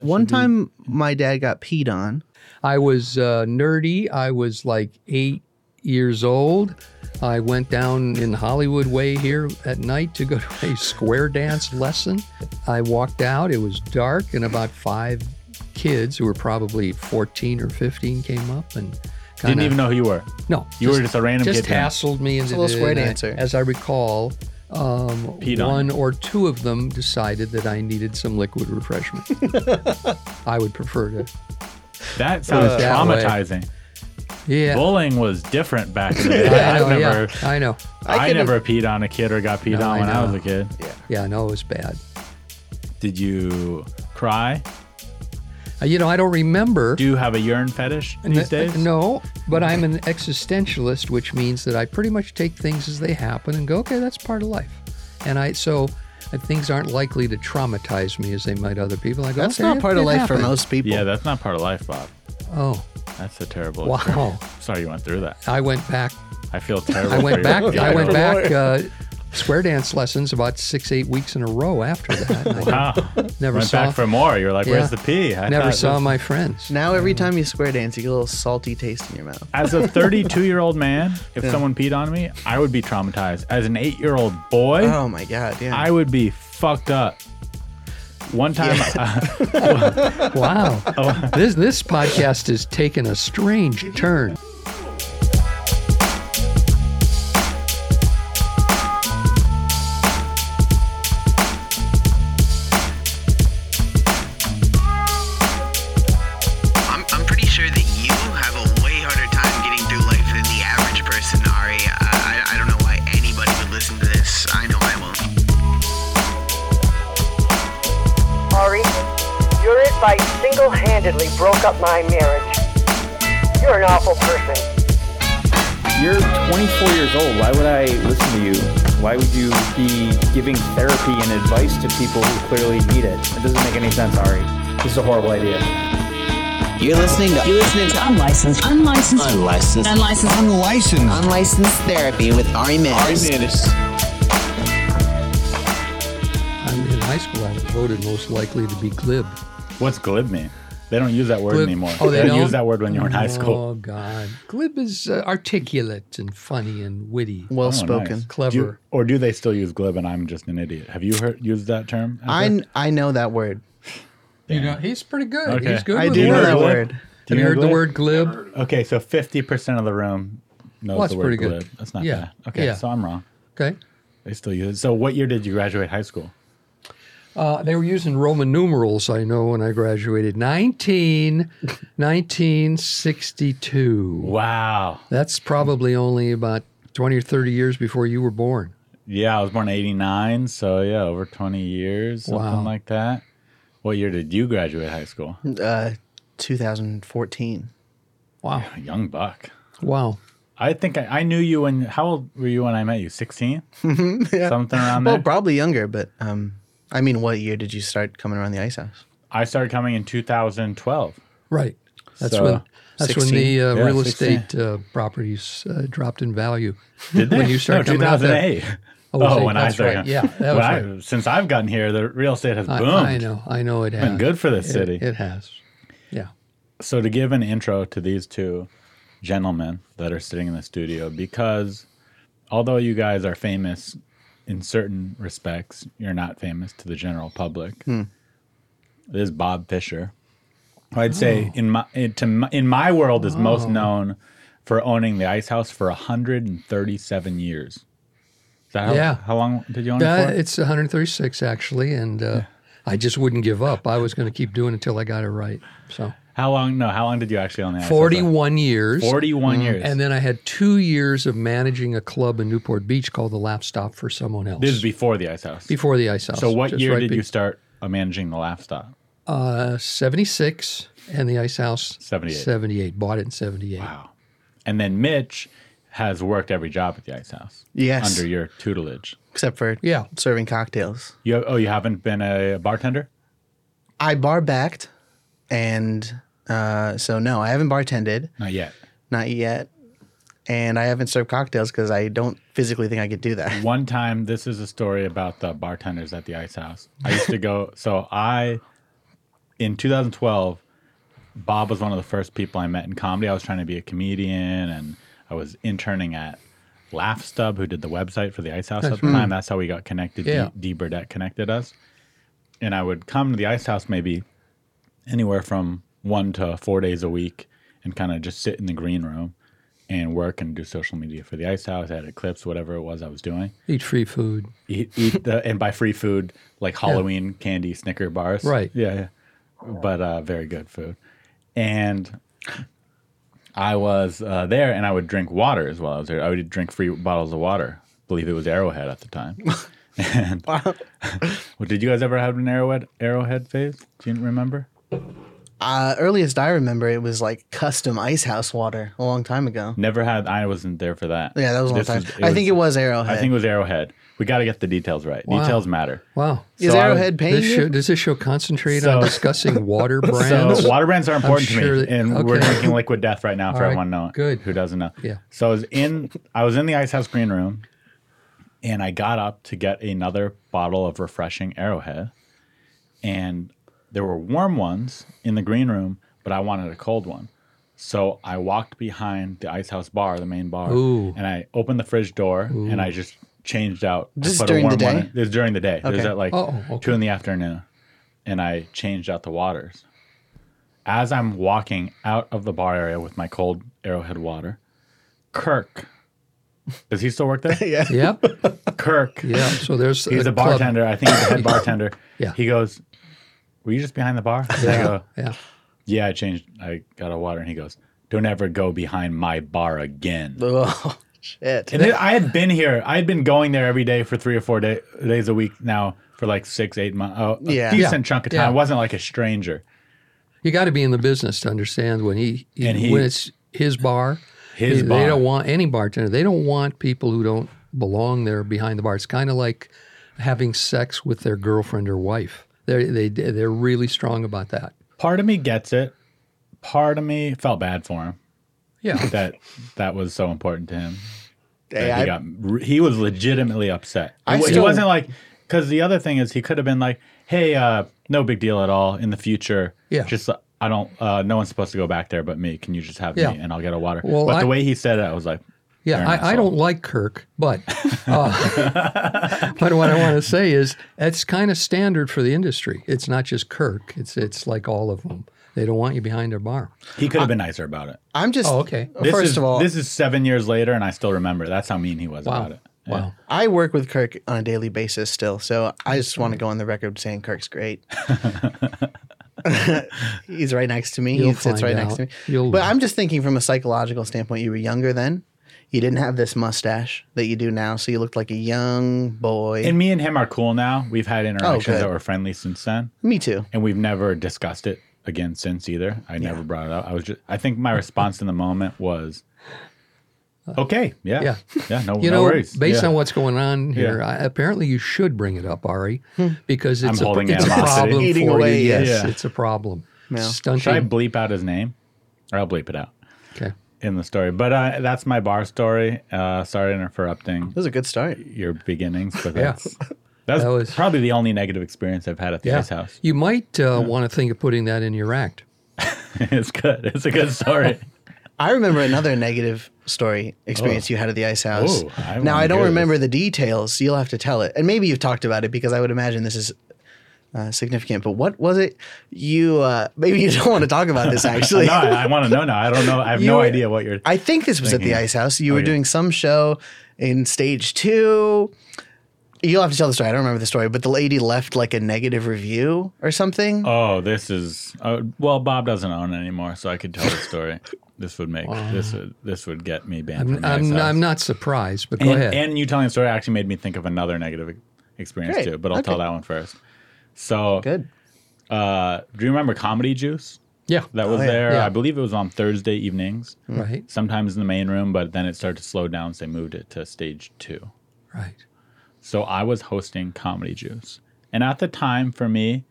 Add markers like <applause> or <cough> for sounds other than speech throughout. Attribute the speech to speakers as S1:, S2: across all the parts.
S1: One time, my dad got peed on.
S2: I was uh, nerdy. I was like eight years old. I went down in Hollywood Way here at night to go to a square dance lesson. I walked out. It was dark, and about five kids who were probably 14 or 15 came up and kind
S3: Didn't
S2: of
S3: even know who you were.
S2: no.
S3: You were just a random
S2: just
S3: kid. then.
S2: hassled me into
S1: a little
S2: the-
S1: square
S2: and I-
S1: dancer.
S2: as I recall. Um,
S3: Peed on
S2: one or two of them decided that I needed some
S1: <laughs>
S2: liquid refreshment. I would prefer to.
S3: That sounds
S2: Uh, that way.
S3: traumatizing.
S2: Yeah,
S3: Bullying was different back in
S2: <laughs>
S3: the day.
S2: I
S3: I,
S2: know.
S3: remember.
S2: yeah, I know.
S1: I
S3: I,
S1: could've-
S3: never peed on a kid or got peed
S2: No, I
S3: on when I
S2: know.
S3: was a kid.
S2: Yeah, no, it was bad.
S3: Did you cry?
S2: Uh, You know, I don't remember.
S3: Do you have a urine fetish
S2: N-
S3: these days?
S2: No, but I'm an existentialist, which means that I pretty much take things as they happen and go, okay, that's part of life. And I so uh, things aren't likely to traumatize me as they might other people. I go,
S1: That's
S4: Oh,
S2: okay,
S1: not
S2: it-
S1: part of
S2: it
S1: life for
S2: happened.
S1: most people.
S3: Yeah, that's not part of life, Bob.
S2: Oh,
S3: That's a terrible. experience.
S2: wow!
S3: Sorry you went through that.
S2: I went back.
S3: I feel terrible.
S2: I
S3: for
S2: went
S3: you.
S2: back. I went
S3: Yeah.
S2: back. Uh, square dance lessons about six, eight weeks in a row after
S3: <laughs>
S2: that. and I
S3: Wow.
S2: never
S3: went
S2: saw.
S3: back for more. You're like,
S2: Yeah.
S3: where's the pee? I
S2: never
S3: thought
S2: saw
S3: this-
S2: my friends.
S1: Now every time you square dance, you get a little salty taste in your mouth.
S3: As a 32 year old man,
S2: <laughs>
S3: if someone peed on me, I would be traumatized. As an eight year old boy,
S2: Uh-huh.
S1: Oh my god, yeah.
S3: I would be fucked up. One time, uh, <laughs>
S2: Wow.
S3: Oh.
S2: This this podcast has taken a strange turn.
S5: I'm, I'm pretty sure that you have a way harder time getting through life than the average person, Ari. I, I, I don't know why anybody would listen to this. I know I won't.
S6: Ari, your advice single handedly broke up my marriage. You're an awful person.
S7: You're 24 years old. Why would I listen to you? Why would you be giving therapy and advice to people who clearly need it? It doesn't make any sense, Ari. This is a horrible idea.
S4: You're listening to You're listening to
S8: Unlicensed. Unlicensed.
S4: Unlicensed
S8: Unlicensed.
S4: Unlicensed Unlicensed Therapy with Ari Manis.
S2: I'm in high school. I was voted most likely to be glib.
S3: what's glib mean? They don't use that word
S2: Glib-
S3: anymore.
S2: Oh, they
S3: didn't
S2: don't?
S3: use that word when you were in high school.
S2: Oh God, glib is uh, articulate and funny and witty,
S1: well
S3: Oh,
S1: spoken.
S3: nice.
S2: clever.
S3: Do you- or do they still use glib and I'm just an idiot? Have you heard used that term? out
S1: I
S3: there?
S1: kn- I know that word.
S2: You know, he's pretty good.
S3: Okay.
S2: He's good.
S1: I
S2: with
S1: do
S3: you
S1: know
S3: know
S1: that
S2: words.
S3: glib?
S1: word.
S3: Do
S2: Have you
S3: know
S2: heard the
S3: glib?
S2: word glib?
S3: Okay, so 50% of the room knows
S2: Well, that's
S3: the word
S2: pretty good.
S3: glib. That's not
S2: Yeah.
S3: bad. Okay,
S2: Yeah.
S3: so I'm wrong.
S2: Okay.
S3: They still use it. So what year did you graduate high school?
S2: Uh, they were using Roman numerals. I know when I graduated, 19, <laughs> 1962.
S3: Wow.
S2: That's probably only about twenty or thirty years before you were born.
S3: Yeah, I was born in 89, so yeah, over 20 years, something
S2: Wow. Hmm.
S3: like that. What year did you graduate high school?
S1: Uh, 2014.
S2: Wow.
S3: A young buck.
S2: Wow.
S3: I think I, I knew you when, how old were you when I met
S2: <laughs>
S3: you? 16? Something around there?
S1: Well, probably younger, but um, I mean, what year did you start coming around the ice house?
S3: I started coming in 2012.
S2: Right. That's
S3: So,
S2: when that's when the
S1: 16.
S2: uh,
S3: Yeah,
S2: real
S3: 16.
S2: estate uh, properties uh, dropped in value.
S3: Did they?
S2: When you started
S3: <laughs> no,
S2: coming out there.
S3: 2008.
S2: Oh,
S3: Oh,
S2: was it?
S3: when I
S2: That's
S3: started.
S2: right. Yeah, that
S3: When
S2: was
S3: I-
S2: right.
S3: Since I've gotten here, the real estate has
S2: I,
S3: boomed.
S2: I know, I know it has.
S3: Been good for this
S2: It-
S3: city.
S2: It, has. Yeah.
S3: so to give an intro to these two gentlemen that are sitting in the studio because although you guys are famous in certain respects you're not famous to the general public
S2: Hmm.
S3: This is bob fisher who i'd say
S2: Oh.
S3: in my, in, to my in my world is most known for owning the ice house for 137 years is that how,
S2: Yeah.
S3: how long did you own
S2: Uh,
S3: it for
S2: it's 136 actually, and uh, I just wouldn't give up. I was going to keep doing it until I got it right. So
S3: how long no how long did you actually own the ice house for?
S2: 41 years.
S3: 41 years
S2: And then I had two years of managing a club in Newport Beach called the Lap Stop for someone else.
S3: this is before the ice house
S2: before the Ice House.
S3: So what
S2: just
S3: year
S2: right
S3: did
S2: be-
S3: you start uh, managing the laugh stop?
S2: Uh, 76 and the Ice House.
S3: 78.
S2: 78. Bought it in 78.
S3: And then Mitch has worked every job at the Ice House.
S1: Yes.
S3: Under your tutelage.
S1: Except for
S2: Yeah.
S1: serving cocktails.
S3: You oh you haven't been a bartender?
S1: I bar backed, and uh, so no, I haven't bartended,
S3: Not yet.
S1: not yet, and I haven't served cocktails because I don't physically think I could do that. <laughs>
S3: One time, <laughs> this is a story about the bartenders at the Ice House. I used to go. So I in 2012, Bob was one of the first people I met in comedy. I was trying to be a comedian, and I was interning at Laugh Stub, who did the website for the Ice House at the time. That's how we got connected.
S2: Yeah.
S3: D. D. Burdett connected us, and I would come to the Ice House maybe anywhere from one to four days a week, and kind of just sit in the green room and work and do social media for the Ice House, edit clips, whatever it was I was doing
S2: Eat free food.
S3: eat,
S1: <laughs>
S3: eat the and buy free food like Halloween candy, Snicker bars.
S2: Right.
S3: Yeah. yeah. But uh, very good food. And I was uh, there, and I would drink water as well. I was there. I would drink free bottles of water. believe it was Arrowhead at
S1: <laughs>
S3: the time. and, <laughs> well, did you guys ever have an Arrowhead Arrowhead phase? Do you remember?
S1: Uh, earliest I remember, it was like custom ice house water a long time ago.
S3: Never had. I wasn't there for that.
S1: Yeah, that was a long
S3: This
S1: time.
S3: was-
S1: I think it was Arrowhead.
S3: I think it was Arrowhead. We got to get the details right.
S2: Wow.
S3: Details matter.
S2: Wow.
S1: Is
S3: so I-
S1: Arrowhead paying
S2: This
S1: you?
S2: show, does this show concentrate on
S3: So-
S2: discussing
S3: <laughs>
S2: water brands?
S3: So water brands are important to
S2: sure
S3: me,
S2: that-
S3: and we're
S2: okay.
S3: drinking Liquid Death right now for
S2: All right,
S3: everyone know
S2: good.
S3: who doesn't know.
S2: Yeah.
S3: So I was in I was in the Ice House green room, and I got up to get another bottle of refreshing Arrowhead, and there were warm ones in the green room, but I wanted a cold one. So I walked behind the Ice House bar, the main bar,
S2: Ooh.
S3: and I opened the fridge door, and I just changed out. I
S1: This is
S3: put a
S1: during the
S3: warm one
S1: day?
S3: in- It was during the day. It was
S1: Okay.
S3: at like
S2: Oh, okay.
S3: two in the afternoon, and I changed out the waters as I'm walking out of the bar area with my cold Arrowhead water, Kirk, does he still
S2: <laughs>
S3: work there? yeah. <laughs>
S2: Yep.
S3: Kirk,
S2: Yeah. So there's
S3: he's
S2: the
S3: a
S2: club.
S3: bartender. I think he's the head bartender.
S2: <laughs> Yeah.
S3: He goes, Were you just behind the bar? And I go,
S2: Yeah.
S3: Yeah, I changed. I got a water. And he goes, Don't ever go behind my bar again.
S1: <laughs> Oh, shit.
S3: And then I had been here. I had been going there every day for three or four day, days a week now for like six, eight months. Oh, a
S1: Yeah.
S3: decent chunk of time.
S2: Yeah.
S3: I wasn't like a stranger.
S2: You got to be in the business to understand when he,
S3: And he-
S2: when it's his bar.
S3: His
S2: they,
S3: bar.
S2: they don't want any bartender. They don't want people who don't belong there behind the bar. It's kind of like having sex with their girlfriend or wife. They they they're really strong about that.
S3: part of me gets it. Part of me felt bad for him
S2: Yeah.
S3: <laughs> that that was so important to him. that
S1: Yeah,
S3: he
S1: I-
S3: got he was legitimately upset.
S1: I
S3: he
S1: still-
S3: wasn't like because the other thing is he could have been like, "Hey, uh, no big deal at all. In the future,
S2: Yeah.
S3: just uh, I don't. Uh, no one's supposed to go back there but me. Can you just have
S2: Yeah.
S3: me and I'll get a water?"
S2: Well,
S3: but
S2: I-
S3: the way he said it, I was like,
S2: Yeah,
S3: Fair enough,
S2: I, I
S3: so-
S2: don't like Kirk, but uh, <laughs> but what I want to say is it's kind of standard for the industry. It's not just Kirk. It's it's like all of them. They don't want you behind their bar.
S3: he
S2: Uh,
S3: could have been nicer about it.
S1: I'm just.
S2: Oh, okay.
S1: First
S3: This is,
S1: of all,
S3: this is seven years later, and I still remember. That's how mean he was
S2: Wow.
S3: about it.
S2: Wow.
S1: I work with Kirk on a daily basis still, so I just want to go on the record saying Kirk's
S2: <laughs>
S1: great. <laughs> He's right next to me.
S2: You'll
S1: he sits
S2: find
S1: right
S2: out.
S1: next to me.
S2: You'll-
S1: but I'm just thinking from a psychological standpoint. You were younger then. You didn't have this mustache that you do now, so you looked like a young boy.
S3: And me and him are cool now. We've
S2: Oh,
S3: had interactions
S1: good.
S3: that were friendly since then.
S1: me too.
S3: and we've never discussed it again since either. I never brought it up. I was just I think my response in the moment was okay, yeah.
S2: yeah.
S3: Yeah, no,
S2: You
S3: no
S2: know,
S3: worries.
S2: based
S3: Yeah.
S2: on what's going on here,
S3: Yeah.
S2: I, apparently you should bring it up, Ari, because it's, a,
S3: holding
S2: it's a
S3: animosity.
S2: problem
S1: Hmm. Eating
S2: for
S1: away,
S2: you. Yes,
S3: yeah.
S2: it's a problem.
S1: Yeah.
S3: should I
S2: Stunting.
S3: bleep out his name? Or I'll bleep it out
S2: okay.
S3: in the story. But uh, that's my bar story. Uh, sorry for interrupting
S1: That was a good start.
S3: your beginnings, but
S2: Yeah.
S3: that's that's
S2: That was-
S3: probably the only negative experience I've had at the
S2: Yeah.
S3: ice house.
S2: You might uh, want to think of putting that in your act.
S3: <laughs> it's good. It's a
S2: <laughs>
S3: good story.
S1: I remember another negative story experience you had at the ice house.
S3: Oh, I
S1: now
S3: wanna
S1: I don't
S3: hear
S1: remember the details. So you'll have to tell it, and maybe you've talked about it because I would imagine this is uh, significant. But what was it? You uh, maybe you <laughs> don't want to talk about this actually.
S3: <laughs>
S1: <laughs>
S3: no, I, I want to know now. I don't know. I have
S1: You
S3: no
S1: were-
S3: idea what you're.
S1: I think this was at the
S3: Thinking.
S1: ice house. You were
S3: Okay.
S1: doing some show in stage two. You'll have to tell the story. I don't remember the story, but the lady left like a negative review or something.
S3: Oh, this is uh, well. Bob doesn't own it anymore, so I could tell the story. this would make this would, this would get me banned from
S2: I'm,
S3: the Ice
S2: I'm,
S3: House.
S2: I'm not surprised, but go
S3: and,
S2: ahead.
S3: and you telling the story actually made me think of another negative e- experience
S1: Great.
S3: too. But I'll tell
S1: Okay.
S3: that one first. So,
S1: Good.
S3: uh, do you remember Comedy Juice?
S2: Oh, yeah.
S3: That was
S1: yeah.
S3: there.
S2: Yeah.
S3: I believe it was on Thursday evenings,
S2: right.
S3: sometimes in the main room, but then it started to slow down, so they moved it to stage two.
S2: Right.
S3: So I was hosting Comedy Juice, and at the time for me,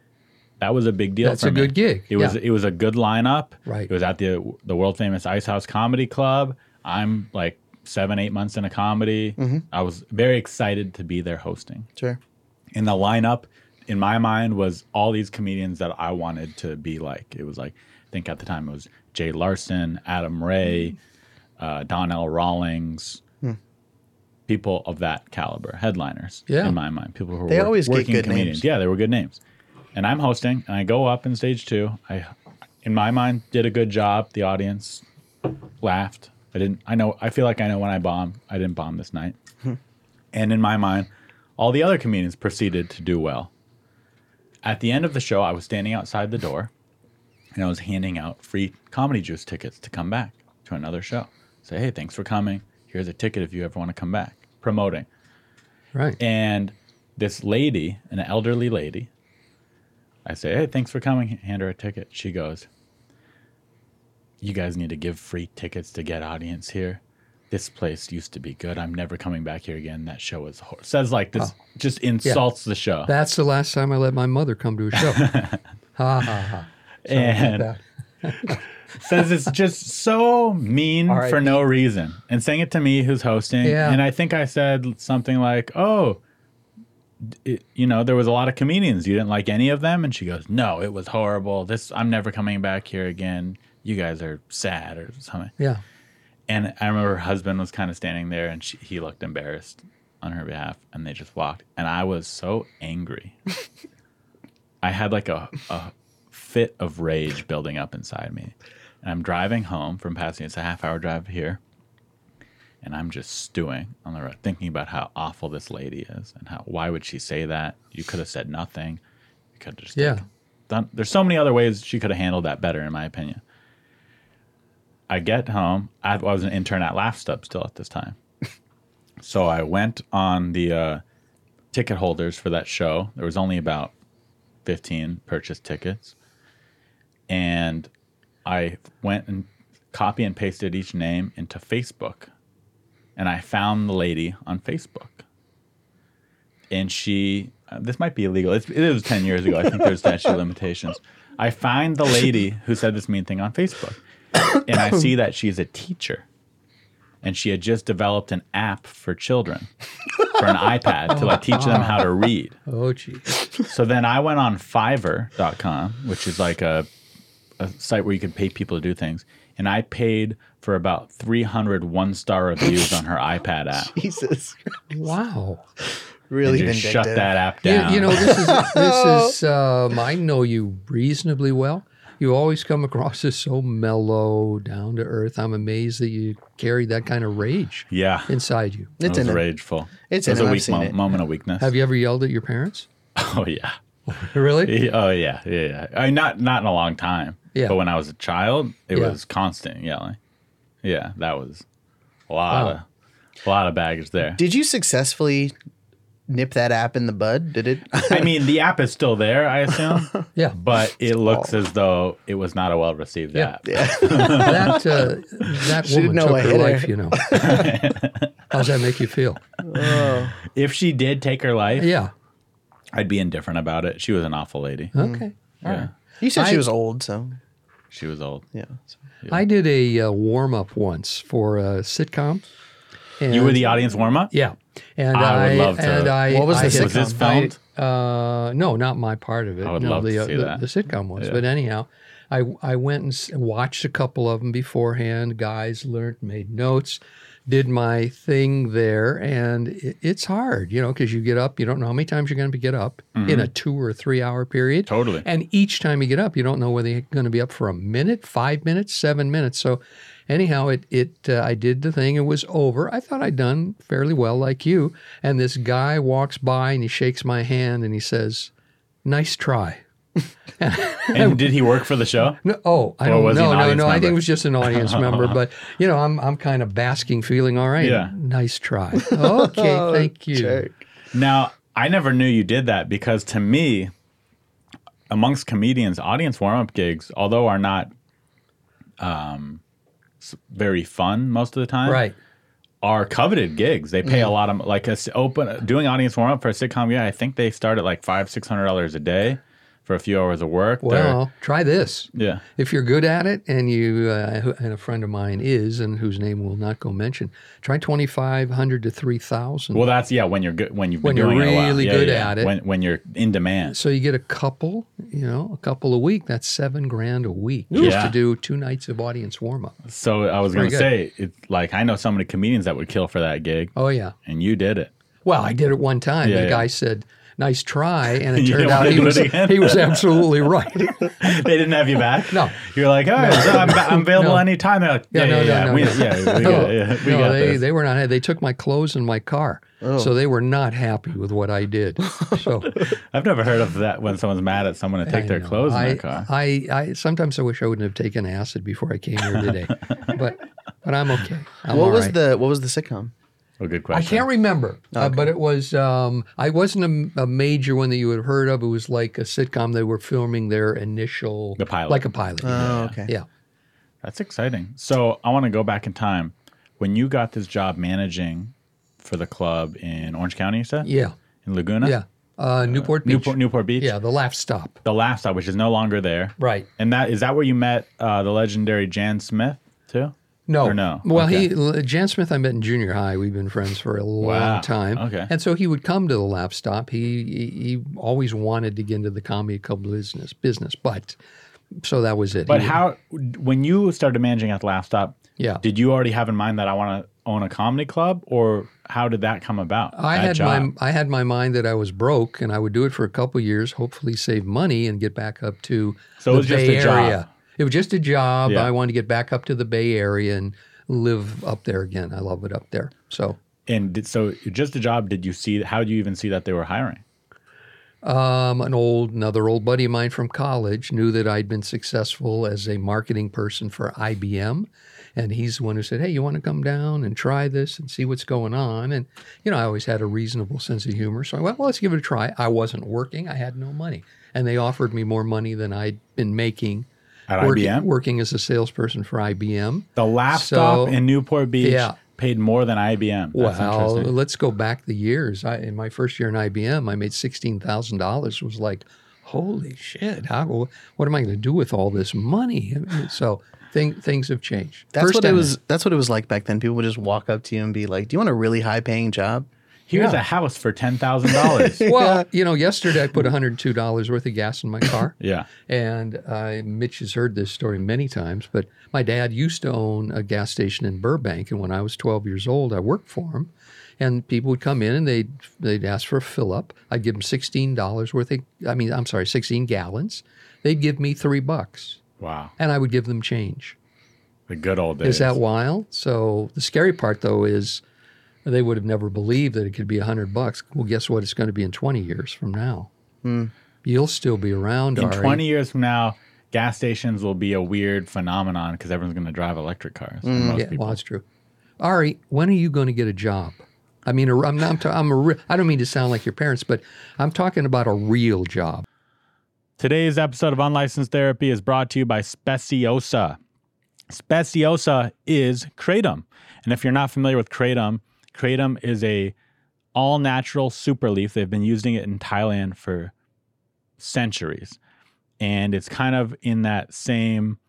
S3: that was a big deal.
S2: That's
S3: for
S2: a
S3: me.
S2: good gig,
S3: It was
S2: yeah.
S3: it was a good lineup.
S2: Right.
S3: It was at the the world famous Ice House Comedy Club. I'm like seven eight months
S2: Mm-hmm.
S3: into comedy. I was very excited to be there hosting,
S1: Sure. <laughs>
S3: and the lineup in my mind was all these comedians that I wanted to be like. It was like I think at the time it was Jay Larson, Adam Ray, uh, Donnell Rawlings, people of that caliber, headliners.
S2: Yeah.
S3: in my mind, people who were
S1: They
S3: work-
S1: always get
S3: working
S1: good
S3: comedians.
S1: names.
S3: Yeah, they were good names. And I'm hosting, and I go up in stage two. I, in my mind, did a good job. The audience laughed. I didn't. I know. I feel like I know when I bomb. I didn't bomb
S1: <laughs>
S3: this night. and in my mind, all the other comedians proceeded to do well. At the end of the show, I was standing outside the door, and I was handing out free comedy juice tickets to come back to another show. Say, hey, thanks for coming. Here's a ticket if you ever want to come back. Promoting.
S2: Right.
S3: And this lady, an elderly lady, I say, Hey, thanks for coming. Hand her a ticket. She goes, You guys need to give free tickets to get audience here. This place used to be good. I'm never coming back here again. That show is horrible. Says like this, just insults the show.
S2: That's the last time I let my mother come to
S1: <laughs>
S2: a show. ha ha ha.
S3: and says it's just so mean
S2: All right.
S3: for no reason and saying it to me who's hosting
S2: Yeah.
S3: and i think i said something like oh d- it, you know there was a lot of comedians you didn't like any of them and she goes no it was horrible this i'm never coming back here again you guys are sad or something
S2: Yeah.
S3: and I remember her husband was kind of standing there and she, he looked embarrassed on her behalf and they just walked. And I was so angry. I had like a, a fit of rage building up inside me. And I'm driving home from Pasadena. It's a half hour drive here. And I'm just stewing on the road, thinking about how awful this lady is and how why would she say that? You could have said nothing. You could have just
S2: Yeah.
S3: like, done. There's so many other ways she could have handled that better, in my opinion. I get home. I, I was an intern at Laugh Stub still at this time. so I went on the uh, ticket holders for that show. There was only about 15 purchased tickets. And I went and copy and pasted each name into Facebook. And I found the lady on Facebook. And she, uh, this might be illegal. It's, it was 10 years ago. I think there's statute of limitations. I find the lady who said this mean thing on Facebook and I see that she's a teacher. And she had just developed an app for children for an iPad to like teach them how to read.
S2: Oh, geez.
S3: So then I went on Fiverr.com, which is like a, a site where you can pay people to do things. And I paid for about 300 one star reviews on her iPad app.
S1: Jesus,
S2: Wow.
S1: really
S3: and just
S1: vindictive.
S3: shut that app
S2: You-
S3: down.
S2: You, know, this is
S1: <laughs>
S2: this is. Um, I know you reasonably well. You always come across as so mellow, down to earth. I'm amazed that you carry that kind of rage
S3: yeah.
S2: inside you.
S3: It
S1: It's in
S3: was
S1: him.
S3: rageful.
S1: It's
S3: it was
S1: in
S3: a
S1: him, I've
S3: weak
S1: seen
S3: mo-
S1: it.
S3: moment of weakness.
S2: Have you ever yelled at your parents?
S3: <laughs> Oh, yeah.
S2: Really?
S3: Yeah, Oh yeah, yeah, yeah. I mean, not not in a long time.
S2: Yeah.
S3: But when I was a child, it
S2: Yeah.
S3: was constant yelling. Yeah, that was a lot
S2: Wow.
S3: of a lot of baggage
S1: <laughs>
S3: there.
S1: Did you successfully nip that app in the bud? Did it?
S3: I mean, the app is still there, I assume,
S2: Yeah.
S3: but it looks as though it was not a well received
S2: Yeah.
S3: app.
S2: That uh, that
S1: didn't
S2: woman
S1: know
S2: took
S1: I
S2: her
S1: hit her.
S2: life. You know. How's that make you feel?
S3: If she did take her life,
S2: Yeah.
S3: I'd be indifferent about it. She was an awful lady.
S1: Mm.
S2: Okay. All right.
S3: Yeah,
S1: You said
S2: I-
S1: she was old, so
S3: she was old.
S1: yeah. So-
S2: I did a uh, warm up once for a sitcom. And
S3: You were the audience warm up.
S2: Yeah, and
S3: I
S2: I,
S3: would love to-
S2: and I
S1: What was
S2: I
S1: the sitcom?
S2: had-
S3: Was this filmed?
S2: I- uh, no, not my part of it.
S3: I would
S2: no,
S3: love
S2: the,
S3: to
S2: uh,
S3: see
S2: the,
S3: that.
S2: the sitcom was, but anyhow, I I went and s- watched a couple of them beforehand. Guys learned, made notes, did my thing there, and it, it's hard, you know, because you get up, you don't know how many times you're going to get up in a two or three hour period.
S3: Totally.
S2: And each time you get up, you don't know whether you're going to be up for a minute, five minutes, seven minutes. So, anyhow, it it uh, I did the thing. It was over. I thought I'd done fairly well, like you. And this guy walks by and he shakes my hand and he says, "Nice try."
S3: And did he work for the show?
S2: No, oh, I
S3: Or
S2: don't
S3: was he
S2: know.
S3: an
S2: No,
S3: audience
S2: no, I think
S3: member?
S2: it was just an
S3: <laughs>
S2: audience member. But you know, I'm I'm kind of basking, feeling all right.
S3: Yeah. Oh,
S2: Nice
S3: <laughs>
S2: try. Okay, thank you.
S3: Now, I never knew you did that because to me, amongst comedians, audience warm up gigs, although are not um, s- very fun most of the time,
S2: Right.
S3: are coveted gigs. They
S2: Mm-hmm.
S3: pay a lot of like a s- open doing audience warm up for a sitcom. Yeah, I think they start at like five six hundred dollars a day. for a few hours of work. They're-
S2: Well, try this.
S3: yeah.
S2: If you're good at it, and you uh, who- and a friend of mine is, and whose name will not go mention, try twenty five hundred to three thousand.
S3: Well, that's yeah. When you're good, when you've been
S2: When you're
S3: doing it a while.
S2: really
S3: Yeah,
S2: good
S3: yeah.
S2: at it.
S3: when when you're in demand.
S2: so you get a couple, you know, a couple a week. That's seven grand a week just
S3: Yeah.
S2: to do two nights of audience warm up.
S3: So I was going to
S2: pretty
S3: say, it's like I know so many comedians that would kill for that gig,
S2: Oh yeah.
S3: and you did it. <laughs>
S2: Well, I did it one time.
S3: Yeah,
S2: the
S3: yeah.
S2: guy said, "Nice try,"
S3: <laughs>
S2: and it
S3: You
S2: turned
S3: didn't
S2: out
S3: wanna
S2: he
S3: do it
S2: was
S3: again?
S2: he was absolutely right. <laughs>
S3: they didn't have you back.
S2: No.
S3: you're like, oh, I'm,
S2: <laughs>
S3: I'm available
S2: No.
S3: anytime. They're Like, yeah,
S2: no,
S3: yeah,
S2: no,
S3: yeah,
S2: no, <laughs>
S3: we,
S2: no.
S3: yeah, we got, yeah, we
S2: no,
S3: got
S2: they,
S3: this. Oh.
S2: they were not. They took my clothes and my car, so they were not happy with what I did. So
S3: I've never heard of that when someone's mad at someone to <laughs> take
S2: I
S3: their
S2: know.
S3: clothes in
S2: I,
S3: their car.
S2: I, I sometimes I wish I wouldn't have taken acid before I came here
S3: <laughs>
S2: today, but but I'm okay. I'm
S1: What
S2: all
S1: was
S2: right.
S1: the what was the sitcom?
S3: oh, good
S2: I
S3: question.
S2: can't remember, uh, but it was. Um, I wasn't a, a major one that you had heard of. It was like a sitcom they were filming their initial
S3: The pilot.
S2: like a pilot.
S1: Oh, okay.
S2: yeah.
S3: That's exciting. So I want to go back in time when you got this job managing for the club in Orange County. You said
S2: Yeah.
S3: in Laguna,
S2: Yeah. Uh, Newport Beach.
S3: Newport, Newport Beach.
S2: Yeah, the laugh stop.
S3: the Laugh Stop, which is no longer there.
S2: Right.
S3: And that is that where you met uh, the legendary Jan Smith too?
S2: No.
S3: Or no?
S2: Well,
S3: Okay.
S2: he L- Jan Smith I met in junior high. We've been friends for a
S3: Wow.
S2: long time.
S3: Okay.
S2: And so he would come to the lap stop. He, he he always wanted to get into the comedy club business business, but so that was it.
S3: But
S2: He-
S3: how when you started managing at the Laugh Stop?
S2: Yeah.
S3: Did you already have in mind that I want to own a comedy club, or how did that come about?
S2: I
S3: that
S2: had
S3: job?
S2: my I had my mind that I was broke and I would do it for a couple years, hopefully save money and get back up to
S3: So it
S2: the
S3: was just
S2: Bay
S3: a job.
S2: Area. It was just a job.
S3: Yeah.
S2: I wanted to get back up to the Bay Area and live up there again. I love it up there. So
S3: and did, so just a job. Did you see? How do you even see that they were hiring?
S2: um, an old another old buddy of mine from college knew that I'd been successful as a marketing person for IBM, and he's the one who said, "Hey, you want to come down and try this and see what's going on?" And you know, I always had a reasonable sense of humor, so I went, "Well, let's give it a try." I wasn't working; I had no money, and they offered me more money than I'd been making
S3: At
S2: working,
S3: IBM?
S2: working as a salesperson for IBM.
S3: The Laugh
S2: So-
S3: Stop in Newport Beach
S2: Yeah.
S3: paid more than IBM. That's
S2: Well,
S3: interesting.
S2: let's go back the years. I, in my first year in IBM, I made sixteen thousand dollars. Was like, holy shit! How? What am I going to do with all this money? I mean, So thing, things have changed.
S1: That's
S2: First
S1: what it
S2: time-
S1: was. That's what it was like back then. People would just walk up to you and be like, "Do you want a really high paying job?"
S3: Here's a house for ten
S2: <laughs>
S3: thousand dollars.
S2: <laughs>
S1: <laughs>
S2: Well, you know, yesterday I put one hundred two dollars worth of gas in my car.
S3: <laughs> yeah.
S2: And uh, Mitch has heard this story many times, but my dad used to own a gas station in Burbank, and when I was 12 years old, I worked for him. And people would come in and they'd they'd ask for a fill up. I'd give them sixteen dollars worth of I mean I'm sorry sixteen gallons. They'd give me three bucks,
S3: Wow.
S2: and I would give them change.
S3: The good old days.
S2: Is that wild? So the scary part though is they would have never believed that it could be hundred bucks. Well, guess what? It's going to be in 20 years from now. You'll still be around.
S3: in
S2: Ari.
S3: twenty years from now? Gas stations will be a weird phenomenon because everyone's going to drive electric cars. for most
S2: Mm, Yeah,
S3: people.
S2: well, that's true. Ari, when are you going to get a job? I mean, a- I'm not. I'm, ta- I'm a re- I don't mean to sound like your parents, but I'm talking about a real job.
S3: Today's episode of Unlicensed Therapy is brought to you by Speciosa. Speciosa is kratom. And if you're not familiar with kratom, kratom is a all natural super leaf. They've been using it in Thailand for centuries. And it's kind of in that same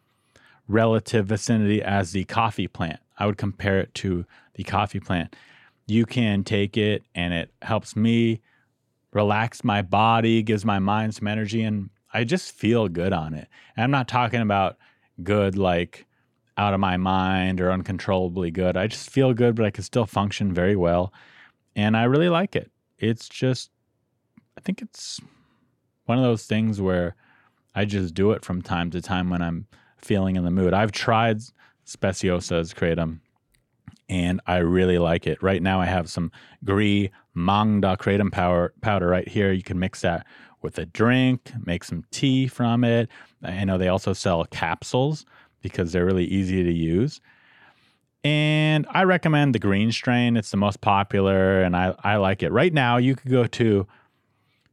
S3: relative vicinity as the coffee plant. I would compare it to the coffee plant. You can take it and it helps me relax my body, gives my mind some energy, and I just feel good on it. And I'm not talking about good like out of my mind or uncontrollably good. I just feel good, but I can still function very well. And I really like it. It's just, I think it's one of those things where I just do it from time to time when I'm feeling in the mood. I've tried Speciosa's Kratom and I really like it. Right now, I have some Gree Mangda Kratom power, powder right here. You can mix that with a drink, make some tea from it. I know they also sell capsules because they're really easy to use. And I recommend the green strain. It's the most popular and I, I like it. Right now, you could go to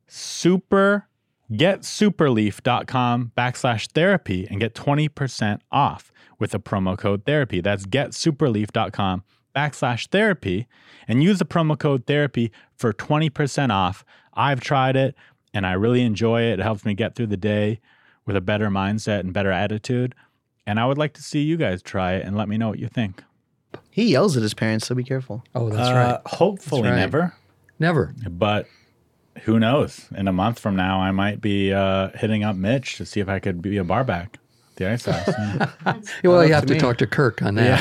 S3: super getsuperleaf.com backslash therapy and get 20% off with the promo code therapy. That's getsuperleaf.com backslash therapy and use the promo code therapy for 20% off. I've tried it and I really enjoy it. It helps me get through the day with a better mindset and better attitude. And I would like to see you guys try it and let me know what you think.
S1: He yells at his parents, so be careful.
S2: Oh, that's
S3: Uh,
S2: right.
S3: Hopefully
S2: That's right.
S3: never,
S2: Never.
S3: but who knows? In a month from now, I might be uh, hitting up Mitch to see if I could be a barback. at The ice
S2: <laughs>
S3: house. <laughs> Yeah.
S2: Well, you have
S3: up to
S2: to
S3: me.
S2: talk to Kirk on that.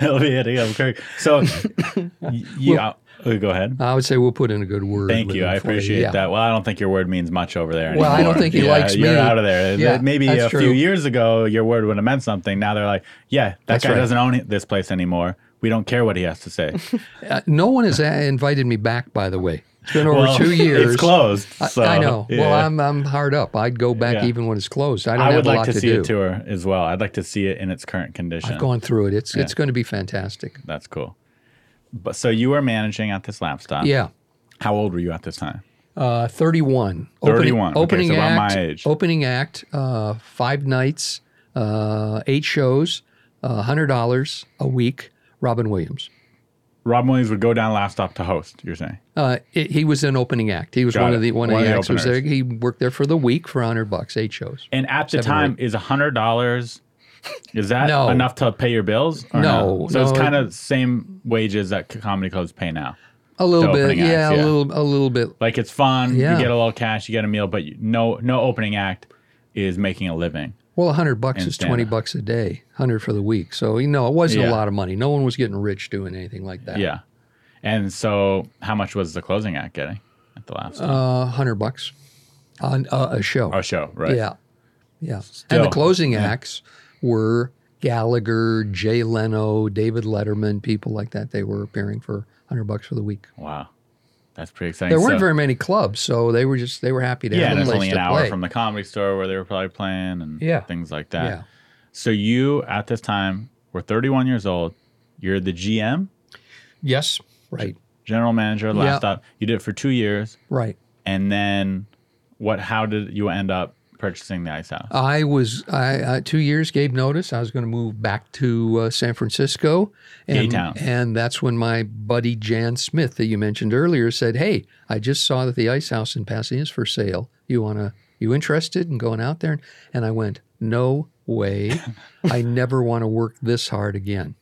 S3: He'll be hitting up Kirk. So, y- you, uh, go ahead.
S2: I would say we'll put in a good word.
S3: Thank
S2: with
S3: you.
S2: him
S3: I
S2: for you.
S3: appreciate
S2: Yeah.
S3: that. Well, I don't think your word means much over there.
S2: Well, I
S3: anymore.
S2: don't think he
S3: Yeah,
S2: likes me.
S3: You're out of there.
S2: Yeah,
S3: Maybe
S2: that's
S3: a few
S2: true.
S3: years ago, your word would have meant something. Now they're like, yeah, that
S2: That's
S3: guy
S2: right.
S3: doesn't own this place anymore. We don't care what he has
S2: <laughs>
S3: to say.
S2: Uh, no one has uh, invited me back, by the way. It's been over
S3: Well,
S2: two years.
S3: <laughs> It's closed.
S2: I,
S3: so,
S2: I know. Well,
S3: yeah.
S2: I'm I'm hard up. I'd go back
S3: Yeah.
S2: even when it's closed. I don't
S3: I
S2: have
S3: would
S2: a
S3: like
S2: lot
S3: to
S2: to,
S3: see
S2: do.
S3: a tour as well. I'd like to see it in its current condition.
S2: I've gone through it. It's it's going to be fantastic.
S3: That's cool. But so you were managing at this lap stop.
S2: Yeah.
S3: How old were you at this time?
S2: Uh, 31.
S3: 31. Okay,
S2: Opening,
S3: so about
S2: act,
S3: my age.
S2: Opening act, uh, five nights, uh, eight shows, uh, $100 a week. Robin Williams.
S3: Rob Williams would go down lap stop to host. You're saying?
S2: Uh, it, he was an opening act. He was
S3: Got
S2: one
S3: it.
S2: of the one,
S3: One
S2: of the acts. was there.
S3: openers.
S2: He worked there for the week for 100 bucks, eight shows.
S3: And at the
S2: Seven or
S3: time, is hundred dollars is that
S2: No.
S3: enough to pay your bills? or
S2: No,
S3: So it's
S2: no.
S3: kind of same wages that c- comedy clubs pay now.
S2: A little
S3: The
S2: bit,
S3: opening
S2: yeah,
S3: acts,
S2: a
S3: yeah.
S2: little, a little bit.
S3: Like it's fun.
S2: Yeah.
S3: You get a little cash. You get a meal, but you, no no opening act is making a living.
S2: Well, a hundred bucks
S3: And
S2: is twenty
S3: stand-up.
S2: bucks a day, hundred for the week. So you know, it wasn't
S3: Yeah.
S2: a lot of money. No one was getting rich doing anything like that.
S3: Yeah. And so, how much was the closing act getting at the last
S2: uh, hundred bucks on uh, a show.
S3: oh, show? Right.
S2: Yeah, yeah. and
S3: Still,
S2: the closing acts were Gallagher, Jay Leno, David Letterman, people like that. They were appearing for hundred bucks for the week.
S3: Wow, that's pretty exciting.
S2: There weren't
S3: So-
S2: very many clubs, so they were just they were happy to
S3: yeah,
S2: have
S3: and
S2: a
S3: it's
S2: place
S3: only an
S2: to
S3: hour
S2: play.
S3: from the comedy store where they were probably playing and
S2: Yeah.
S3: things like that.
S2: yeah.
S3: So you at this time were 31 years old. You're the GM,
S2: Yes. Right.
S3: general manager of
S2: Yeah.
S3: Last Stop. You did it for two years,
S2: Right.
S3: and then what? How did you end up purchasing the ice house?
S2: I was I, uh, two years gave notice I was going to move back to uh, San Francisco, and
S3: town.
S2: and that's when my buddy Jan Smith that you mentioned earlier said, "Hey, I just saw that the ice house in Pasadena is for sale. You wanna you interested in going out there?" And I went, "No way, I never want to work this hard again."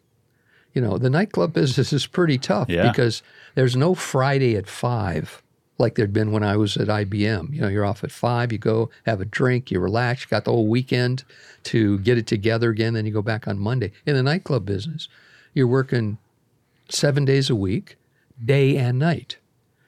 S2: You know, the nightclub business is pretty tough
S3: Yeah.
S2: because there's no Friday at five like there'd been when I was at IBM. You know, you're off at five, you go have a drink, you relax, you got the whole weekend to get it together again, then you go back on Monday. In the nightclub business, you're working seven days a week, day and night.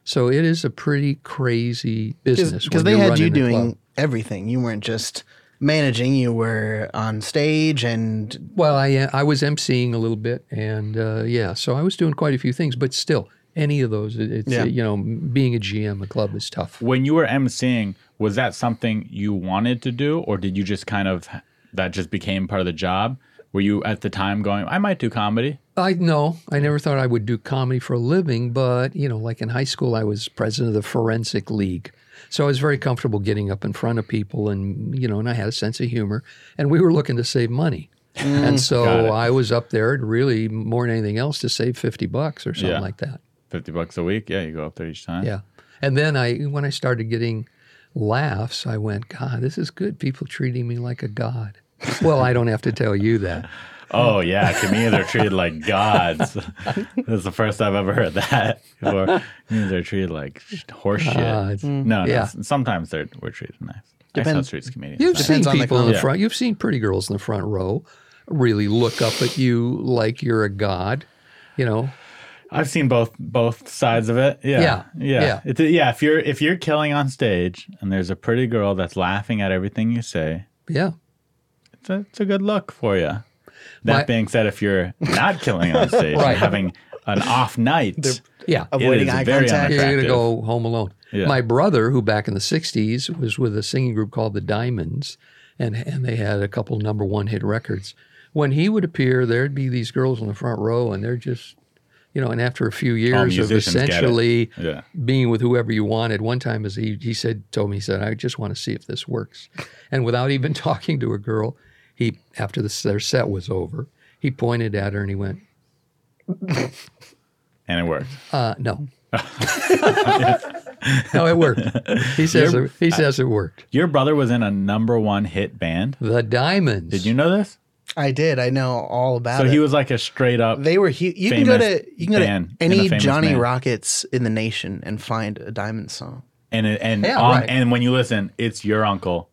S2: So it is a pretty crazy business
S1: Because
S2: when
S1: they
S2: you're
S1: had you
S2: running a club.
S1: doing everything. You weren't just managing, you were on stage and
S2: Well, I uh, I was emceeing a little bit, and uh, yeah, so I was doing quite a few things, but still, any of those, it- it's
S1: Yeah.
S2: uh, you know, being a GM a club is tough.
S3: when you were emceeing, was that something you wanted to do, or did you just kind of that just became part of the job? Were you at the time going, I might do comedy?
S2: I no, I never thought I would do comedy for a living, but you know, like in high school, I was president of the forensic league, so I was very comfortable getting up in front of people, and you know, and I had a sense of humor, and we were looking to save money, and
S3: Mm. Got it.
S2: so I was up there really more than anything else to save fifty bucks or something
S3: Yeah.
S2: like that.
S3: 50 bucks a week? Yeah, you go up there each time.
S2: Yeah. And then I when I started getting laughs, I went, God, this is good. People treating me like a god. well, I don't have to tell you
S1: <laughs>
S2: that.
S3: Oh yeah, comedians are treated
S2: <laughs>
S3: like gods. That's the first I've ever heard that. Or comedians are treated like sh- horse shit.
S2: Gods. Mm,
S3: No, no,
S2: Yeah.
S3: s- sometimes they're we're treated nice. I saw
S1: Depend-
S3: streets comedians.
S2: You've
S3: nice.
S2: seen
S1: Depends on the
S2: people in the
S3: comic.
S2: front. You've seen pretty girls in the front row really look up at you like you're a god. You know,
S3: I've seen both both sides of it. Yeah,
S2: Yeah,
S3: yeah,
S2: yeah.
S3: It's, yeah. If you're if you're killing on stage and there's a pretty girl that's laughing at everything you say,
S2: yeah.
S3: it's a, it's a good look for you. That
S2: My-
S3: being said, if you're not killing
S2: <laughs>
S3: on stage,
S2: Right.
S3: and having an off night,
S2: Yeah.
S3: it
S1: Avoiding
S3: is
S1: eye
S3: very
S1: contact.
S2: You're going to
S3: unattractive.
S2: go home alone.
S3: Yeah.
S2: My brother, who back in the 60s was with a singing group called the Diamonds, and, and they had a couple number one hit records. When he would appear, there'd be these girls in the front row, and they're just, you know, and after a few years of
S3: musicians get it.
S2: essentially
S3: Yeah.
S2: being with whoever you wanted, one time as he, he said, told me, he said, I just want to see if this works. And without even <laughs> talking to a girl, he, after the, their set was over, he pointed at her and he went,
S3: <laughs> and it works.
S2: uh, no. No, it worked. He says it, he says it worked.
S3: Your brother was in a number one hit band.
S2: The Diamonds.
S3: Did you know this?
S1: I did. I know all about
S3: So
S1: it.
S3: he was like a straight up.
S1: They were huge. You can go
S3: famous
S1: to you can go
S3: band
S1: to
S3: and a
S1: any
S3: famous
S1: Johnny
S3: man.
S1: Rockets in the nation and find a Diamond song.
S3: and it- and
S2: Yeah,
S3: on,
S2: right.
S3: and when you listen, it's your uncle.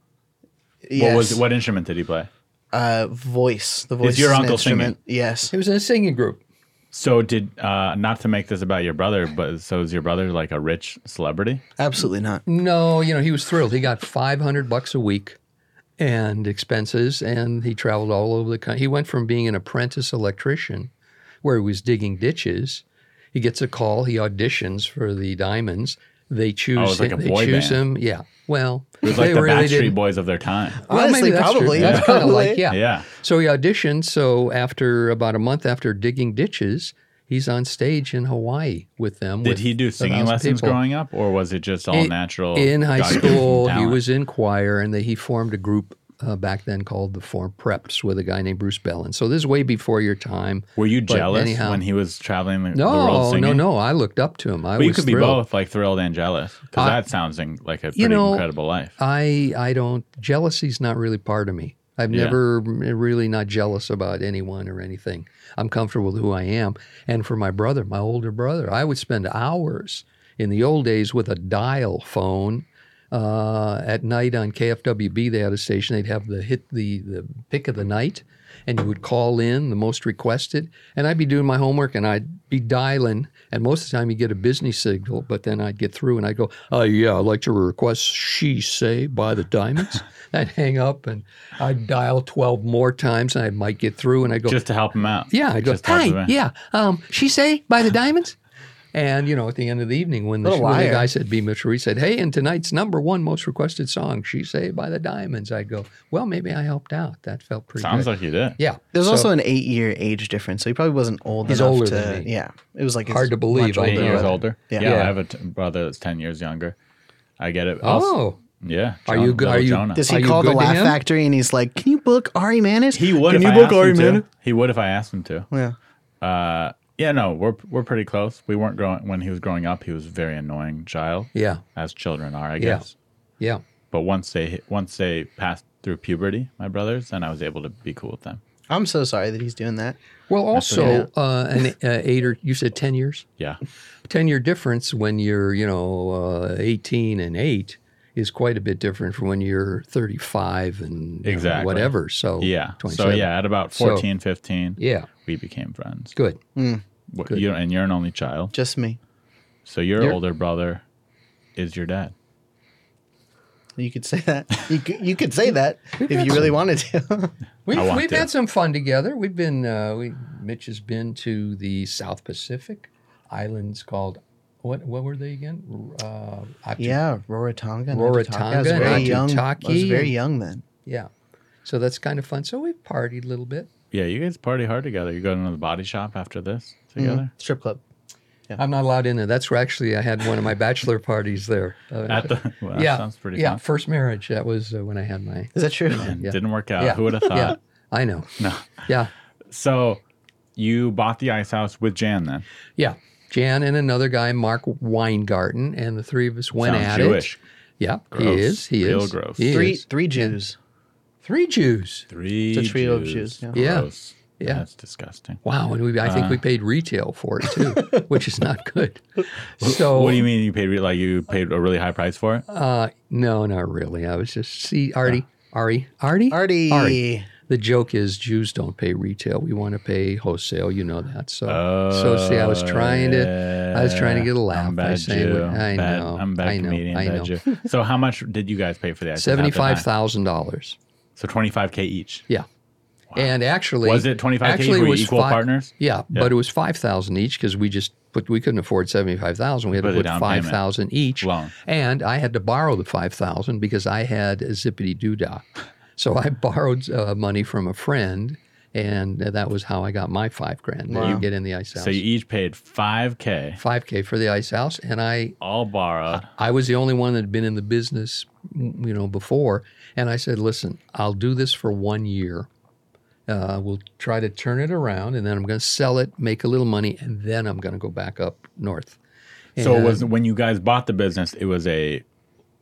S1: Yes.
S3: What was what instrument did he play?
S1: uh, voice? The voice.
S3: your
S1: is an
S3: uncle singing?
S1: instrument. Yes.
S2: He was in a singing group.
S3: So did uh, not to make this about your brother, but so is your brother like a rich celebrity?
S1: Absolutely not.
S2: No, you know, he was thrilled. He got 500 bucks a week and expenses, and he traveled all over the country. He went from being an apprentice electrician, where he was digging ditches. He gets a call. He auditions for the Diamonds. They choose.
S3: was Oh, like
S2: him.
S3: a
S2: they
S3: boy
S2: choose
S3: band.
S2: him. Yeah. Well,
S3: It was like
S2: they
S3: the
S2: really
S3: Backstreet
S2: didn't.
S3: Boys of their time.
S2: Well,
S1: Honestly,
S2: maybe that's true.
S1: probably.
S2: That's kind of
S1: Probably.
S2: like yeah.
S3: Yeah.
S2: So he auditioned. So after about a month after digging ditches, he's on stage in Hawaii with them.
S3: Did
S2: with
S3: he do singing
S2: 1,000
S3: lessons
S2: people.
S3: growing up, or was it just all
S2: In-
S3: natural?
S2: In high
S3: God-given
S2: school, he
S3: talent?
S2: was in choir, and they, he formed a group uh, back then called the Form Preps with a guy named Bruce Bellin. So this is way before your time.
S3: Were you
S2: but
S3: jealous
S2: anyhow-
S3: when he was traveling the, the world
S2: No,
S3: singing?
S2: no, no. I looked up to him. I
S3: But
S2: was
S3: you could be
S2: thrilled.
S3: both, like thrilled and jealous, because
S2: I-
S3: that sounds in- like a pretty
S2: know,
S3: incredible life.
S2: I I don't jealousy's not really part of me. I've
S3: Yeah.
S2: never m- really not jealous about anyone or anything. I'm comfortable with who I am. And for my brother, my older brother, I would spend hours in the old days with a dial phone. Uh, at night on KFWB, they had a station. They'd have the hit the the pick of the night, and you would call in the most requested. And I'd be doing my homework, and I'd be dialing. And most of the time, you get a busy signal, but then I'd get through, and I'd go, "Oh yeah, I'd like to request she say by the diamonds." I'd hang up, and I'd dial twelve more times, and I might get through, and I go,
S3: just to help him out.
S2: "Yeah, I go,
S3: Just to help him
S2: hi,
S3: out.
S2: yeah, um, she say by the diamonds." And you know, at the end of the evening, when the,
S1: Little
S2: when the
S1: liar.
S2: guy said B. Mitchell, he said, "Hey, and tonight's number one most requested song, she say by the diamonds." I'd go, "Well, maybe I helped out. That felt pretty
S3: Sounds
S2: good."
S3: like you did.
S2: Yeah.
S1: There's
S2: So,
S1: also an eight-year age difference, so he probably wasn't old
S2: He's
S1: enough
S2: older
S1: to.
S2: than me.
S1: Yeah, it was like his
S2: Hard to believe,
S1: much
S2: I
S1: older
S3: Eight
S2: know.
S3: years
S1: brother.
S3: older.
S1: Yeah.
S3: I
S2: Yeah.
S3: have a t- brother that's ten years younger. I get it. I'll s-
S2: Oh,
S3: yeah.
S2: Are you
S3: good?
S2: go- are you-
S1: Does
S2: Are
S1: he
S2: you
S1: call the
S2: good to
S1: Laugh
S2: him?
S1: Factory and he's like, "Can you book Ari Manis?
S3: He would.
S1: Can
S3: if
S1: you
S3: I
S1: book
S3: asked
S1: Ari
S3: him to.
S1: Manis?
S3: He would if I asked him to.
S1: Yeah.
S3: Uh, yeah, no, we're we're pretty close. We weren't growing when he was growing up. He was a very annoying child,
S2: yeah,
S3: as children are, I
S2: Yeah.
S3: guess.
S2: yeah.
S3: But once they hit- once they passed through puberty, my brothers, then I was able to be cool with them.
S1: I'm so sorry that he's doing that.
S2: Well, also
S1: what
S2: uh, an uh, eight or you said ten years,
S3: Yeah,
S2: ten year difference when you're you know uh, eighteen and eight is quite a bit different from when you're thirty five and uh,
S3: Exactly.
S2: whatever. So
S3: yeah. So
S2: 27.
S3: yeah, at about
S2: So-
S3: 14, 15,
S2: yeah,
S3: we became friends.
S2: good.
S3: What- You and you're an only child,
S1: Just me.
S3: so your
S2: You're-
S3: older brother is your dad.
S1: You could say that. You could, you could say
S2: <laughs>
S1: that if
S2: had
S1: you really wanted to. <laughs>
S2: We've,
S3: I want
S2: we've
S3: to.
S2: had some fun together. We've been, uh, we, Mitch has been to the South Pacific islands called, what what were they again? Uh, Atu-
S1: yeah, Rarotonga. and
S2: Rarotonga
S1: Aitutaki. I was
S2: and
S1: very young. I was
S2: Aitutaki.
S1: very young then.
S2: Yeah. So that's kind of fun. So we've partied a little bit.
S3: Yeah, you guys party hard together. You go to the body shop after this together
S1: Strip club.
S2: I'm not allowed in there. That's where actually I had one of my bachelor parties there. Uh,
S3: at the. <laughs> Well, that
S2: yeah,
S3: sounds pretty
S2: yeah,
S3: fun.
S2: first marriage. That was uh, when I had my.
S1: Is that true?
S3: And
S2: yeah.
S3: Didn't work out.
S2: Yeah.
S3: Uh, Who would have thought?
S2: Yeah, I know.
S3: No.
S2: Yeah,
S3: So you bought the ice house with Jan then.
S2: yeah. Jan and another guy, Mark Weingarten, and the three of us went
S3: Sounds
S2: at
S3: Jewish.
S2: it. Yeah, he
S3: Gross.
S2: is. He
S3: Real
S2: is.
S3: gross.
S2: He
S1: Three
S2: is.
S1: three Jews.
S2: Three Jews.
S3: Three.
S1: It's a trio of Jews, yeah.
S2: Yeah.
S3: Gross.
S2: Yeah.
S3: That's disgusting.
S2: Wow, and we, I
S3: Uh.
S2: think we paid retail for it
S3: <laughs>
S2: too, which is not good. So
S3: what do you mean you paid re- like you paid a really high price for it?
S2: Uh, no, not really. I was just see Artie, Ari, Artie,
S1: Artie.
S2: The joke is Jews don't pay retail. We want to pay wholesale. You know that. So, so see, I was trying to, I was trying to get a laugh
S3: Oh, I'm
S2: by
S3: bad
S2: saying,
S3: Jew.
S2: I
S3: Bad-
S2: know,
S3: I'm a bad
S2: I know,
S3: comedian.
S2: I
S3: bad
S2: know.
S3: Jew. So how much did you guys pay for the ice house at the time?
S2: Seventy-five thousand dollars.
S3: So twenty five k each.
S2: Yeah. And actually,
S3: Was it 25K?
S2: Actually, it
S3: Were you
S2: was
S3: equal
S2: fi-
S3: partners?
S2: Yeah, but it was five thousand each because we just put we couldn't afford seventy-five thousand. We had
S3: Put
S2: to
S3: a
S2: put
S3: down
S2: five
S3: payment.
S2: thousand each,
S3: Loan.
S2: and I had to borrow the five thousand because I had a zippity doodah. So I <laughs> borrowed uh, money from a friend, and uh, that was how I got my five grand to get in the ice house.
S3: So you each paid five k,
S2: five k for the ice house, and I
S3: all borrowed.
S2: I was the only one that had been in the business, m- you know, before. And I said, listen, I'll do this for one year. Uh, we'll try to turn it around, and then I'm going to sell it, make a little money, and then I'm going to go back up north.
S3: So it was
S2: And-
S3: when you guys bought the business, it was a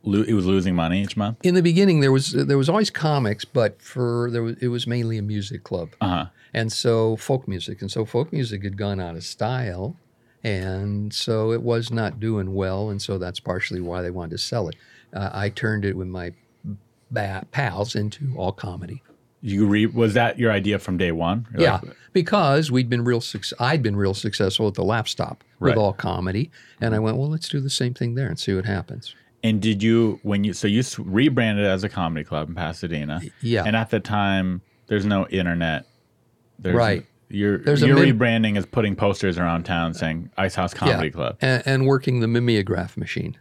S3: lo- it was losing money each month.
S2: in the beginning there was there was always comics, but for there was it was mainly a music club,
S3: Uh-huh.
S2: and so folk music, and so folk music had gone out of style, and so it was not doing well, and so that's partially why they wanted to sell it. Uh, I turned it with my ba- pals into all comedy.
S3: You re- was that your idea from day one? You're
S2: Yeah,
S3: like,
S2: because we'd been real. Suc- I'd been real successful at the lap stop
S3: Right.
S2: with all comedy, and I went, well, let's do the same thing there and see what happens.
S3: and did you when you so you s- rebranded as a comedy club in Pasadena?
S2: yeah.
S3: And at the time, there's no internet. There's
S2: Right.
S3: Your
S2: There's a
S3: your
S2: mid-
S3: rebranding is putting posters around town saying Ice House Comedy
S2: yeah,
S3: Club.
S2: and, and working the mimeograph machine.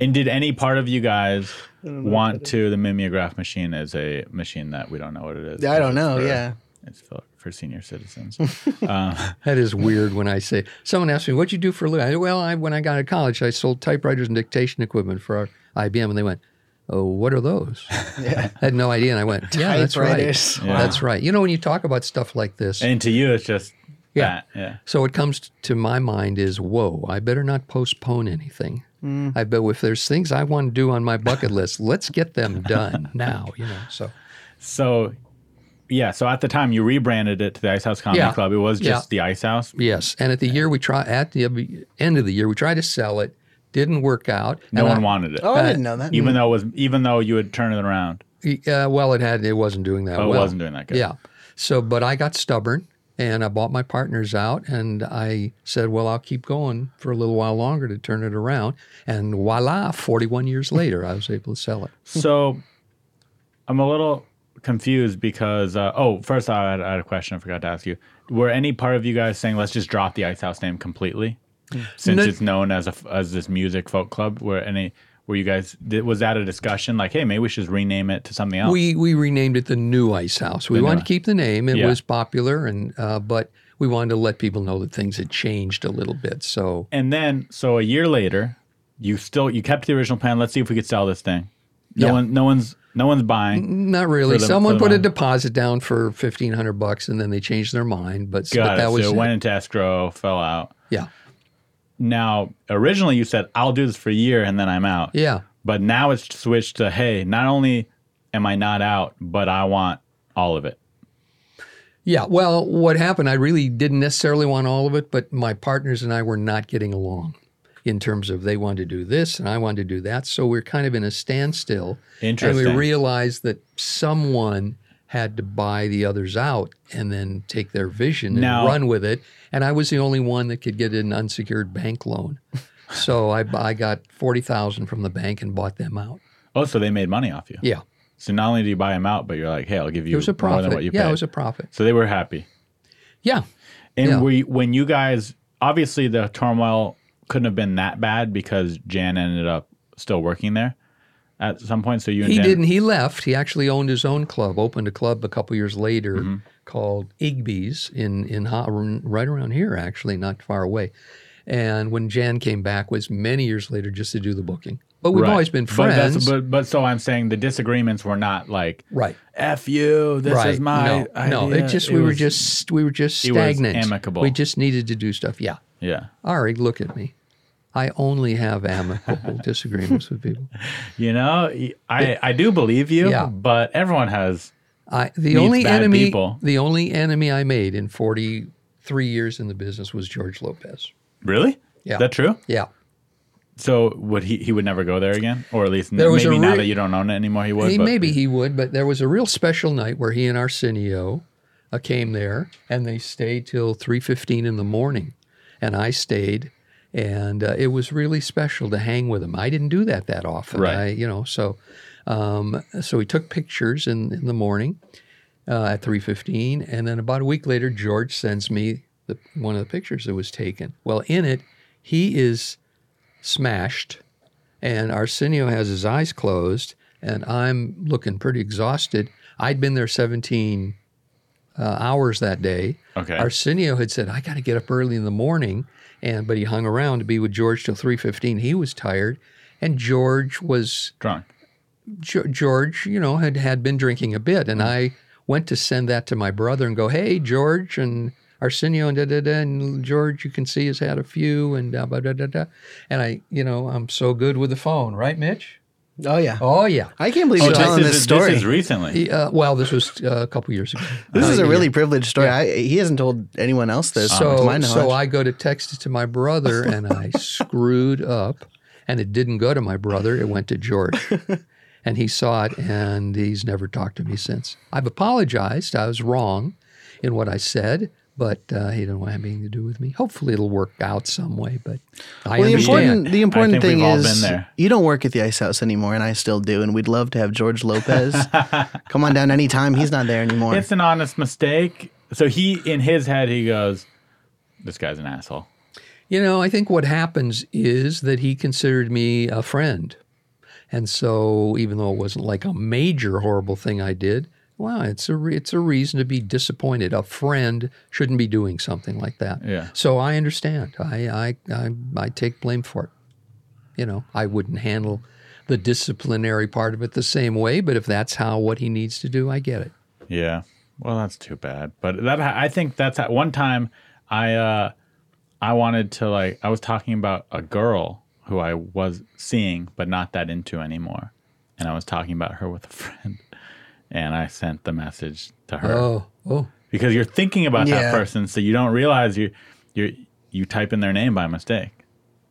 S3: And did any part of you guys want to the mimeograph machine is a machine that we don't know what it is?
S1: I don't
S3: It's
S1: know,
S3: for-
S1: yeah.
S3: It's for, for
S2: <laughs>
S3: senior citizens.
S2: That is weird when I say someone asks me what you do for a living. I said, well, I, when I got out of college, I sold typewriters and dictation equipment for our IBM, and they went, "Oh, what are those?" I had no idea, and I went, "Yeah, that's right.
S1: Typewriters.
S3: <laughs> Yeah.
S2: That's right." You know, when you talk about stuff like this,
S3: and to you, it's just
S2: Yeah.
S3: that, yeah.
S2: so what comes to my mind is, "Whoa, I better not postpone anything." I bet if there's things I want to do on my bucket list, let's get them
S3: <laughs>
S2: done now. You know, so
S3: So, yeah. So at the time, you rebranded it to the Ice House Comedy
S2: Yeah.
S3: Club. It was just
S2: Yeah.
S3: the Ice House.
S2: yes. And at the year we try at the end of the year, we tried to sell it. Didn't work out.
S3: No
S2: and
S3: one
S2: I-
S3: wanted it,
S1: Oh, I didn't know that.
S3: even though it was even though you had turned it around.
S2: Yeah, uh, well, it had it wasn't doing that.
S3: Oh, it
S2: well.
S3: wasn't doing that good.
S2: Yeah. So, but I got stubborn and I bought my partners out and I said, well, I'll keep going for a little while longer to turn it around. And voila, 41 years
S3: Hmm.
S2: later, I was able to sell it.
S3: So, I'm a little confused because uh, oh, first I had, I had a question I forgot to ask you. Were any part of you guys saying let's just drop the Ice House name completely, since
S2: No-
S3: it's known as a f as this music folk club? Were any were you guys did, was that a discussion like hey maybe we should just rename it to something else?
S2: We we renamed it the New Ice House. We wanted to keep the name. It
S3: Yeah.
S2: was popular, and uh, but we wanted to let people know that things had changed a little bit. So
S3: and then so a year later, you still you kept the original plan. Let's see if we could sell this thing. No
S2: Yeah.
S3: one, no one's, no one's buying.
S2: not really.
S3: For the-
S2: Someone
S3: for the
S2: put a
S3: month.
S2: deposit down for fifteen hundred bucks, and then they changed their mind. But, but
S3: Got
S2: that
S3: it.
S2: was
S3: so it
S2: it.
S3: went into escrow, fell out.
S2: yeah,
S3: Now originally you said I'll do this for a year and then I'm out.
S2: yeah.
S3: But now it's switched to hey, not only am I not out, but I want all of it.
S2: Yeah, well, what happened, I really didn't necessarily want all of it, but my partners and I were not getting along in terms of they wanted to do this and I wanted to do that. So we're kind of in a standstill. And
S3: Interesting.
S2: we realized that someone had to buy the others out and then take their vision and
S3: Now-
S2: run with it. And I was the only one that could get an unsecured bank
S3: <laughs>
S2: loan. so I, I got 40000 from the bank and bought them out.
S3: Oh, so they made money off you.
S2: Yeah,
S3: So not only do you buy them out, but you're like, hey, I'll give you
S2: it was a
S3: more than
S2: profit.
S3: what you
S2: yeah,
S3: paid.
S2: it was a profit.
S3: so they were happy.
S2: Yeah.
S3: And
S2: Yeah.
S3: were you, when you guys obviously the turmoil couldn't have been that bad because Jan ended up still working there at some point. So you and
S2: He
S3: Jan,
S2: didn't. He left. He actually owned his own club, opened a club a couple years later
S3: Mm-hmm.
S2: called Igby's in in Ho- right around here, actually, not far away. And when Jan came back was many years later, just to do the booking. But we've
S3: Right.
S2: always been
S3: But that's-
S2: friends,
S3: But, but so I'm saying the disagreements were not like
S2: right?
S3: f you. This
S2: right.
S3: is my
S2: no, no. It
S3: idea."
S2: just
S3: It
S2: we were
S3: was-
S2: just we were just
S3: it was
S2: stagnant.
S3: amicable.
S2: We just needed to do stuff. Yeah.
S3: yeah.
S2: Ari, look at me. I only have
S3: <laughs>
S2: amicable disagreements with people.
S3: You know, I I do believe you,
S2: Yeah.
S3: but everyone has.
S2: I the
S3: meets
S2: only
S3: bad
S2: enemy
S3: people.
S2: the only enemy I made in 43 years in the business was George Lopez.
S3: Really?
S2: Yeah.
S3: Is that true?
S2: Yeah.
S3: So would he? He would never go there again, or at least
S2: There was
S3: maybe
S2: a
S3: now
S2: re-
S3: that you don't own it anymore, he would.
S2: He,
S3: but-
S2: maybe he would, but there was a real special night where he and Arsenio uh, came there and they stayed till 3:15 in the morning and I stayed and uh, it was really special to hang with him. I didn't do that that often.
S3: Right.
S2: I, you know, so um, so we took pictures in, in the morning uh, at 3:15, and then about a week later, George sends me the, one of the pictures that was taken. Well, in it, he is smashed, and Arsenio has his eyes closed, and I'm looking pretty exhausted. I'd been there 17 uh, hours that day.
S3: Okay.
S2: Arsenio had said, "I got to get up early in the morning," and but he hung around to be with George till 3:15. He was tired, and George was.
S3: drunk.
S2: Ge- George, you Mm. know, had had been drinking a bit, and I went to send that to my brother and go, "Hey, George," and Arsenio and da da da, and George, you can see, has had a few, and da ba da da da. And I, you know, I'm so good with the phone, right, Mitch?
S1: Oh yeah.
S2: Oh yeah.
S1: I can't believe you're
S3: this
S1: telling
S3: is-
S1: this, story.
S3: This is recently.
S2: He, uh, well, this was uh, a couple years ago.
S1: This is
S2: Uh,
S1: a
S2: yeah.
S1: really privileged story. I, he hasn't told anyone else this, to my
S2: so
S1: knowledge.
S2: so I go to text it to my brother,
S1: <laughs>
S2: and I screwed up, and it didn't go to my brother. It went to George,
S1: <laughs>
S2: and he saw it, and he's never talked to me since. I've apologized. I was wrong in what I said. But uh, he didn't want anything to do with me. Hopefully, it'll work out some way. But I
S1: well, the
S2: understand.
S1: important the important
S3: think we've
S1: thing
S3: all been
S1: is
S3: there.
S1: you don't work at the ice house anymore, and I still do, and we'd love to have George
S2: <laughs>
S1: Lopez come on down anytime. He's not there anymore.
S3: It's an honest mistake. So he, in his head, he goes, "This guy's an asshole."
S2: You know, I think what happens is that he considered me a friend. And so even though it wasn't like a major horrible thing I did, well, it's a re- it's a reason to be disappointed. A friend shouldn't be doing something like that.
S3: Yeah.
S2: So I understand. I I I, I take blame for it. You know, I wouldn't handle the disciplinary part of it the same way, but if that's how what he needs to do, I get it.
S3: Yeah. Well, that's too bad. But that I think that's how, one time I uh I wanted to like I was talking about a girl who I was seeing but not that into anymore. And I was talking about her with a friend and I sent the message to her
S2: Oh, oh.
S3: because you're thinking about
S1: Yeah.
S3: that person so you don't realize you you you type in their name by mistake.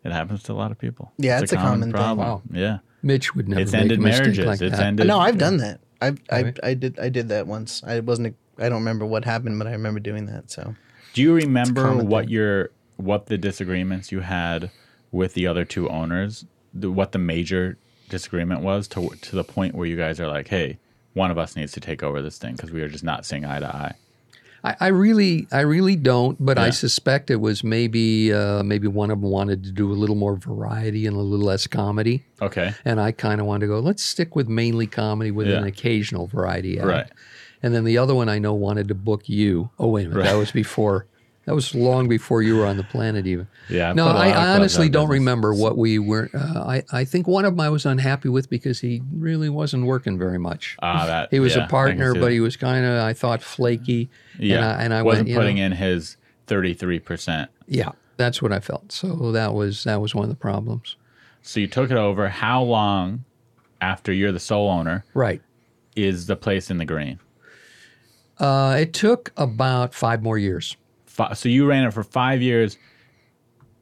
S3: It happens to a lot of people.
S1: Yeah, it's a common thing.
S2: Wow.
S3: Yeah.
S2: Mitch would never
S3: it's
S2: make
S3: ended
S2: a mistake
S3: marriages.
S2: like
S3: it's
S2: that.
S3: ended
S1: no, I've done that. I I,
S2: Right.
S1: I did I did that once. I wasn't. I don't remember what happened, but I remember doing that. So
S3: Do you remember
S1: common
S3: what
S1: thing.
S3: your what the disagreements you had with the other two owners? The, what the major disagreement was to to the point where you guys are like, "Hey, one of us needs to take over this thing because we are just not seeing eye to eye."
S2: I, I really, I really don't. But I
S3: Yeah.
S2: suspect it was maybe, uh, maybe one of them wanted to do a little more variety and a little less comedy,
S3: Okay,
S2: and I kind of wanted to go. Let's stick with mainly comedy with an
S3: Yeah.
S2: occasional variety act.
S3: Right.
S2: And then the other one I know wanted to book you. Oh wait a minute, that was before. That was long before you were on the planet, even.
S3: Yeah, I
S2: no,
S3: put a lot
S2: I, I
S3: of clubs out
S2: honestly
S3: of
S2: don't
S3: business.
S2: remember what we were. Uh, I I think one of them I was unhappy with because he really wasn't working very much.
S3: ah, that
S2: He was
S3: yeah, I
S2: a
S3: can
S2: partner,
S3: see
S2: but
S3: that.
S2: he was kind of, I thought, flaky. And
S3: yeah,
S2: I, and I
S3: wasn't
S2: went, you
S3: putting
S2: know,
S3: in his thirty three percent.
S2: Yeah, that's what I felt. So that was that was one of the problems.
S3: So you took it over. How long after you're the sole owner
S2: Right.
S3: is the place in the green?
S2: Uh, it took about five more years.
S3: Fi so you ran it for five years.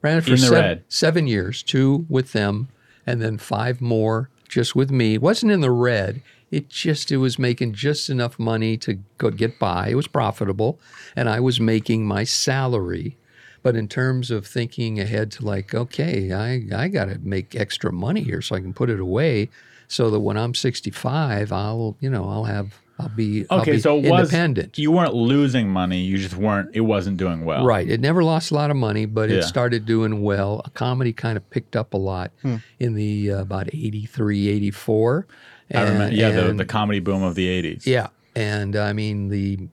S2: Ran it for
S3: In the
S2: seven,
S3: red.
S2: seven years, two with them, and then five more just with me. It wasn't in the red. It just it was making just enough money to go get by. It was profitable, and I was making my salary. But in terms of thinking ahead to like, okay, I, I got to make extra money here so I can put it away, so that when I'm 65, I'll you know I'll have I'll be I'll
S3: Okay,
S2: be
S3: so it was
S2: independent.
S3: you weren't losing money. You just weren't. It wasn't doing well.
S2: Right. It never lost a lot of money, but
S3: Oh. Yeah.
S2: it started doing well. A comedy kind of picked up a lot
S3: Hmm.
S2: in the uh, about 83, 84.
S3: I remember, yeah, the,
S2: and-
S3: the comedy boom of the 80s.
S2: yeah. And I mean, the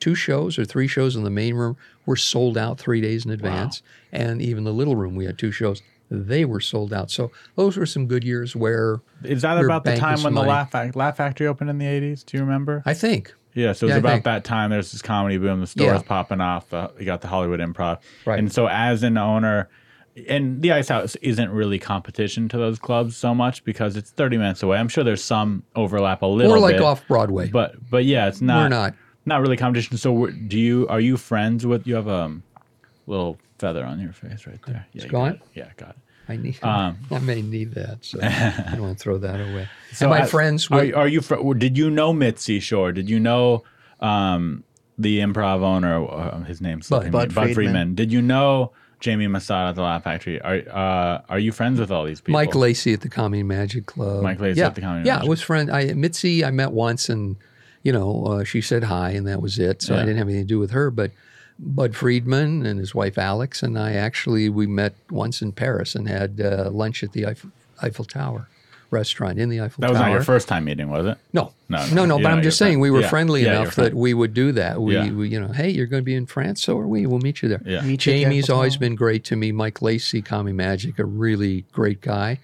S2: two shows or three shows in the main room were sold out three days in advance. And even the little room, we had two shows, they were sold out. So those were some good years where
S3: Is that
S2: We were
S3: about the
S2: banking
S3: time
S2: some
S3: when
S2: money.
S3: the Laugh, Fac- Laugh Factory opened in the 80s? Do you remember?
S2: I think,
S3: yeah, so it was
S2: yeah, I
S3: about
S2: think.
S3: that time. There's this comedy boom, the
S2: Yeah.
S3: stores popping off. The, you got the Hollywood improv.
S2: Right.
S3: And so, as an owner, and the Ice House isn't really competition to those clubs so much because it's 30 minutes away. I'm sure there's some overlap a little
S2: or like
S3: bit,
S2: off Broadway.
S3: But, but yeah, it's not.
S2: we're not.
S3: not really competition. So we're- do you? Are you friends with? You have a um, little feather on your face right there. Yeah, you got
S2: gone?
S3: it. Yeah, got it.
S2: I need.
S3: Um,
S2: <laughs> I may need that,
S3: <laughs>
S2: so I don't want to throw that away.
S3: So
S2: Am I
S3: I-
S2: friends
S3: Are,
S2: with?
S3: you- are you? Fr- did you know Mitzi Shore? Did you know um, the improv owner? Uh, his name's
S2: Bud.
S3: slipping me.
S1: Bud Friedman.
S3: Did you know Jamie Masada at the Laugh Factory? Are uh, Are you friends with all these people?
S2: Mike Lacey at the Comedy Magic Club.
S3: Mike Lacey
S2: yeah.
S3: at the Comedy
S2: yeah,
S3: Magic.
S2: I was friend. I Mitzi I met once, and you know uh, she said hi, and that was it. So I
S3: Yeah.
S2: didn't have anything to do with her. But Bud Friedman and his wife Alex and I actually we met once in Paris and had uh, lunch at the Eiffel, Eiffel Tower restaurant in the Eiffel
S3: That
S2: Tower.
S3: was not your first time meeting, was it?
S2: No, no,
S3: No, no,
S2: no.
S3: you're
S2: But
S3: not
S2: I'm
S3: your
S2: just saying
S3: friend.
S2: we were
S3: Yeah.
S2: friendly
S3: Yeah, you're
S2: enough that
S3: friend.
S2: we would do that. We,
S3: Yeah.
S2: we, you know, hey, you're going to be in France, so are we. We'll meet you there.
S3: Yeah.
S1: Meet you at the
S2: Jamie's
S1: Eiffel
S2: always
S1: Tower.
S2: been great to me. Mike Lacey, Commie Magic, a really great guy.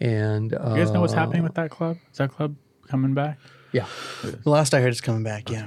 S2: And uh,
S3: You guys know what's happening with that club? Is that club coming back?
S2: yeah,
S1: the last I heard is coming back. Yeah,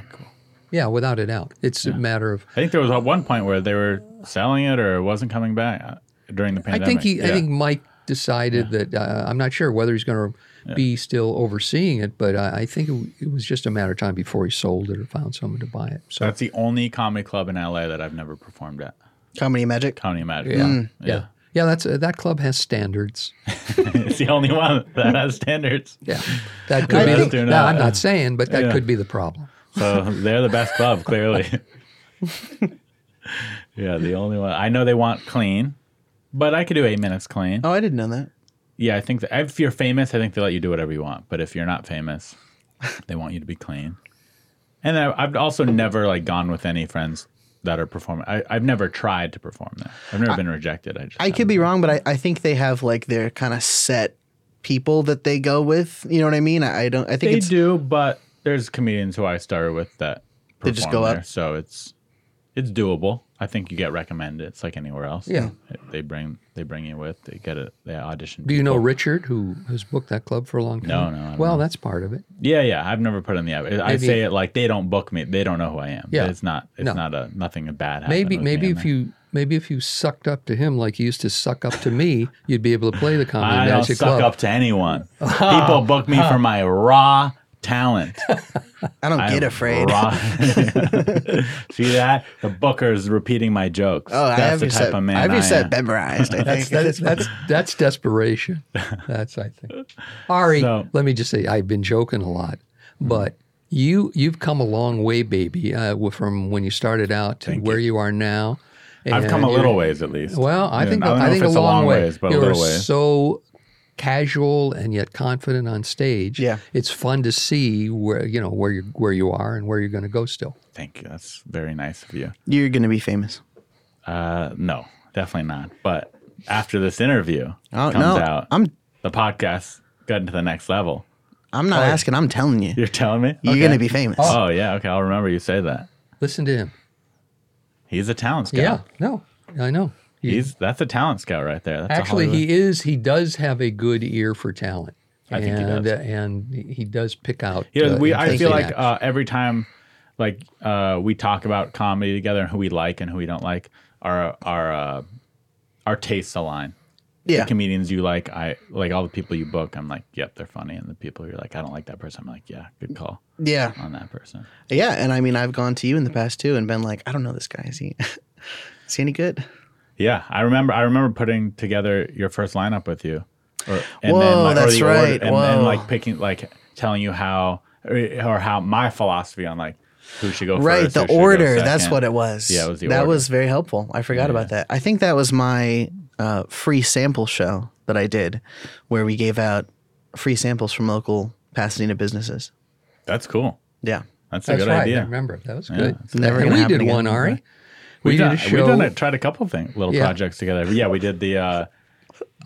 S2: Yeah, without a doubt. It's a matter of
S3: I think there was at one point where they were selling it or it wasn't coming back uh, during the pandemic.
S2: I think he, I
S3: Yeah.
S2: think Mike decided that uh, I'm not sure whether he's going to be still overseeing it, but I, I think it, it was just a matter of time before he sold it or found someone to buy it. So
S3: that's the only comedy club in LA that I've never performed at.
S1: Comedy Magic.
S3: County Magic.
S2: Yeah.
S3: yeah.
S2: yeah, that's uh, that club has standards.
S3: <laughs> it's the only one that has standards. <laughs>
S2: Yeah, that could be.
S3: I
S2: the-
S3: think-
S2: no, I'm not saying, but that
S3: Yeah.
S2: could be the problem.
S3: So they're the best club, clearly. <laughs> yeah, the only one. I know they want clean, but I could do eight minutes clean.
S1: Oh, I didn't know that.
S3: Yeah, I think that if you're famous, I think they let you do whatever you want. But if you're not
S1: <laughs>
S3: famous, they want you to be clean. And I, I've also never like gone with any friends that are performing. I, I've never tried to perform there. I've never been rejected. I just
S1: I could be wrong, but I, I think they have like their kind of set people that they go with. You know what I mean? I, I don't. I think
S3: They
S1: it's
S3: do, but there's comedians who I started with that
S1: They just
S3: perform
S1: go up.
S3: there, so it's it's doable. I think you get recommended. It's like anywhere else.
S2: Yeah.
S3: they bring they bring you with. They get it. They audition.
S2: Do you know
S3: people.
S2: Richard, who has booked that club for a long time?
S3: No, no, I don't
S2: Well, that's part of it.
S3: Yeah, yeah. I've never put in the effort. I
S2: Maybe-
S3: say it like they don't book me. They don't know who I am.
S2: Yeah.
S3: it's not. It's
S2: No.
S3: not a nothing bad. happened
S2: Maybe,
S3: with
S2: maybe
S3: me
S2: if
S3: in
S2: you maybe if you sucked up to him like you used to suck up to me, <laughs> you'd be able to play the
S3: there.
S2: comedy
S3: I don't
S2: magic
S3: suck
S2: club.
S3: up
S2: <laughs>
S3: to anyone. People book me for my raw
S2: <laughs>
S3: talent.
S1: I don't
S3: I'm
S1: get afraid.
S3: raw. See that? The booker's repeating my jokes.
S1: Oh, I
S3: That's
S1: have
S3: the
S1: your
S3: type
S1: set.
S3: of man.
S1: I have
S3: I
S1: your set
S3: am.
S1: memorized.
S3: <laughs>
S1: I think.
S2: That's that's that's desperation. That's I think. Ari,
S3: So- Hmm.
S2: let me just say I've been joking a lot, but you you've come a long way, baby, uh, w- from when you started out to where you. are now.
S3: I've come a
S2: and
S3: little
S2: you're-
S3: ways at least.
S2: Well, I
S3: Yeah,
S2: think
S3: I don't
S2: I,
S3: know if
S2: think a
S3: it's
S2: long, way.
S3: but a
S2: You're
S3: little ways.
S2: so casual and yet confident on stage.
S1: Yeah.
S2: it's fun to see where you know where you where you are and where you're going to go still.
S3: Thank you. That's very nice of you.
S1: <laughs> You're gonna be famous.
S3: Uh, no, definitely not. But after this interview
S1: Oh
S3: comes
S1: no,
S3: out,
S1: I'm
S3: the podcast got to the next level.
S1: I'm not asking. I'm telling you,
S3: You're telling me
S1: you're
S3: Oh, Okay.
S1: gonna be famous.
S3: Oh yeah. Okay, I'll remember you say that.
S2: Listen to him.
S3: He's a talent scout.
S2: Yeah, no, I know. He-
S3: He's that's a talent scout right there. That's a
S2: Actually,
S3: Hollywood-
S2: he is. He does have a good ear for talent.
S3: I think he
S2: and,
S3: does.
S2: uh, and he does pick out.
S3: You know,
S2: uh,
S3: we, I
S2: interesting
S3: feel like
S2: acts.
S3: uh, every time, like uh, we talk about comedy together and who we like and who we don't like, our our uh, our tastes align.
S1: yeah,
S3: The comedians you like, I like all the people you book. I'm like, yep, they're funny. And the people you're like, I don't like that person. I'm like, yeah, good call
S1: yeah,
S3: on that person.
S1: yeah. And I mean, I've gone to you in the past too, and been like, I don't know this guy. Is he? <laughs> is he any good?
S3: Yeah, I remember. I remember putting together your first lineup with you. Or, and
S1: Whoa,
S3: like, or
S1: that's
S3: the order-
S1: right.
S3: and then
S1: Whoa.
S3: like picking, like telling you how or, or how my philosophy on like who should go
S1: Right,
S3: first,
S1: the
S3: who should go
S1: order. That's
S3: second.
S1: what it was.
S3: Yeah, it was the
S1: that
S3: order.
S1: was very helpful. I forgot about that. I think that was my uh, free sample show that I did, where we gave out free samples from local Pasadena businesses.
S3: That's cool.
S1: Yeah,
S3: That's a
S2: that's
S3: good
S2: right. I
S3: idea.
S2: remember that was
S3: Yeah,
S2: good.
S3: it's
S1: never
S2: and
S1: gonna
S2: we
S1: happen
S2: did
S1: again.
S2: one, Ari. We
S3: We've
S2: did
S3: done,
S2: a
S3: we've
S2: show.
S3: done a, tried a couple things, little
S2: Yeah.
S3: projects together. Yeah, we did the uh,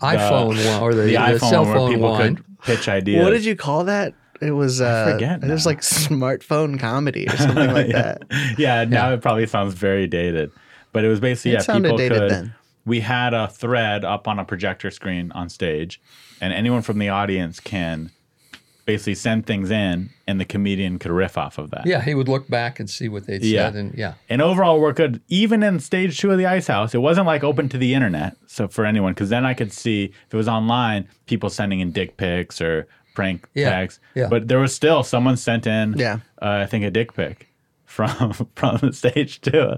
S2: iPhone one or the,
S3: the,
S2: the
S3: iPhone
S2: cell
S3: where
S2: phone
S3: people
S2: one.
S3: could pitch ideas.
S1: What did you call that? It was uh,
S3: forget
S1: it was
S3: now.
S1: like smartphone comedy or something like that.
S3: <laughs> yeah, now it probably sounds very dated, but it was basically
S1: It
S3: yeah,
S1: sounded
S3: people
S1: dated
S3: could.
S1: then.
S3: We had a thread up on a projector screen on stage, and anyone from the audience can basically send things in, and the comedian could riff off of that.
S2: Yeah, he would look back and see what they'd
S3: Yeah.
S2: said, and yeah,
S3: And overall, we're good. Even in stage two of the Ice House, it wasn't like open to the internet, so for anyone, because then I could see if it was online, people sending in dick pics or prank
S2: Yeah,
S3: texts.
S2: yeah.
S3: But there was still someone sent in,
S1: Yeah.
S3: uh, I think a dick pic from <laughs> from the stage two.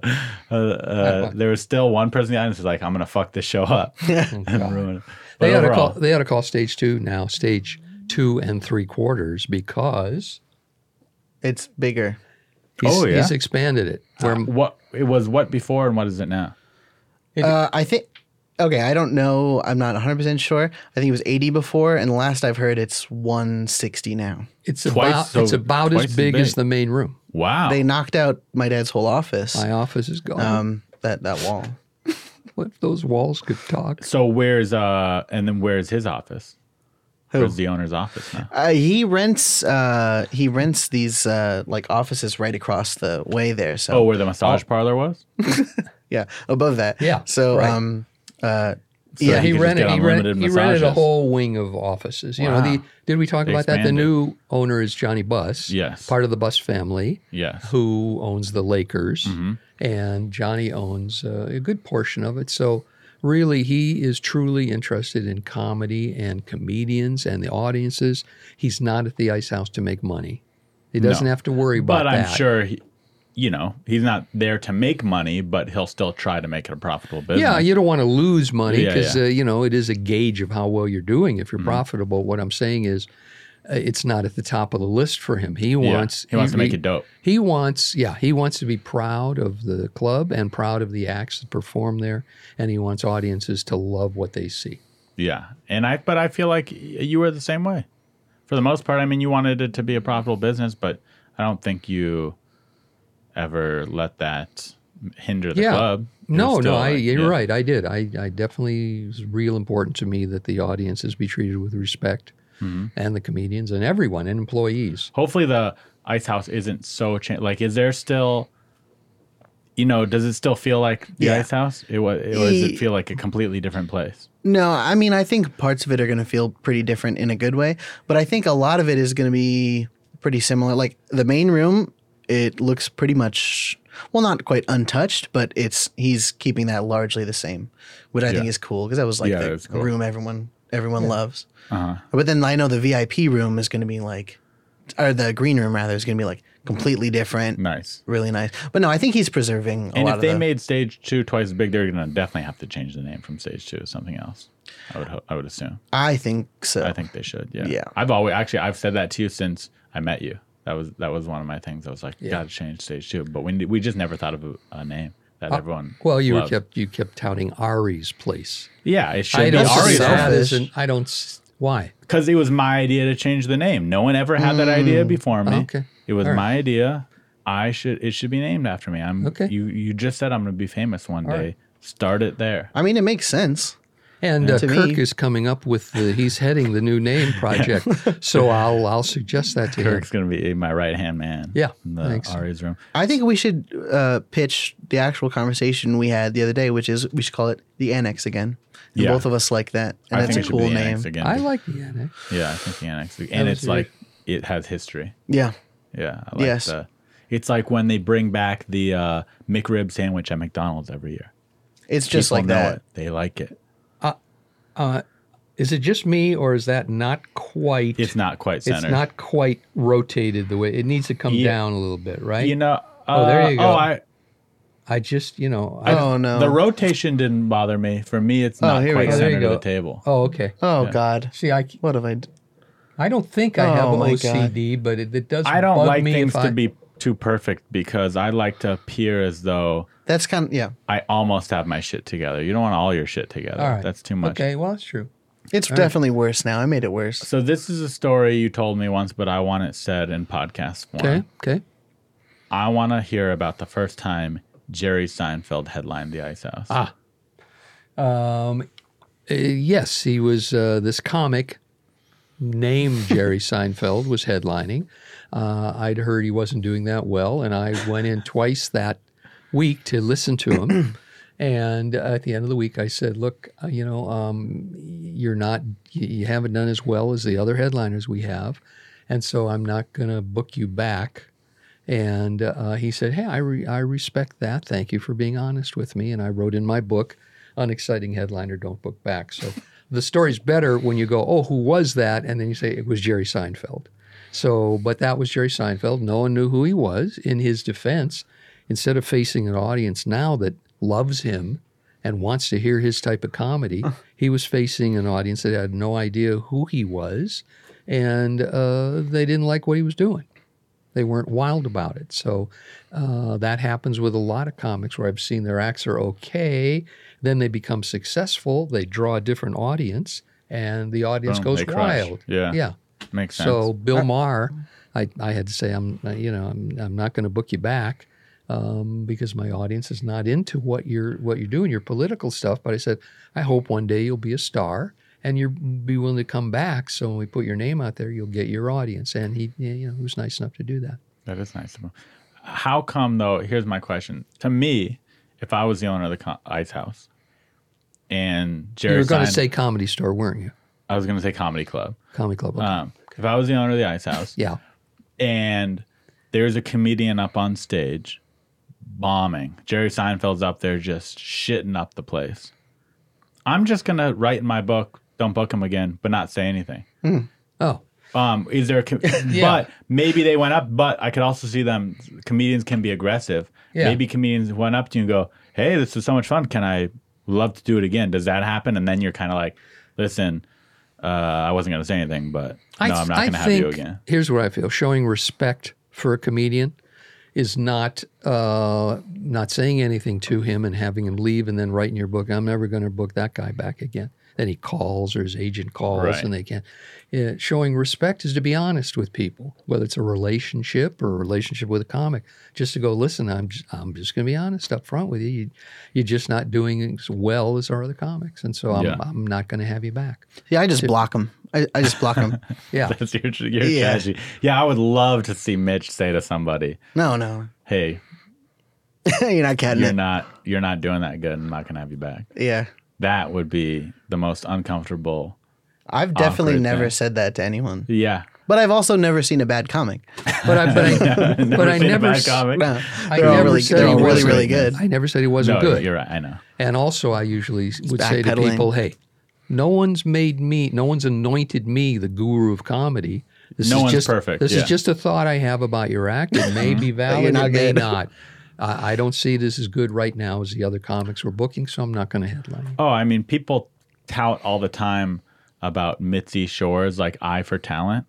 S3: Uh, uh, there was still one person in the audience who's like, "I'm gonna fuck this
S2: <laughs>
S3: show up <laughs> and ruin it." But
S2: Oh, they ought to
S3: overall,
S2: call. They ought to call stage two now stage two and three quarters because
S1: It's bigger.
S2: he's,
S3: Oh, yeah. Uh,
S2: he's expanded it. Where
S3: what it was what before and what is it now?
S1: Uh, I think. Okay, I don't know. I'm not 100 percent sure. I think it was 80 before, and last I've heard, it's 160 now.
S2: it's
S3: Twice
S2: about
S3: so-
S2: it's about
S3: twice
S2: as
S3: as
S2: big, as
S3: big.
S2: the main room.
S3: Wow,
S1: They knocked out my dad's whole office.
S2: My office is gone.
S1: um, that that wall.
S2: What if those walls could talk?
S3: So where's uh and then where's his office?
S1: Who?
S3: Where's the owner's office now?
S1: Uh, he rents uh, he rents these uh, like offices right across Oh, the way there. So
S2: Oh.
S3: Oh, where the massage parlor was?
S1: yeah, above that.
S2: Yeah,
S1: So
S2: right.
S1: um, uh, Yeah,
S3: you
S1: he
S2: he
S3: could just
S2: rented
S3: get
S2: he, rent,
S3: unlimited
S2: he rented a
S3: massages.
S2: whole wing of offices. You know, the
S3: Wow.
S2: did we talk
S3: They
S2: about that? The
S3: expanded.
S2: new owner is Johnny Bus.
S3: Yes.
S2: part of the Bus family,
S3: Yes.
S2: who owns the Lakers,
S3: Mm-hmm.
S2: and Johnny owns uh, a good portion of it. So really, he is truly interested in comedy and comedians and the audiences. He's not at the Ice House to make money. He doesn't have to worry about
S3: But I'm
S2: that.
S3: sure he, you know, he's not there to make money, but he'll still try to make it a profitable business.
S2: Yeah, you don't want to lose money
S3: Yeah,
S2: because
S3: yeah. Mm-hmm.
S2: uh, you know it is a gauge of how well you're doing. If you're profitable, what I'm saying is, uh, it's not at the top of the list for him. He wants
S3: he wants to make it dope.
S2: He wants yeah, he wants to be proud of the club and proud of the acts that perform there, and he wants audiences to love what they see.
S3: Yeah, and I but I feel like y- you were the same way. For the most part, I mean, you wanted it to be a profitable business, but I don't think you ever let that hinder the
S2: Yeah.
S3: club. It was
S2: No, no,
S3: still
S2: I,
S3: like-
S2: you're
S3: yeah.
S2: right. I did. I, I definitely it was real important to me that the audiences be treated with respect, and the comedians and everyone and employees.
S3: Hopefully, the ice house isn't so cha- like. Is there still? You know, does it still feel like the
S1: Yeah.
S3: ice house? It was. It was.
S1: Ye-
S3: It feel like a completely different place.
S1: No, I mean, I think parts of it are going to feel pretty different in a good way, but I think a lot of it is going to be pretty similar. Like the main room, it looks pretty much, well, not quite untouched, but it's he's keeping that largely the same, which I think
S3: Yeah.
S1: is cool because that was like
S3: Yeah,
S1: the
S3: that's cool.
S1: room everyone everyone loves.
S3: Uh-huh.
S1: But then I know the VIP room is going to be like, or the green room rather is going to be like completely different,
S3: Nice.
S1: really nice. But no, I think he's preserving. A
S3: And
S1: lot
S3: if
S1: of
S3: they
S1: the-
S3: made stage two twice as big, they're gonna definitely have to change the name from stage two to something else. I would. ho- I would assume.
S1: I think so.
S3: I think they should. Yeah.
S1: Yeah.
S3: I've always actually I've said that to you since I met you. That was that was one of my things. I was like,
S2: Yeah.
S3: gotta change stage two, but we we just never thought of a, a name that everyone.
S2: Well, you were
S3: loved.
S2: kept you kept touting Ari's place.
S3: Yeah, it should
S2: I don't
S3: be
S1: That's
S2: see
S1: just
S2: that
S3: Ari's
S1: selfish.
S2: as an. I don't. s- Why?
S3: because it was my idea to change the name. No one ever had that idea before me.
S2: Mm. Okay.
S3: It was
S2: All right.
S3: my idea. I should it should be named after me. I'm
S2: Okay.
S3: You you just said I'm gonna be famous one day.
S2: right.
S3: Start it there.
S1: I mean, it makes sense.
S2: And uh,
S1: To
S2: Kirk
S1: me-
S2: is coming up with the. He's heading the new <laughs> name project, so I'll I'll suggest that to him.
S3: Kirk's gonna be my right hand man.
S2: Yeah,
S3: in the
S2: I think so.
S3: Ari's room.
S1: I think we should uh, pitch the actual conversation we had the other day, which is we should call it the annex again. And
S3: Yeah.
S1: both of us like that, and
S3: I
S1: that's
S3: think
S1: a
S3: it should
S1: cool
S3: be the
S1: name.
S3: Annex again.
S2: I like the annex.
S3: Yeah, I think the annex, and
S2: was
S3: it's
S2: weird.
S3: like it has history.
S1: Yeah,
S3: Yeah, I like
S1: Yes.
S3: The, it's like when they bring back the uh, McRib sandwich at McDonald's every year.
S1: it's just
S3: People
S1: like
S3: know
S1: that.
S3: it. They like it.
S2: Is it just me, or is that not quite?
S3: It's not quite
S2: it's
S3: centered.
S2: not quite rotated the way it needs to come
S3: Yeah.
S2: down a little bit, right?
S3: You know.
S2: Oh, there you
S3: uh,
S2: go.
S3: Oh, I,
S2: I just you know. I,
S1: Oh no!
S3: the rotation didn't bother me. For me, it's not
S1: here we
S3: quite
S1: go.
S2: There you
S3: centered to
S2: Oh, go.
S3: the table.
S2: oh, okay.
S1: oh god!
S2: See, I
S1: What have I? D-
S2: I don't think I have
S1: Oh, my
S2: OCD, but it, it does.
S3: I don't
S2: bug
S3: like
S2: me if
S3: things
S2: I-
S3: to be too perfect because I like to appear as though
S1: That's kind of yeah.
S3: I almost have my shit together. You don't want all your shit together.
S2: All right.
S3: That's too much.
S2: Okay, well that's true.
S1: It's definitely worse now. I made it worse.
S3: So this is a story you told me once, but I want it said in podcast form.
S2: Okay, okay.
S3: I want to hear about the first time Jerry Seinfeld headlined the Ice House. Ah,
S2: Uh, yes, he was uh, this comic named Jerry Seinfeld was headlining. Uh, I'd heard he wasn't doing that well, and I went in twice that week to listen to him. and at the end of the week, I said, "Look, uh, you know, um, you're not, you, you haven't done as well as the other headliners we have, and so I'm not going to book you back." And uh, he said, "Hey, I, re- I respect that. Thank you for being honest with me." And I wrote in my book, "Unexciting Headliner, Don't Book Back." So the story's better when you go, "Oh, who was that?" And then you say, "It was Jerry Seinfeld." So, but that was Jerry Seinfeld. No one knew who he was. In his defense, instead of facing an audience now that loves him and wants to hear his type of comedy, he was facing an audience that had no idea who he was, and uh, they didn't like what he was doing they weren't wild about it. So uh, that happens with a lot of comics where I've seen their acts are okay, then they become successful, they draw a different audience, and the audience
S3: Boom,
S2: goes
S3: they crush.
S2: wild.
S3: Yeah.
S2: yeah.
S3: makes sense.
S2: So Bill Maher, I, I had to say I'm uh, you know I'm I'm not going to book you back um, because my audience is not into what you're what you're doing your political stuff. But I said I hope one day you'll be a star and you'll be willing to come back. So when we put your name out there, you'll get your audience. And he yeah, you know he was nice enough to do that.
S3: that is nice. of him. How come though? Here's my question. To me, if I was the owner of the co- Ice House, and
S2: You
S3: Jerry.
S2: were going to
S3: Seinfeld-
S2: say comedy store, weren't you?
S3: I was gonna say comedy club.
S2: Comedy club. okay.
S3: Um, if I was the owner of the ice house,
S2: <laughs> yeah.
S3: and there's a comedian up on stage bombing. Jerry Seinfeld's up there just shitting up the place. I'm just gonna write in my book, don't book him again, but not say anything.
S2: Oh,
S3: Um, is there
S2: <laughs>
S3: a com- but maybe they went up, but I could also see them comedians can be aggressive.
S2: Yeah.
S3: Maybe comedians went up to you and go, Hey, this was so much fun. Can I love to do it again? Does that happen? And then you're kinda like, Listen, uh, I wasn't gonna say anything, but no, I'm not
S2: I
S3: gonna have you
S2: think-
S3: again. <laughs>
S2: Here's what I feel: showing respect for a comedian is not uh, not saying anything to him and having him leave, and then writing your book. I'm never going to book that guy back again. Then he calls, or his agent calls,
S3: Right.
S2: and they can't. Yeah, showing respect is to be honest with people, whether it's a relationship or a relationship with a comic. Just to go, listen, I'm just, I'm just going to be honest up front with you. you. You're just not doing as well as our other comics, and so I'm,
S3: Yeah.
S2: I'm not going to have you back.
S1: Yeah, I just block them. I, I just block
S3: <laughs>
S1: them.
S2: Yeah.
S3: That's your, your
S1: Yeah.
S3: strategy. Yeah, I would love to see Mitch say to somebody,
S1: No, no, <laughs>
S3: "Hey,
S1: you're not catting
S3: you're
S1: it.
S3: not you're not doing that good. I'm not gonna have you back."
S1: Yeah,
S3: That would be the most uncomfortable.
S1: I've definitely
S3: Awkward
S1: never
S3: thing.
S1: said that to anyone.
S3: Yeah, <laughs>
S1: But I've also never seen a bad comic.
S2: But I, but I, but I
S3: seen a
S2: never,
S3: bad
S2: s-
S3: comic.
S1: No,
S2: I
S1: they're all
S2: never
S1: really,
S2: said
S1: they're
S2: he
S1: all really,
S2: wasn't.
S1: really good.
S2: I never said he wasn't
S3: No,
S2: good.
S3: you're right. I know.
S2: And also, I usually would say to
S1: backpedaling.
S2: people, "Hey, no one's made me, no one's anointed me the guru of comedy. This
S3: No
S2: is
S3: one's
S2: just,
S3: perfect,
S2: This
S3: yeah.
S2: is just a thought I have about your act. It
S1: <laughs>
S2: may be valid,
S1: not
S2: it may
S1: good.
S2: not. I, I don't see this as good right now as the other comics we're booking, so I'm not going to headline.
S3: Oh, I mean, people tout all the time about Mitzi Shore's like eye for talent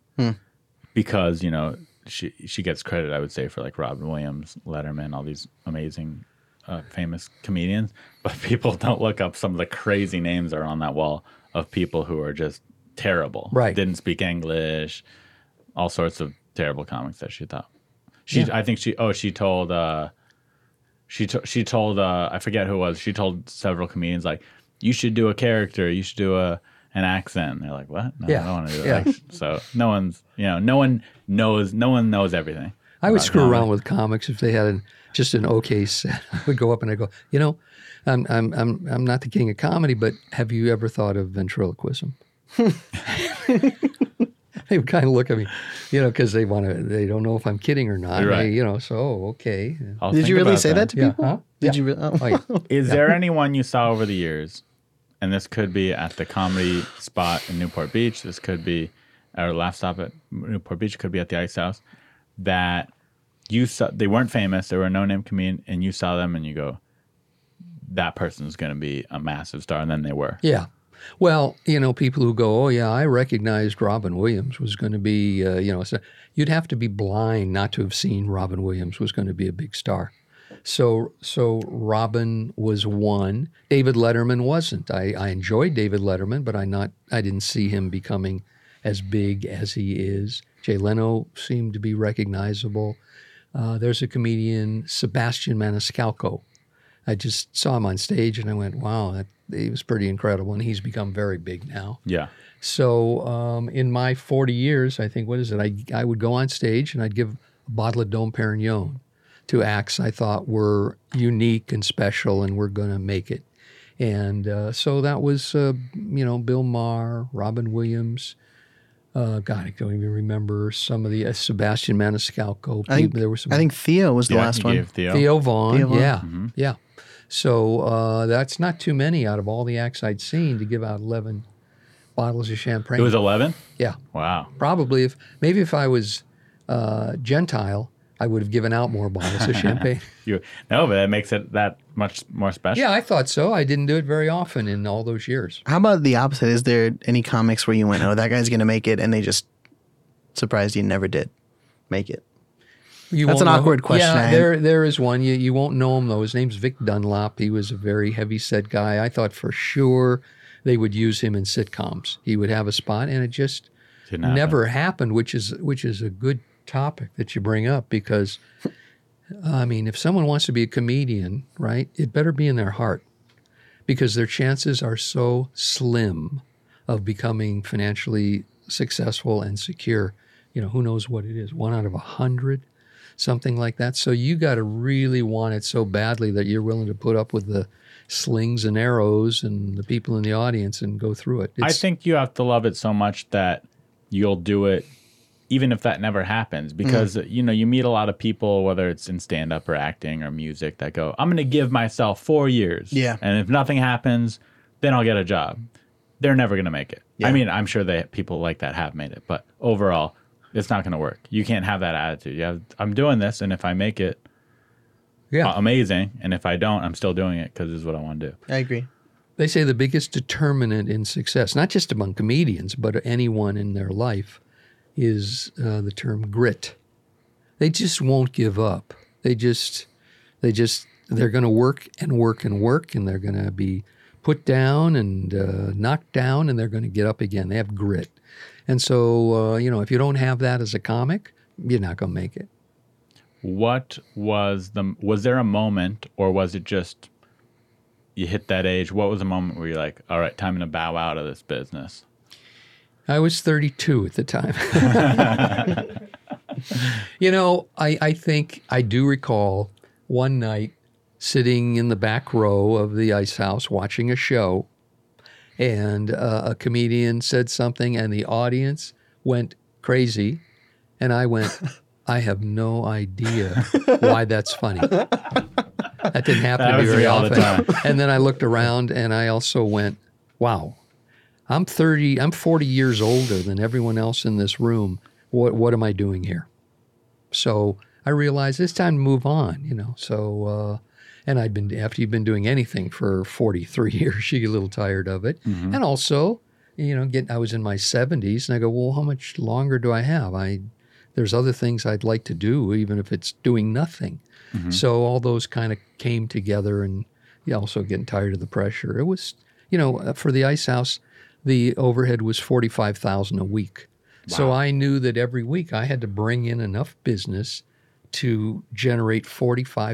S3: because you know she she gets credit, I would say, for like Robin Williams, Letterman, all these amazing, uh, famous comedians. But <laughs> people don't look up some of the crazy names that are on that wall of people who are just terrible,
S2: Right.
S3: Didn't speak English, all sorts of terrible comics that she thought. She, I think she. Oh, she told. uh she t- she told uh, I forget who it was. She told several comedians like, "You should do a character. You should do a an accent." And they're like, "What? No,
S2: Yeah.
S3: I don't want to do
S2: Yeah.
S3: that." So no one's you know no one knows no one knows everything.
S2: I would
S3: about
S2: screw
S3: comedy.
S2: around with comics if they had an, just an okay set. <laughs> I would go up and I go, you know, I'm, I'm, I'm, I'm not the king of comedy, but have you ever thought of ventriloquism? <laughs> they would kind of look at me, you know, because they want to, they don't know if I'm kidding or not.
S3: You're right.
S2: They, you know, so, oh, okay.
S3: I'll
S1: Did
S3: think
S1: you really
S3: about
S1: say that, to
S2: Yeah.
S1: people?
S2: Huh?
S1: Did
S2: Yeah.
S1: you really?
S2: Oh, yeah.
S3: Is there anyone you saw over the years? And this could be at the comedy spot in Newport Beach. This could be our last stop at Newport Beach. Could be at the Ice House. That you saw, they weren't famous. They were a no-name comedian, and you saw them, and you go, "That person's going to be a massive star," and then they were.
S2: Yeah. Well, you know, people who go, oh, yeah, I recognized Robin Williams was going to be, uh, you know, so you'd have to be blind not to have seen Robin Williams was going to be a big star. So, so Robin was one. David Letterman wasn't. I, I enjoyed David Letterman, but I not I didn't see him becoming as big as he is. Jay Leno seemed to be recognizable. Uh, there's a comedian, Sebastian Maniscalco, I just saw him on stage and I went, wow, that, he was pretty incredible. And he's become very big now.
S3: Yeah.
S2: So um, in my 40 years, I think, what is it? I, I would go on stage and I'd give a bottle of Dom Perignon to acts I thought were unique and special and were going to make it. And uh, so that was, uh, you know, Bill Maher, Robin Williams. Uh, God, I don't even remember some of the uh, Sebastian Maniscalco.
S1: I think
S2: people. there were some
S1: I think Theo was the
S3: Yeah,
S1: last
S3: you
S1: one.
S3: gave Theo.
S2: Theo Vaughn.
S1: Theo Von.
S2: Yeah. Yeah. So uh, that's not too many out of all the acts I'd seen to give out 11 bottles of champagne.
S3: It was eleven.
S2: yeah.
S3: Wow.
S2: Probably if, maybe if I was uh, Gentile, I would have given out more bottles of champagne.
S3: You no, but that makes it that much more special.
S2: yeah, I thought so. I didn't do it very often in all those years.
S1: How about the opposite? Is there any comics where you went, "Oh, that guy's gonna make it," and they just surprised you never did make it?
S2: You
S1: That's
S2: won't
S1: an
S2: know-
S1: awkward question,
S2: Yeah,
S1: I-
S2: there, there is one. You, you won't know him though. His name's Vic Dunlop. He was a very heavy set guy. I thought for sure they would use him in sitcoms. He would have a spot, and it just
S3: Didn't happen.
S2: never happened, which is which is a good topic that you bring up because, I mean, if someone wants to be a comedian, right, it better be in their heart, because their chances are so slim of becoming financially successful and secure. You know, who knows what it is? One out of a hundred. something like that. So you got to really want it so badly that you're willing to put up with the slings and arrows and the people in the audience and go through it.
S3: I
S2: It's-
S3: think you have to love it so much that you'll do it even if that never happens because you know you meet a lot of people whether it's in stand up or acting or music that go I'm going to give myself 4 years
S1: Yeah.
S3: and if nothing happens then I'll get a job. They're never going to make it. I
S1: Yeah.
S3: mean, I'm sure that people like that have made it, but overall it's not going to work. You can't have that attitude. You have I'm doing this and if I make it
S2: yeah.
S3: uh, amazing and if I don't I'm still doing it cuz this is what I want to do.
S1: I agree.
S2: They say the biggest determinant in success, not just among comedians, but anyone in their life, is uh, the term grit. They just won't give up. They just, they just, they're going to work and work and work, and they're going to be put down and uh, knocked down, and they're going to get up again. They have grit, and so uh, you know, if you don't have that as a comic, you're not going to make it.
S3: what was the was there a moment or was it just you hit that age what was the moment where you're like all right time to bow out of this business
S2: I was 32 at the time. <laughs> you know, I, I think I do recall one night sitting in the back row of the ice house watching a show, and uh, a comedian said something, and the audience went crazy. And I
S3: <laughs>
S2: went, I have no idea why that's funny. That didn't happen
S3: That
S2: to me
S3: was
S2: very
S3: me all the
S2: often. And then I looked around and I also went, wow, I'm 30, I'm 40 years older than everyone else in this room. What, what am I doing here? So I realized it's time to move on, you know. So, uh, and I'd been, after you've been doing anything for 43 <laughs> years, you get a little tired of it. And also, you know, get, I was in my 70s and I go, well, how much longer do I have? I, there's other things I'd like to do, even if it's doing nothing. So all those kind of came together and you also getting tired of the pressure. It was, you know, uh, for the ice house, the overhead was 45,000 a week. So I knew that every week I had to bring in enough business to generate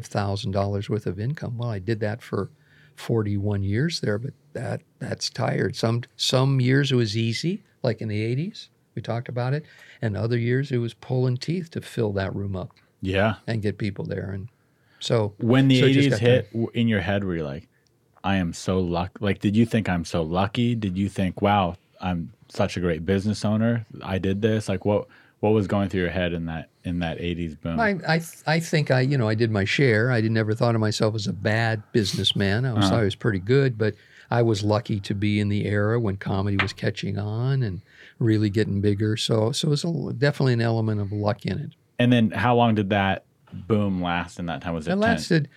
S2: $45,000 worth of income. Well, I did that for 41 years there, but that that's tired. Some some years it was easy, like in the 80s, we talked about it, and other years it was pulling teeth to fill that room up
S3: yeah
S2: and get people there and so
S3: when the
S2: so it just
S3: 80s
S2: got
S3: hit w in your head were you like i am so luck like did you think i'm so lucky did you think wow i'm such a great business owner i did this like what what was going through your head in that in that 80s boom
S2: I, I, th- I think I, you know, I did my share. I did, never thought of myself as a bad businessman. I was, I was pretty good, but I was lucky to be in the era when comedy was catching on and really getting bigger. So, so it's a, definitely an element of luck in it.
S3: and then how long did that boom last in that time was it
S2: It
S3: 10,
S2: lasted,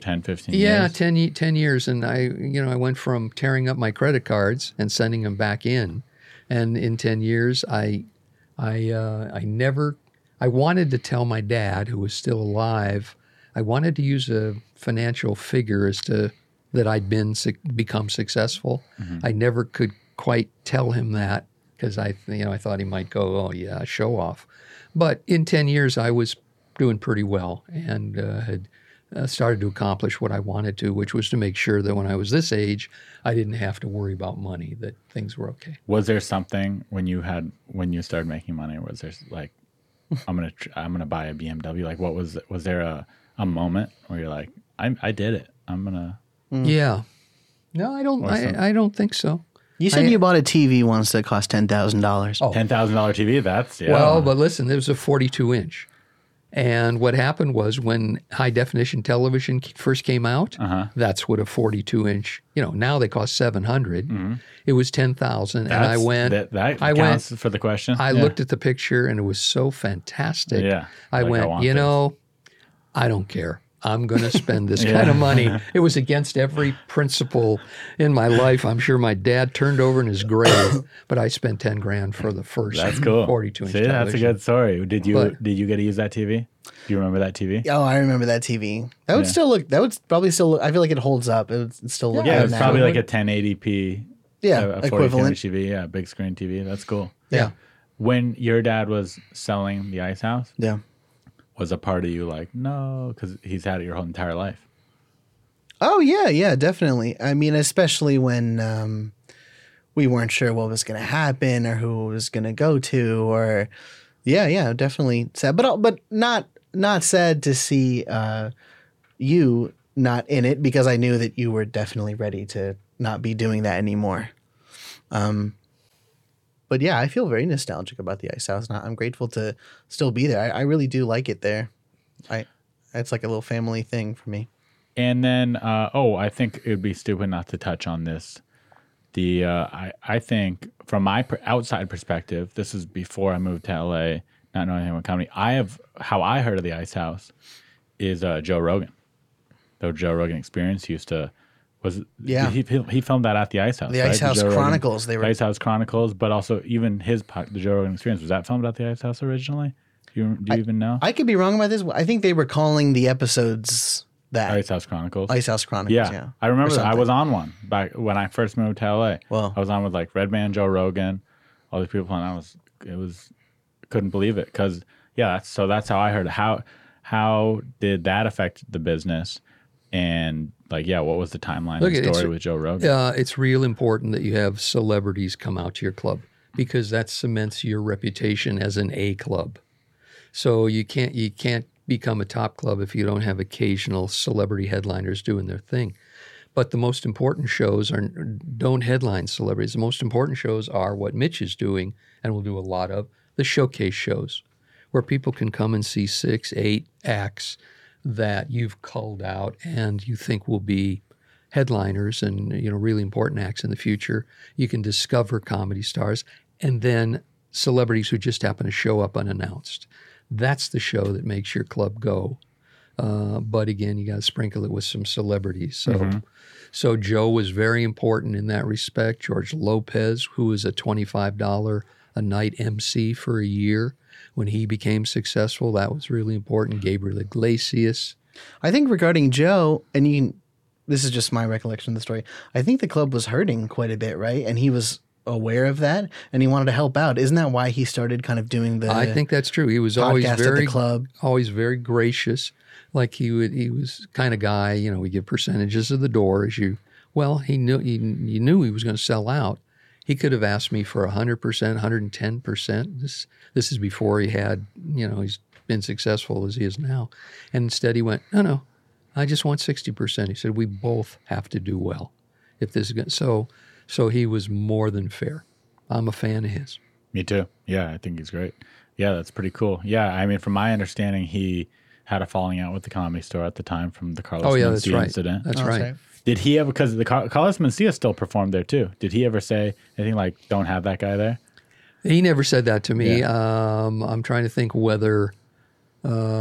S3: 10 15
S2: yeah,
S3: years?
S2: 10, ye- 10 years. And I, you know, I went from tearing up my credit cards and sending them back in. And in 10 years, I, I, uh, I never, I wanted to tell my dad, who was still alive, I wanted to use a financial figure as to that I'd been suc become successful. I never could quite tell him that because I, you know, I thought he might go, oh yeah, show off. But in ten years, I was doing pretty well and uh, had uh, started to accomplish what I wanted to, which was to make sure that when I was this age, I didn't have to worry about money; that things were okay.
S3: was there something when you had when you started making money was there like i'm gonna tr- i'm gonna buy a bmw like what was was there a, a moment where you're like i i did it i'm gonna
S2: Yeah. No, I don't.
S3: Mm. Awesome.
S2: I, I don't think so.
S1: You said
S2: I-
S1: you bought a TV once that cost ten thousand dollars.
S2: Oh.
S3: ten thousand dollar tv that's yeah
S2: Well, but listen, there was a 42 inch. And what happened was when high definition television c- first came out,
S3: Uh-huh.
S2: that's what a 42 inch, you know, now they cost 700. It was 10,000. And I
S3: Mm-hmm. That's-
S2: went,
S3: that, that
S2: I
S3: counts
S2: went,
S3: for the question
S2: I
S3: Mm-hmm. Yeah.
S2: looked at the picture and it was so fantastic.
S3: Yeah.
S2: I
S3: Like, I
S2: went,
S3: want
S2: you
S3: this."
S2: know, I don't care. I'm
S3: <laughs>
S2: going to spend this kind of money. It was against every principle in my life. I'm sure my dad turned over in his grave, but I spent 10 grand for the first
S3: that's cool
S2: 42 inch
S3: See, that's a
S2: television.
S3: good story did you
S2: But-
S3: did you get to use that tv do you remember that tv
S1: Oh, I remember that TV. That would
S3: Yeah.
S1: still look. That would probably still. Look, I feel like it holds up. It would still look.
S3: yeah
S1: good
S3: it was
S1: now.
S3: probably like a 1080p
S1: Yeah,
S3: a, a 42
S1: equivalent.
S3: inch tv yeah big screen tv that's cool
S2: Yeah.
S3: when your dad was selling the ice house
S1: Yeah.
S3: was a part of you like no because he's had it your whole entire life
S1: Oh yeah, yeah, definitely. I mean, especially when um, we weren't sure what was going to happen or who it was going to go to, or yeah, yeah, definitely sad. But but not not sad to see uh, you not in it because I knew that you were definitely ready to not be doing that anymore. Um, but yeah, I feel very nostalgic about the ice house. Now I'm grateful to still be there. I, I really do like it there. I it's like a little family thing for me.
S3: And then, uh, oh, I think it would be stupid not to touch on this. The uh, I I think from my per- outside perspective, this is before I moved to LA, not knowing anything about comedy. I have how I heard of the Ice House is uh, Joe Rogan. The Joe Rogan Experience used to was
S1: Yeah.
S3: he he he filmed that at the Ice House.
S1: The
S3: right?
S1: Ice House
S3: Joe Rogan-
S1: Chronicles, they were-
S3: Ice House Chronicles, but also even his po- the Joe Rogan Experience was that filmed at the Ice House originally. Do you, do you even know
S1: I could be wrong about this. I think they were calling the episodes that
S3: Ice
S1: Ice,
S3: House Chronicles?
S1: House Chronicles.
S3: Yeah.
S1: Yeah,
S3: I remember
S1: Or
S3: that. I was
S1: something.
S3: on one back when I first moved to LA.
S1: Wow.
S3: I was on with like Redman, Joe Rogan, all these people, and I was it was couldn't believe it because yeah, that's, so that's how I heard it. how how did that affect the business and like yeah, what was the timeline
S2: Look,
S3: and
S2: it's-
S3: story with Joe Rogan?
S2: Uh, it's real important that you have celebrities come out to your club because that cements your reputation as an A club. So you can't you can't become a top club if you don't have occasional celebrity headliners doing their thing. But the most important shows are don't headline celebrities. The most important shows are what Mitch is doing and will do a lot of the showcase shows, where people can come and see six, eight acts that you've culled out and you think will be headliners and you know really important acts in the future. You can discover comedy stars and then celebrities who just happen to show up unannounced. That's the show that makes your club go. Uh, but again, you got to sprinkle it with some celebrities. So,
S1: Mm-hmm.
S2: so Joe was very important in that respect. George Lopez, who was a twenty-five dollar a night MC for a year, when he became successful, that was really important.
S1: Mm-hmm.
S2: Gabriel Iglesias,
S1: I think regarding Joe, and you can, this is just my recollection of the story. I think the club was hurting quite a bit, right? And he was aware of that and he wanted to help out. Isn't that why he started kind of doing the
S2: I think that's true. He was always
S1: podcast at
S2: very
S1: the club?
S2: always very gracious. Like he would, he was kind of guy. You know, we give percentages of the door as you. Well, he knew he, you knew he was going to sell out. He could have asked me for hundred percent, hundred and ten percent. This this is before he had you know he's been successful as he is now, and instead he went no no, I just want sixty percent. He said we both have to do well if this is going. So so he was more than fair. I'm a fan of his.
S3: Me too. Yeah, I think he's great. Yeah, that's pretty cool. Yeah, I mean, from my understanding, he had a falling out with the comedy store at the time from the Carlos
S2: Oh yeah, that's
S3: Mencia
S2: right.
S3: incident.
S2: That's
S1: Oh,
S2: right.
S1: sorry.
S3: Did he ever? Because the Car- Carlos Mencia still performed there too. Did he ever say anything like "Don't have that guy there"?
S2: He never said that to me. Um, I'm trying to think whether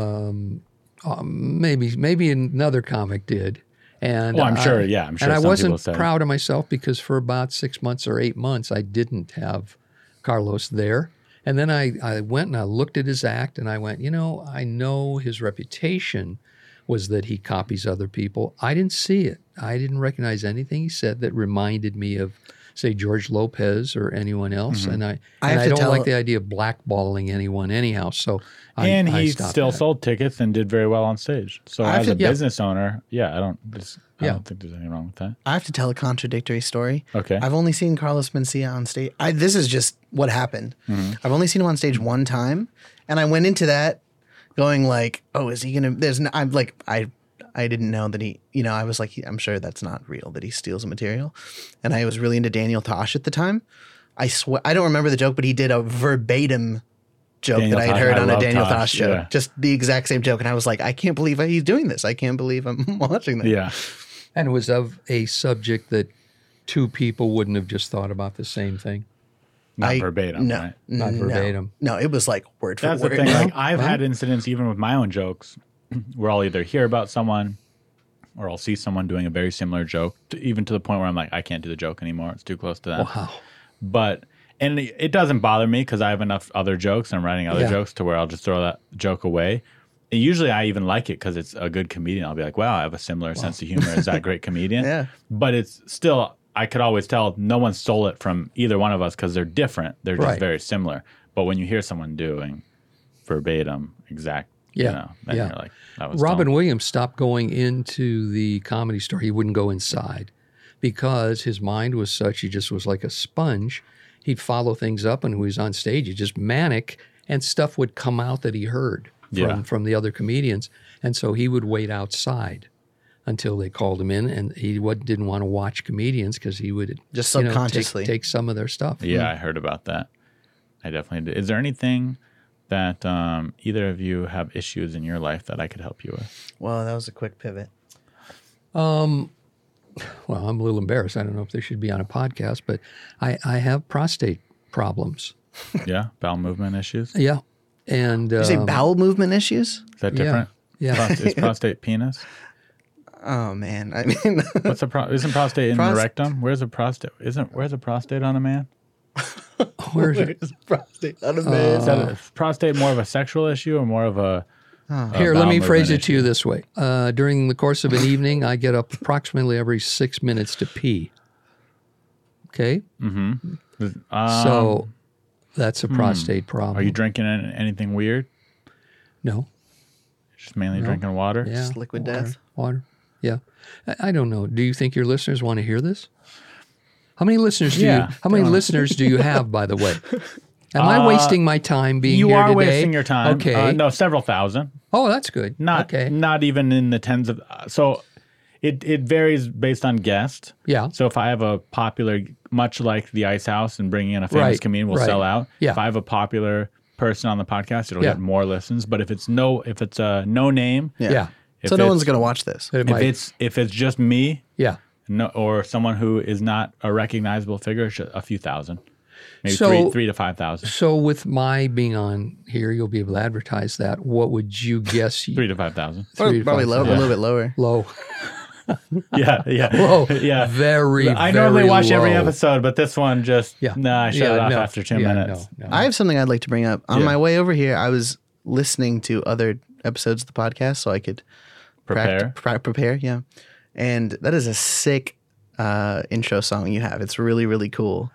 S2: um, um, maybe maybe another comic did. And
S3: Oh, I'm
S2: I-
S3: sure. Yeah, I'm sure
S2: And I
S3: some people
S2: wasn't
S3: said.
S2: proud of myself because for about six months or eight months, I didn't have Carlos there. And then I, I went and I looked at his act and I went, you know, I know his reputation was that he copies other people. I didn't see it. I didn't recognize anything he said that reminded me of, say, George Lopez or anyone else. And I,
S1: Mm-hmm. I
S2: and
S1: have
S2: I
S1: to
S2: don't
S1: tell-
S2: like the idea of blackballing anyone anyhow. So I,
S3: and
S2: I
S3: he
S2: stopped
S3: still
S2: that.
S3: sold tickets and did very well on stage. So
S1: I
S3: as a
S1: think- yeah.
S3: business owner, yeah, I don't, just, I
S2: Yeah.
S3: don't think there's anything wrong with that.
S1: I have to tell a contradictory story.
S3: Okay.
S1: I've only seen Carlos Mencia on stage. I, this is just what happened.
S3: Mm-hmm.
S1: I've only seen him on stage one time, and I went into that going like, "Oh, is he gonna?" There's, no, I'm like, I, I didn't know that he. You know, I was like, he- I'm sure that's not real that he steals material, and I was really into Daniel Tosh at the time. I swear, I don't remember the joke, but he did a verbatim joke
S3: Daniel
S1: that I had
S3: Tosh-
S1: heard
S3: I
S1: on a
S3: love
S1: Daniel
S3: Tosh,
S1: Tosh, show,
S3: yeah.
S1: just the exact same joke, and I was like, I can't believe he's doing this. I can't believe I'm <laughs> watching this.
S3: Yeah.
S2: And it was of a subject that two people wouldn't have just thought about the same thing.
S3: <laughs> Not
S1: I-
S3: verbatim,
S1: no,
S3: right?
S2: Not
S1: no.
S2: verbatim.
S1: No, it was like word for
S3: That's the
S1: word.
S3: thing.
S1: <laughs>
S3: Like I've had incidents even with my own jokes <clears throat> where I'll either hear about someone or I'll see someone doing a very similar joke, to, even to the point where I'm like, I can't do the joke anymore. It's too close to that.
S2: Wow.
S3: But and it it doesn't bother me because I have enough other jokes. I'm writing other
S2: Yeah.
S3: jokes to where I'll just throw that joke away. And usually I even like it because it's a good comedian. I'll be like, wow, I have a similar sense of humor as that
S2: <laughs>
S3: great comedian.
S1: Yeah.
S3: But it's still, I could always tell no one stole it from either one of us because they're different. They're just
S2: Right.
S3: very similar. But when you hear someone doing verbatim, exact, you
S2: Yeah.
S3: know, then
S2: Yeah.
S3: you're like, that was
S2: Robin
S3: dumb.
S2: Williams stopped going into the comedy store. He wouldn't go inside because his mind was such, he just was like a sponge. He'd follow things up, and when he was on stage, he just manic, and stuff would come out that he heard.
S3: Yeah.
S2: from the other comedians, and so he would wait outside until they called him in, and he wa- didn't want to watch comedians because he would
S1: Just
S2: you know, take-
S1: subconsciously.
S2: take, some of their stuff.
S3: Yeah, I heard about that. I definitely did. Is there anything that um, either of you have issues in your life that I could help
S2: <laughs>
S3: you with?
S1: Wow, that was a quick pivot.
S2: Well, I'm a little embarrassed. I don't know if this should be on a podcast, but I, I have prostate problems.
S3: Yeah, bowel movement issues. Is
S2: Yeah, and
S1: You say
S2: um,
S1: bowel movement issues?
S3: that
S2: yeah.
S3: different?
S1: <laughs>
S2: Yeah.
S3: Prost- is prostate penis?
S1: Oh man, I mean, <laughs>
S3: What's a pro- isn't prostate in
S1: Prost-
S3: the rectum? Where's a prostate? Isn't where's a prostate on
S2: <laughs>
S3: a man?
S2: where is it?
S1: prostate on a man.
S3: Is that a- is prostate more of a sexual issue or more of a a
S2: Here, let
S3: bowel
S2: me
S3: movement
S2: phrase it to
S3: issue?
S2: you this way. Uh, during the course of an evening, I get up approximately every six minutes to pee. Okay?
S3: Um,
S2: so that's a prostate problem.
S3: Hmm. are you drinking an- anything weird?
S2: No.
S3: Just mainly drinking water.
S2: Yeah.
S1: liquid
S2: water,
S1: death.
S2: Water. Yeah. I, I don't know. Do you think your listeners want to hear this? How many listeners do
S3: Yeah, Uh,
S2: you how many listeners do
S3: <laughs>
S2: you have, by the way? Am I wasting my time being
S3: You
S2: here
S3: are
S2: today?
S3: wasting your time.
S2: Okay.
S3: Uh, no, several thousand.
S2: Oh, that's good.
S3: Not
S2: okay.
S3: not even in the tens of. uh, So it it varies based on guest.
S2: Yeah.
S3: So if I have a popular, much like the Ice House and bringing in a famous
S2: Right,
S3: comedian will
S2: right.
S3: sell out.
S2: Yeah.
S3: If I have a popular person on the podcast, it'll
S2: Yeah.
S3: get more listens. But if it's no, if it's a no name,
S2: yeah.
S3: If
S1: so no
S3: it's-
S1: one's gonna watch this.
S2: But it
S3: if
S2: might-
S3: it's if it's just me,
S2: yeah.
S3: no, or someone who is not a recognizable figure, it's a few thousand, maybe
S2: So-
S3: three three to five thousand.
S2: So with my being on here, you'll be able to advertise that. What would you guess? you-
S3: <laughs> Three to five thousand.
S2: three
S1: Probably,
S2: to
S1: probably
S2: five
S1: low, a
S2: thousand.
S1: little bit lower.
S2: Low.
S3: yeah, yeah.
S2: Low.
S3: <laughs> yeah.
S2: Very.
S3: I normally
S2: very
S3: watch every
S2: low.
S3: episode, but this one just
S2: Yeah.
S3: nah, I shut
S2: Yeah,
S3: it off
S2: no.
S3: after ten
S2: Yeah,
S3: minutes.
S2: No, no.
S1: I have something I'd like to bring up. On
S3: Yeah.
S1: my way over here, I was listening to other episodes of the podcast so I could pract-
S3: Prepare.
S1: pra- prepare, yeah. And that is a sick uh, intro song you have. It's really, really cool.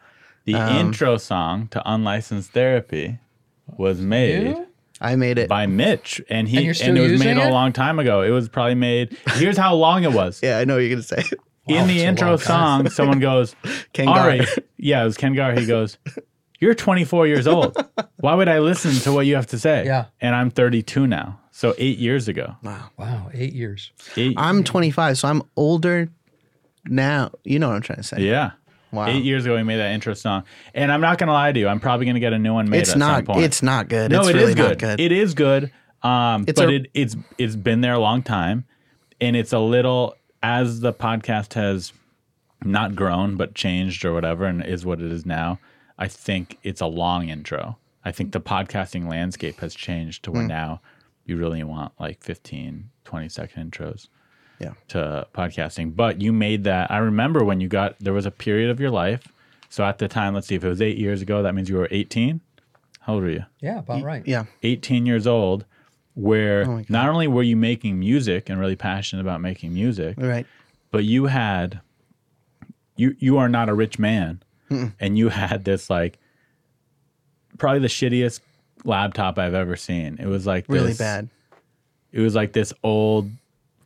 S3: The
S2: Um,
S3: intro song to Unlicensed Therapy was made
S1: I made it.
S3: by Mitch, and he
S2: And you're
S3: and,
S2: still
S3: it was
S2: using
S3: made
S2: it?
S3: a long time ago. It was probably made. Here's how long
S2: <laughs>
S3: it was.
S1: Yeah, I know what you're gonna say. <laughs>
S2: Wow,
S3: In the
S2: it's a
S3: intro
S2: long time.
S3: song, someone
S2: <laughs>
S3: goes,
S1: Ken
S3: Ari,
S1: Gar.
S3: yeah, it was Ken Gar. He goes, "You're 24 years old. Why would I listen to what you have to say?"
S2: Yeah.
S3: and I'm 32 now, so eight years ago.
S2: wow, eight years.
S3: Eight,
S1: I'm 25, so I'm older now. You know what I'm trying to say.
S3: yeah,
S1: Wow.
S3: eight years ago we made that intro song, and I'm not gonna lie to you, I'm probably gonna get a new one made
S1: It's
S3: at some
S1: not.
S3: point.
S1: It's not good.
S3: no,
S1: it's
S3: it
S1: really
S3: is good.
S1: not good.
S3: It is good. Um,
S1: It's
S3: but
S1: a-
S3: it, it's it's been there a long time, and it's a little as the podcast has not grown but changed or whatever, and is what it is now. I think it's a long intro. I think the podcasting landscape has changed
S1: Mm.
S3: to where now you really want like 15, 20 second intros
S1: Yeah.
S3: to podcasting. But you made that. I remember when you got there was a period of your life. So at the time, let's see if it was eight years ago, that means you were 18. How old were you?
S2: Yeah, about right.
S1: yeah.
S3: 18 years old where
S1: Oh
S3: not only were you making music and really passionate about making music
S1: Right.
S3: but you had you you are not a rich man and you had this like probably the shittiest laptop i've ever seen it was like
S1: Really
S3: this-
S1: bad.
S3: it was like this old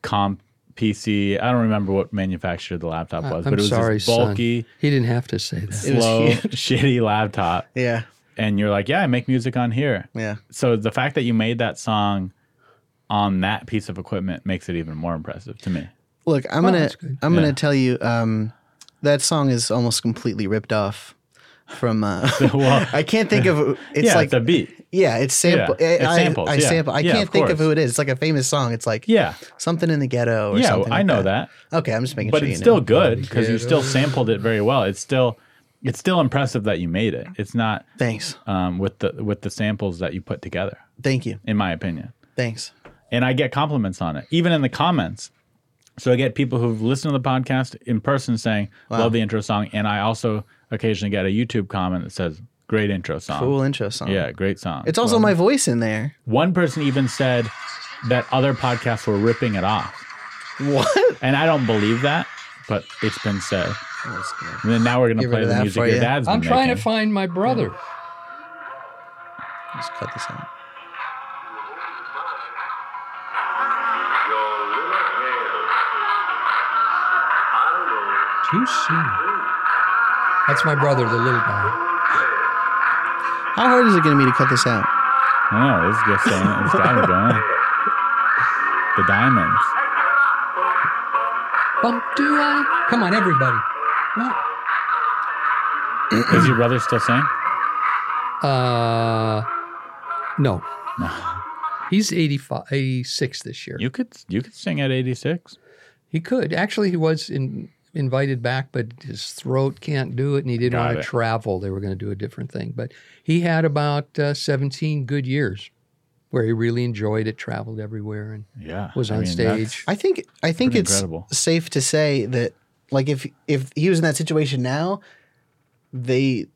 S3: comp pc i don't remember what manufacturer the laptop
S1: Uh,
S3: was
S2: I'm
S3: but it was
S2: sorry,
S3: this bulky
S2: son. He didn't have to say that.
S1: It was
S3: slow
S1: huge.
S3: <laughs> shitty laptop
S1: Yeah.
S3: and you're like yeah i make music on here
S1: Yeah.
S3: so the fact that you made that song on that piece of equipment makes it even more impressive to me.
S1: Look, I'm gonna
S2: Oh, that's good.
S1: I'm
S3: Yeah.
S1: gonna tell you um, that song is almost completely ripped off from. Uh,
S3: <laughs> Well,
S1: <laughs> I can't think of it's
S3: yeah,
S1: like
S3: it's a beat.
S1: yeah, it's sample.
S3: Yeah, it's
S1: I,
S3: samples,
S1: I, I
S3: yeah.
S1: sample. I
S3: Yeah,
S1: can't
S3: of
S1: think of
S3: course.
S1: who it is. It's like a famous song. It's like
S3: Yeah,
S1: something in the ghetto or
S3: yeah,
S1: something.
S3: I
S1: like
S3: know
S1: that.
S3: that,
S1: Okay, I'm just making
S3: but
S1: sure.
S3: it's
S1: you
S3: still
S1: know.
S3: good because you
S2: get
S3: still
S2: over
S3: sampled it very well. It's still, it's still impressive that you made it. It's not
S1: Thanks.
S3: um, with the with the samples that you put together,
S1: Thank you.
S3: in my opinion.
S1: Thanks.
S3: and I get compliments on it, even in the comments. So I get people who've listened to the podcast in person saying, "Love the intro song," and I also occasionally get a YouTube comment that says, "Great intro song."
S1: Cool intro song.
S3: Yeah, great song.
S1: It's also my voice in there.
S3: One person even said that other podcasts were ripping it off.
S1: What?
S3: And I don't believe that, but it's been said. And then now we're going to
S1: Get rid
S3: play
S1: of
S3: the
S1: that
S3: music
S1: for
S3: your
S1: ya.
S3: dad's been
S2: I'm trying to
S3: making.
S2: find my brother.
S1: Let's cut this out.
S2: Too soon. That's my brother, the little guy.
S1: How hard is it going to be to cut this out?
S3: No, Oh, this is just saying it. This diamond going. The diamonds.
S2: Bump do I? Come on, everybody. What?
S3: Is your brother still saying?
S2: Uh,
S3: <laughs>
S2: no. He's 85, 86 this year.
S3: You could you could sing at 86.
S2: He could. Actually, he was in, invited back, but his throat can't do it, and he didn't
S3: Got
S2: want to
S3: it.
S2: travel. They were going to do a different thing. But he had about uh, 17 good years where he really enjoyed it, traveled everywhere, and
S3: Yeah.
S2: was
S3: I
S2: on
S3: mean, that's-
S2: stage.
S1: I think I think
S3: Pretty
S1: it's
S3: incredible.
S1: safe to say that like if if he was in that situation now, they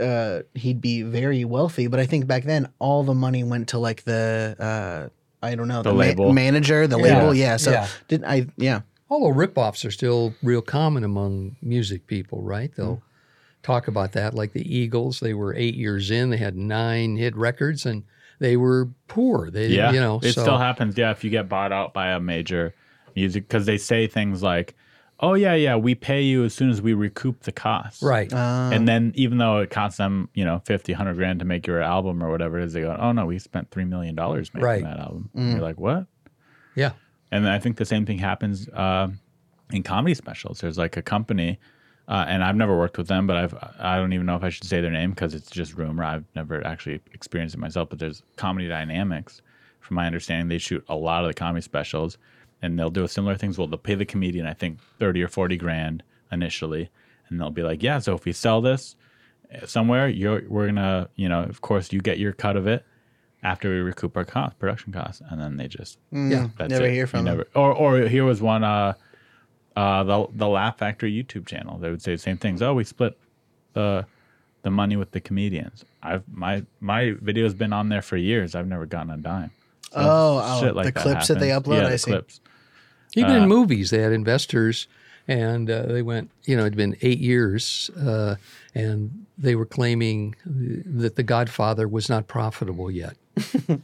S1: uh, he'd be very wealthy. But I think back then all the money went to like the uh, I don't know
S3: The label.
S1: manager the
S2: Yeah.
S1: label yeah so
S2: Yeah.
S1: didn't I yeah
S2: Although ripoffs are still real common among music people, right? They'll
S3: Mm-hmm.
S2: talk about that. Like the Eagles, they were eight years in, they had nine hit records, and they were poor. They,
S3: Yeah,
S2: you know,
S3: it
S2: so
S3: still happens. Yeah, if you get bought out by a major music, because they say things like, "Oh yeah, yeah, we pay you as soon as we recoup the cost."
S2: right.
S3: and then even though it costs them, you know, 50, 100 grand to make your album or whatever it is, they go, "Oh no, we spent three million dollars making
S2: Right.
S3: that album." And you're like, "What?"
S2: yeah.
S3: And I think the same thing happens uh, in comedy specials. There's like a company, uh, and I've never worked with them, but I've I don't even know if I should say their name because it's just rumor. I've never actually experienced it myself. But there's Comedy Dynamics, from my understanding, they shoot a lot of the comedy specials, and they'll do similar things. Well, they'll pay the comedian I think thirty or forty grand initially, and they'll be like, yeah, so if we sell this somewhere, you're we're gonna you know of course you get your cut of it. After we recoup our cost, production costs, and then they just
S2: Yeah.
S3: that's
S1: Mm. Never
S3: it.
S1: hear
S3: You
S1: from them.
S3: Or, or here was one. Uh, uh, the the Laugh Factory YouTube channel. They would say the same things. Oh, we split the the money with the comedians. I've my my video's been on there for years. I've never gotten a dime. So
S1: Oh,
S3: shit
S1: oh, the clips that they upload,
S3: Yeah,
S1: I
S3: the
S1: see.
S3: clips.
S2: Even
S3: Uh,
S2: in movies, they had investors, and uh, they went. You know, it'd been eight years, uh, and they were claiming that The Godfather was not profitable yet,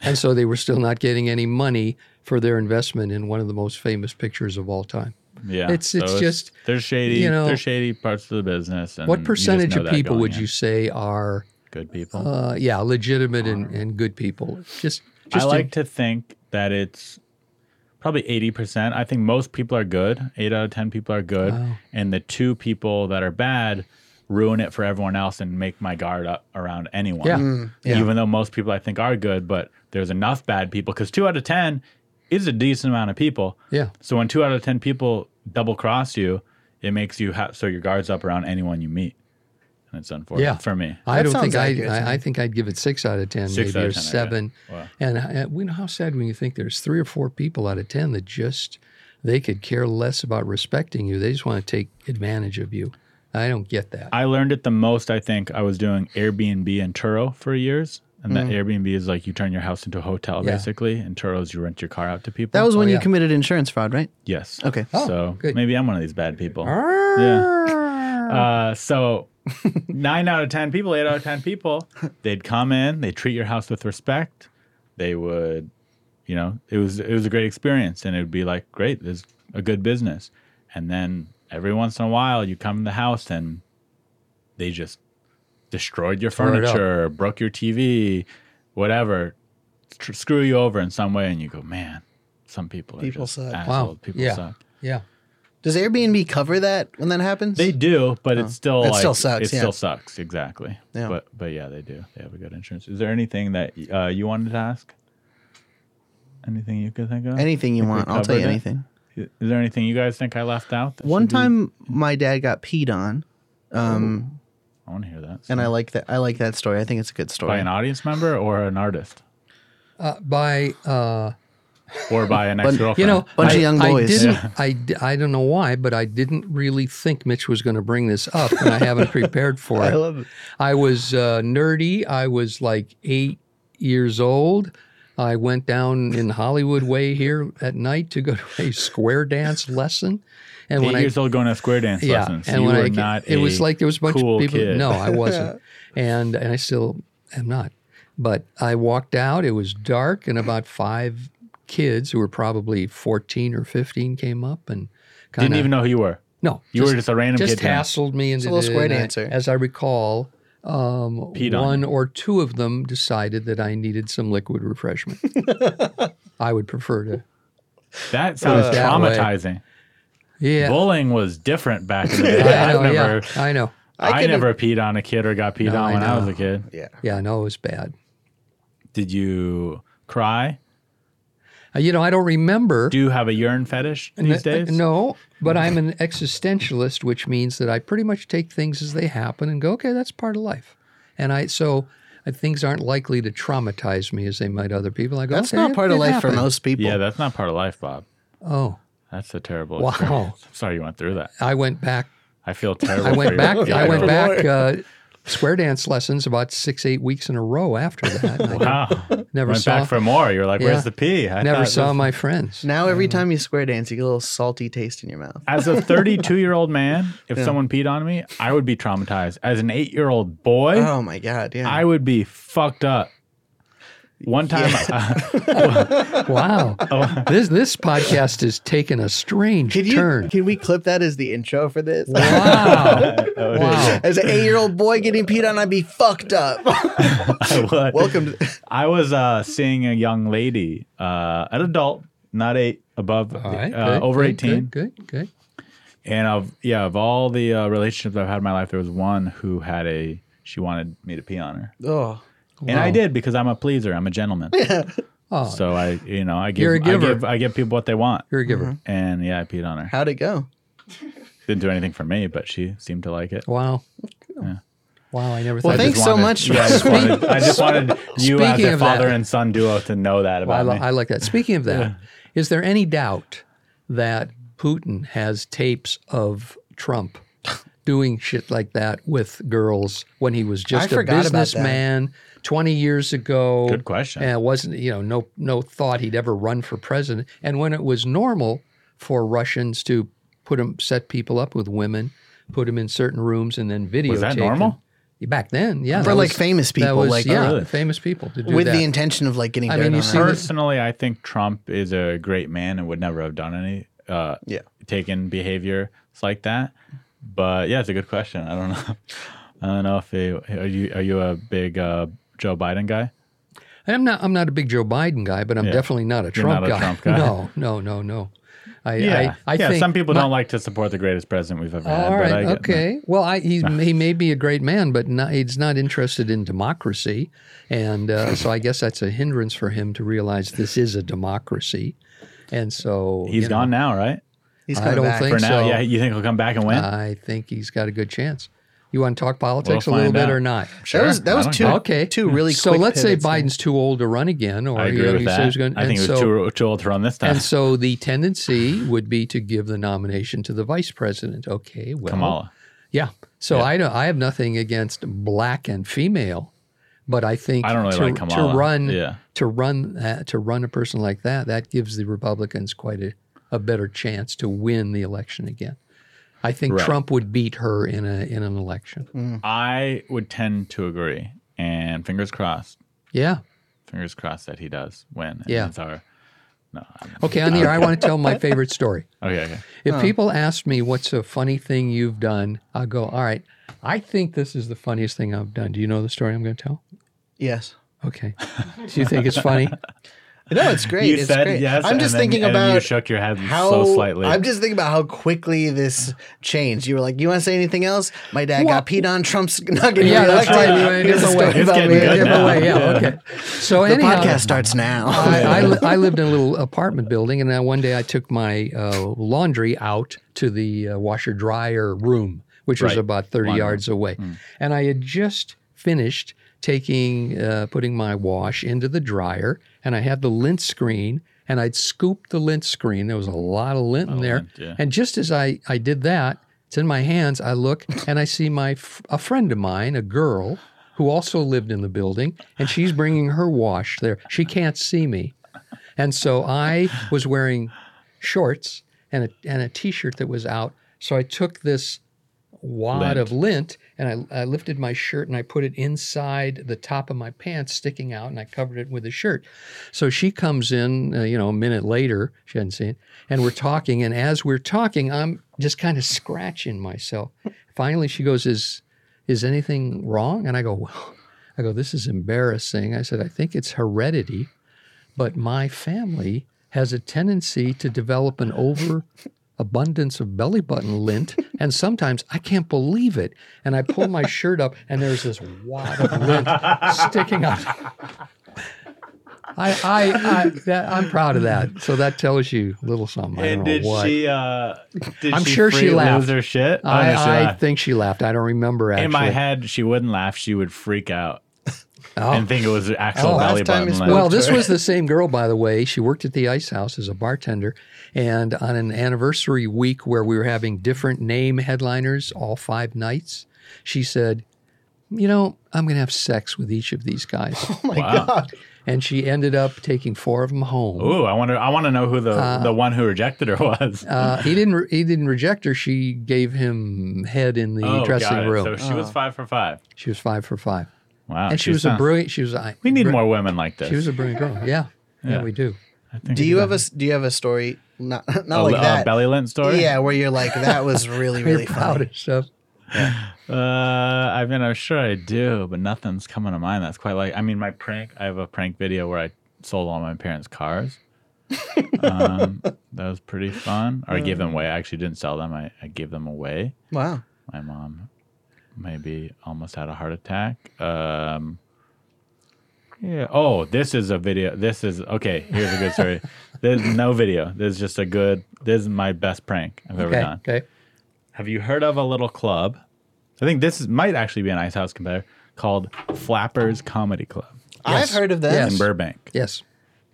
S2: and so they were still not getting any money for their investment in one of the most famous pictures of all time.
S3: Yeah,
S2: It's- it's just,
S3: they're shady.
S2: you know-
S3: they're shady parts of the business. And you
S2: what
S3: just
S2: percentage
S3: know
S2: of
S3: that
S2: people
S3: going
S2: would
S3: in.
S2: you say are,
S3: Good people.
S2: uh, yeah, legitimate and, and good people? Just, just
S3: I
S2: in-
S3: like to think that it's probably 80%. I think most people are good. Eight out of 10 people are good. And the two people that are bad ruin it for everyone else and make my guard up around anyone.
S2: Yeah. Mm,
S1: yeah.
S3: Even though most people I think are good, but there's enough bad people because two out of 10 is a decent amount of people.
S2: yeah,
S3: So when two out of 10 people double cross you, it makes you ha- so your guard's up around anyone you meet. And it's unfortunate
S2: Yeah.
S3: for me.
S2: I don't
S1: sounds
S2: think I,
S1: accurate to
S2: I. I think I'd give it six out of ten,
S3: Six
S2: maybe
S3: out
S2: or
S3: of 10, I guess.
S2: seven.
S3: Wow.
S2: And I, we know how sad when you think there's three or four people out of ten that just they could care less about respecting you. They just want to take advantage of you. I don't get that.
S3: I learned it the most, I think. I was doing Airbnb in Turo for years. And that Airbnb is like you turn your house into a hotel,
S2: Yeah.
S3: basically. And Turo's, you rent your car out to people.
S1: that was when
S2: Oh,
S1: you
S2: yeah.
S1: committed insurance fraud right
S3: Yes.
S1: Okay.
S2: Oh,
S3: so
S2: good.
S3: maybe I'm one of these bad people. Yeah. Uh, so <laughs> nine out of 10 people, eight out of 10 people, they'd come in, they'd treat your house with respect. They would, you know, it was, it was a great experience. And it would be like, great, this is a good business. And then every once in a while, you come in the house and they just destroyed your
S2: Tore it up.
S3: furniture, broke your TV, whatever, tr- screw you over in some way. And you go, man, some people are
S1: People
S3: just
S1: suck. Wow.
S3: assholes. People
S2: yeah.
S3: suck.
S2: Yeah.
S1: does Airbnb cover that when that happens
S3: They do, but
S2: Oh.
S3: it's still
S1: It
S3: like,
S1: still sucks,
S3: It
S1: yeah.
S3: still sucks. Exactly.
S1: Yeah.
S3: But but yeah, they do. They have a good insurance. Is there anything that uh, you wanted to ask? Anything you could think of?
S1: anything you
S3: Think we
S1: want I'll tell
S3: covered
S1: you
S3: it?
S1: anything
S3: Is there anything you guys think I left out? that
S1: one
S3: should be-
S1: time my dad got peed on um
S3: I want to hear that.
S1: and I like that I like that story I think it's a good story
S3: by an audience member or an artist
S2: Uh, by uh,
S3: or
S2: <laughs>
S3: by an ex girlfriend.
S2: you know,
S1: Bunch
S2: I,
S1: of young
S2: I
S1: boys.
S2: didn't. I, d- I don't know why, but I didn't really think Mitch was going to bring this up, and I
S1: <laughs>
S2: haven't prepared for it.
S1: love it.
S2: I was uh, nerdy. I was like eight years old. I went down in Hollywood Way here at night to go to a square dance lesson. And
S3: eight
S2: when
S3: years
S2: I
S3: old going to square dance
S2: yeah,
S3: lessons.
S2: and
S3: you
S2: when
S3: were
S2: I
S3: not
S2: it was
S3: a
S2: like there was a bunch
S3: cool
S2: of people.
S3: Kid. <laughs>
S2: No, I wasn't, and and I still am not. But I walked out. It was dark, and about five kids who were probably fourteen or fifteen came up and kind
S3: didn't even know who you were.
S2: no,
S3: You were just a random
S2: just
S3: kid down.
S2: hassled me
S1: a
S2: into
S1: little
S2: the-
S1: square
S2: and I-
S1: dancer.
S2: as I recall, um,
S3: Peed on
S2: one or two of them decided that I needed some
S1: <laughs>
S2: liquid refreshment. I would prefer to.
S3: That sounds
S2: that
S3: traumatizing.
S2: Yeah.
S3: Bullying was different
S2: <laughs>
S3: back in the day.
S2: I
S3: I,
S2: know.
S3: never,
S2: yeah, I know.
S1: I
S3: I,
S1: could've-
S3: never peed on a kid or got peed
S2: No,
S3: on
S2: I
S3: when I
S2: know.
S3: was a kid.
S1: Yeah.
S2: Yeah, no, it was bad.
S3: Did you cry?
S2: Uh, you know, I don't remember.
S3: Do you have a urine fetish these
S2: N-
S3: days?
S2: No, but I'm an existentialist, which means that I pretty much take things as they happen and go, okay, that's part of life. And I so uh, things aren't likely to traumatize me as they might other people. I go,
S1: That's
S2: okay,
S1: not
S2: it-
S1: part of
S2: it
S1: life for
S2: happened.
S1: most people.
S3: Yeah, that's not part of life, Bob.
S2: Oh,
S3: That's a terrible.
S2: Wow.
S3: experience. I'm sorry you went through that.
S2: I went back.
S3: I feel terrible.
S2: I
S3: for
S2: went
S3: you.
S2: back. I
S3: Yeah.
S2: went back. Uh, square dance lessons about six, eight weeks in a row after that. And I
S3: <laughs> Wow.
S2: Never
S3: went
S2: saw.
S3: back for more. You're like,
S2: Yeah.
S3: where's the pee? I
S2: never
S3: thought
S2: saw
S3: this- <laughs>
S2: my friends.
S1: Now every time you square dance, you get a little salty taste in your mouth.
S3: As a 32 year old man, if someone peed on me, I would be traumatized. As an eight year old boy,
S1: Oh my god, yeah.
S3: I would be fucked up. One time,
S2: Wow.
S3: Oh.
S2: This this podcast is taking a strange
S1: Can you
S2: turn.
S1: can we clip that as the intro for this?
S3: <laughs>
S2: Wow. wow.
S1: <laughs> As an eight-year-old boy getting peed on, I'd be fucked
S3: <laughs>
S1: up.
S3: <laughs> I would.
S1: Welcome. To,
S3: I was uh, seeing a young lady, uh, an adult, not eight, above,
S2: All right.
S3: uh,
S2: good,
S3: over
S2: good,
S3: 18.
S2: Good, good, good.
S3: And of yeah, of all the uh, relationships I've had in my life, there was one who had a she wanted me to pee on her,
S1: oh,
S3: and I
S2: Wow.
S3: did because I'm a pleaser. I'm a gentleman.
S2: Oh,
S3: So I, you know, I give,
S2: You're a giver.
S3: I give, I give people what they want.
S2: you're a giver.
S3: And yeah, I peed on her.
S1: how'd it go?
S3: Didn't do anything for me, but she seemed to like it.
S2: Wow. Wow, I never
S1: Well,
S2: thought.
S3: I just
S1: thanks so
S3: wanted-
S1: much.
S3: Yeah, I just wanted, I just wanted you as
S2: Speaking
S3: a
S2: of that-
S3: father and son duo to know that
S2: I,
S3: about
S2: li-
S3: me.
S2: I like that. Speaking of that, is there any doubt that Putin has tapes of Trump doing shit like that with girls when he was just a
S1: forgot about that.
S2: businessman 20 years ago?
S3: Good question.
S2: And it wasn't, you know, no no thought he'd ever run for president. And when it was normal for Russians to put 'em- set people up with women, put them in certain rooms and then videotape.
S3: was that
S2: them.
S3: normal?
S2: Back then, yeah.
S1: For
S2: that
S1: like
S2: was-
S1: famous
S2: that
S1: people,
S2: was-
S1: like uh,
S2: yeah,
S3: really?
S2: famous people to do
S1: with
S2: that.
S1: the intention of like getting
S2: I
S1: dirt
S2: mean, you
S1: on
S2: see
S1: her.
S2: this-
S3: Personally, I think Trump is a great man and would never have done any uh,
S1: Yeah.
S3: taken behavior like that. But yeah, it's a good question. I don't <laughs> know. I don't know if he, are you are you a big uh, Joe Biden guy?
S2: And I'm not. I'm not a big Joe Biden guy, but I'm
S3: Yeah.
S2: definitely not a Trump,
S3: not a
S2: guy.
S3: Trump
S2: <laughs>
S3: guy.
S2: No, no, no, no. I,
S3: Yeah,
S2: I, I
S3: yeah.
S2: think
S3: some people
S2: my-
S3: don't like to support the greatest president we've ever had.
S2: All
S3: but I
S2: right.
S3: get
S2: Okay. Well, I,
S3: <laughs>
S2: he's, he may be a great man, but not, he's not interested in democracy, and uh, so I guess that's a hindrance for him to realize this is a democracy, and so
S3: He's
S2: you know,
S3: gone now, right?
S1: He's
S2: I
S1: coming
S2: don't
S1: back.
S2: think-
S3: For now,
S2: so. Uh,
S3: yeah. You think he'll come back and win?
S2: I think he's got a good chance. You want to talk politics a
S3: We'll
S2: little
S3: find
S2: bit
S3: out.
S2: or not?
S3: Sure.
S1: That was
S3: I
S1: that was
S3: don't
S1: two
S3: care.
S2: Okay.
S1: two really
S2: So
S1: quick
S2: let's say
S1: pivots.
S2: Biden's too old to run again, or
S3: I
S2: he-
S3: agree
S2: he
S3: with
S2: said he was
S3: that.
S2: gonna-
S3: I think
S2: and
S3: it was
S2: so-
S3: too, too old to run this time. <laughs>
S2: And so the tendency would be to give the nomination to the vice president. Okay, well,
S3: Kamala.
S2: yeah. So I don't. I have nothing against black and female, but I think
S3: I don't really
S2: to,
S3: like Kamala.
S2: to run
S3: Yeah.
S2: to run that, to run a person like that that gives the Republicans quite a, a better chance to win the election again. I think
S3: Right.
S2: Trump would beat her in a in an election.
S3: I would tend to agree, and fingers crossed.
S2: Yeah.
S3: Fingers crossed that he does win. and
S2: Yeah.
S3: it's our- no. I'm-
S2: Okay. On the air, I want to tell
S3: <laughs>
S2: my favorite story.
S3: Okay. okay.
S2: If people ask me what's a funny thing you've done, I'll go, all right, I think this is the funniest thing I've done. Do you know the story I'm going to tell?
S1: yes.
S2: Okay. Do you think it's funny?
S1: No, it's great.
S3: You
S1: it's
S3: said
S1: great.
S3: yes,
S1: I'm
S3: and
S1: just
S3: then-
S1: thinking
S3: and then
S1: about
S3: you shook your head so
S1: how
S3: slightly.
S1: I'm just thinking about how quickly this changed. You were like, "You want to say anything else?" My dad got peed on. Trump's <laughs> not getting
S2: yeah, that's
S1: reelected.
S2: right. Here's
S1: Here's a
S2: the
S1: story
S2: way.
S3: It's
S1: about
S3: getting
S1: me.
S3: good
S2: Here's the
S3: now. Oh,
S2: way. Yeah. Okay.
S1: <laughs>
S2: So
S1: The
S2: anyhow,
S1: podcast starts
S3: <laughs>
S1: now. <laughs>
S2: I, I, li- I lived in a little apartment building, and then one day I took my uh, laundry out to the uh, washer dryer room, which was
S3: Right. Hmm.
S2: about 30 yards away. And I had just finished taking, uh, putting my wash into the dryer, and I had the lint screen, and I'd scooped the lint screen. There was a lot of lint in there.
S3: Oh, lint, yeah.
S2: And just as I, I did that, it's in my hands. I look and I see my f- a friend of mine, a girl who also lived in the building, and she's bringing her wash there. She can't see me, and so I was wearing shorts and a and a t-shirt that was out. So I took this wad
S3: Lint.
S2: of lint and I, I lifted my shirt and I put it inside the top of my pants sticking out and I covered it with a shirt. So she comes in, uh, you know, a minute later, she hadn't seen it, and we're talking. And as we're talking, I'm just kind of scratching myself. Finally, she goes, Is is anything wrong? And I go, well, I go, this is embarrassing. I said, I think it's heredity, but my family has a tendency to develop an over abundance of belly button lint and sometimes I can't believe it and I pull my shirt up and there's this wad of lint sticking out I, I, I that, I'm proud of that. So that tells you a little something. I don't
S3: And
S2: know
S3: did
S2: what.
S3: she? Uh, did
S2: I'm sure she
S3: free
S2: laughed.
S3: Lose her shit.
S2: I,
S3: Honestly,
S2: I
S3: uh,
S2: think she laughed. I don't remember actually.
S3: in my head, she wouldn't laugh. She would freak out
S2: <laughs> Oh.
S3: and think it was actual
S2: Oh.
S3: belly
S1: Last time you
S3: button. lint.
S1: spoke
S2: Well, this
S1: Sure.
S2: was the same girl, by the way. She worked at the Ice House as a bartender. And on an anniversary week where we were having different name headliners all five nights, she said, You know, I'm going to have sex with each of
S1: <laughs>
S2: these guys.
S1: Oh my
S3: Wow.
S1: God.
S2: and she ended up taking four of them home.
S3: Ooh, I wonder. I want to know who the the one who rejected her <laughs> was.
S2: Uh, he didn't. Re- he didn't reject her. She gave him head in the
S3: oh, got
S2: dressing
S3: it.
S2: room.
S3: So she was five for five.
S2: she was five for five,
S3: Wow,
S2: and she was a
S3: sounds-
S2: brilliant. She was. I,
S3: We need more women like this.
S2: She was a brilliant
S3: <laughs>
S2: girl. Yeah, yeah, we do.
S3: I think
S1: Do
S3: we
S1: you have a s- Do you have a story? Not <laughs> not
S3: a,
S1: like
S3: a
S1: that.
S3: Oh, uh, belly lint story?
S1: Yeah, where you're like that
S3: <laughs>
S1: was really
S2: We're
S1: really
S2: proud
S1: funny.
S2: of stuff.
S3: Uh, I mean, I'm sure I do, but nothing's coming to mind. That's quite like. I mean, my prank. I have a prank video where I sold all my parents' cars. um, that was pretty fun. Or I gave them away. I actually didn't sell them. I, I gave them away.
S1: Wow.
S3: My mom maybe almost had a heart attack. Um, yeah. Oh, this is a video. This is okay. Here's a good story. There's no video. This is just a good. This is my best prank I've ever
S2: Okay,
S3: done.
S2: okay.
S3: Have you heard of a little club? I think this is, might actually be an Ice House competitor called Flappers Comedy Club
S1: I've heard of that.
S2: Yes.
S3: in Burbank.
S2: Yes.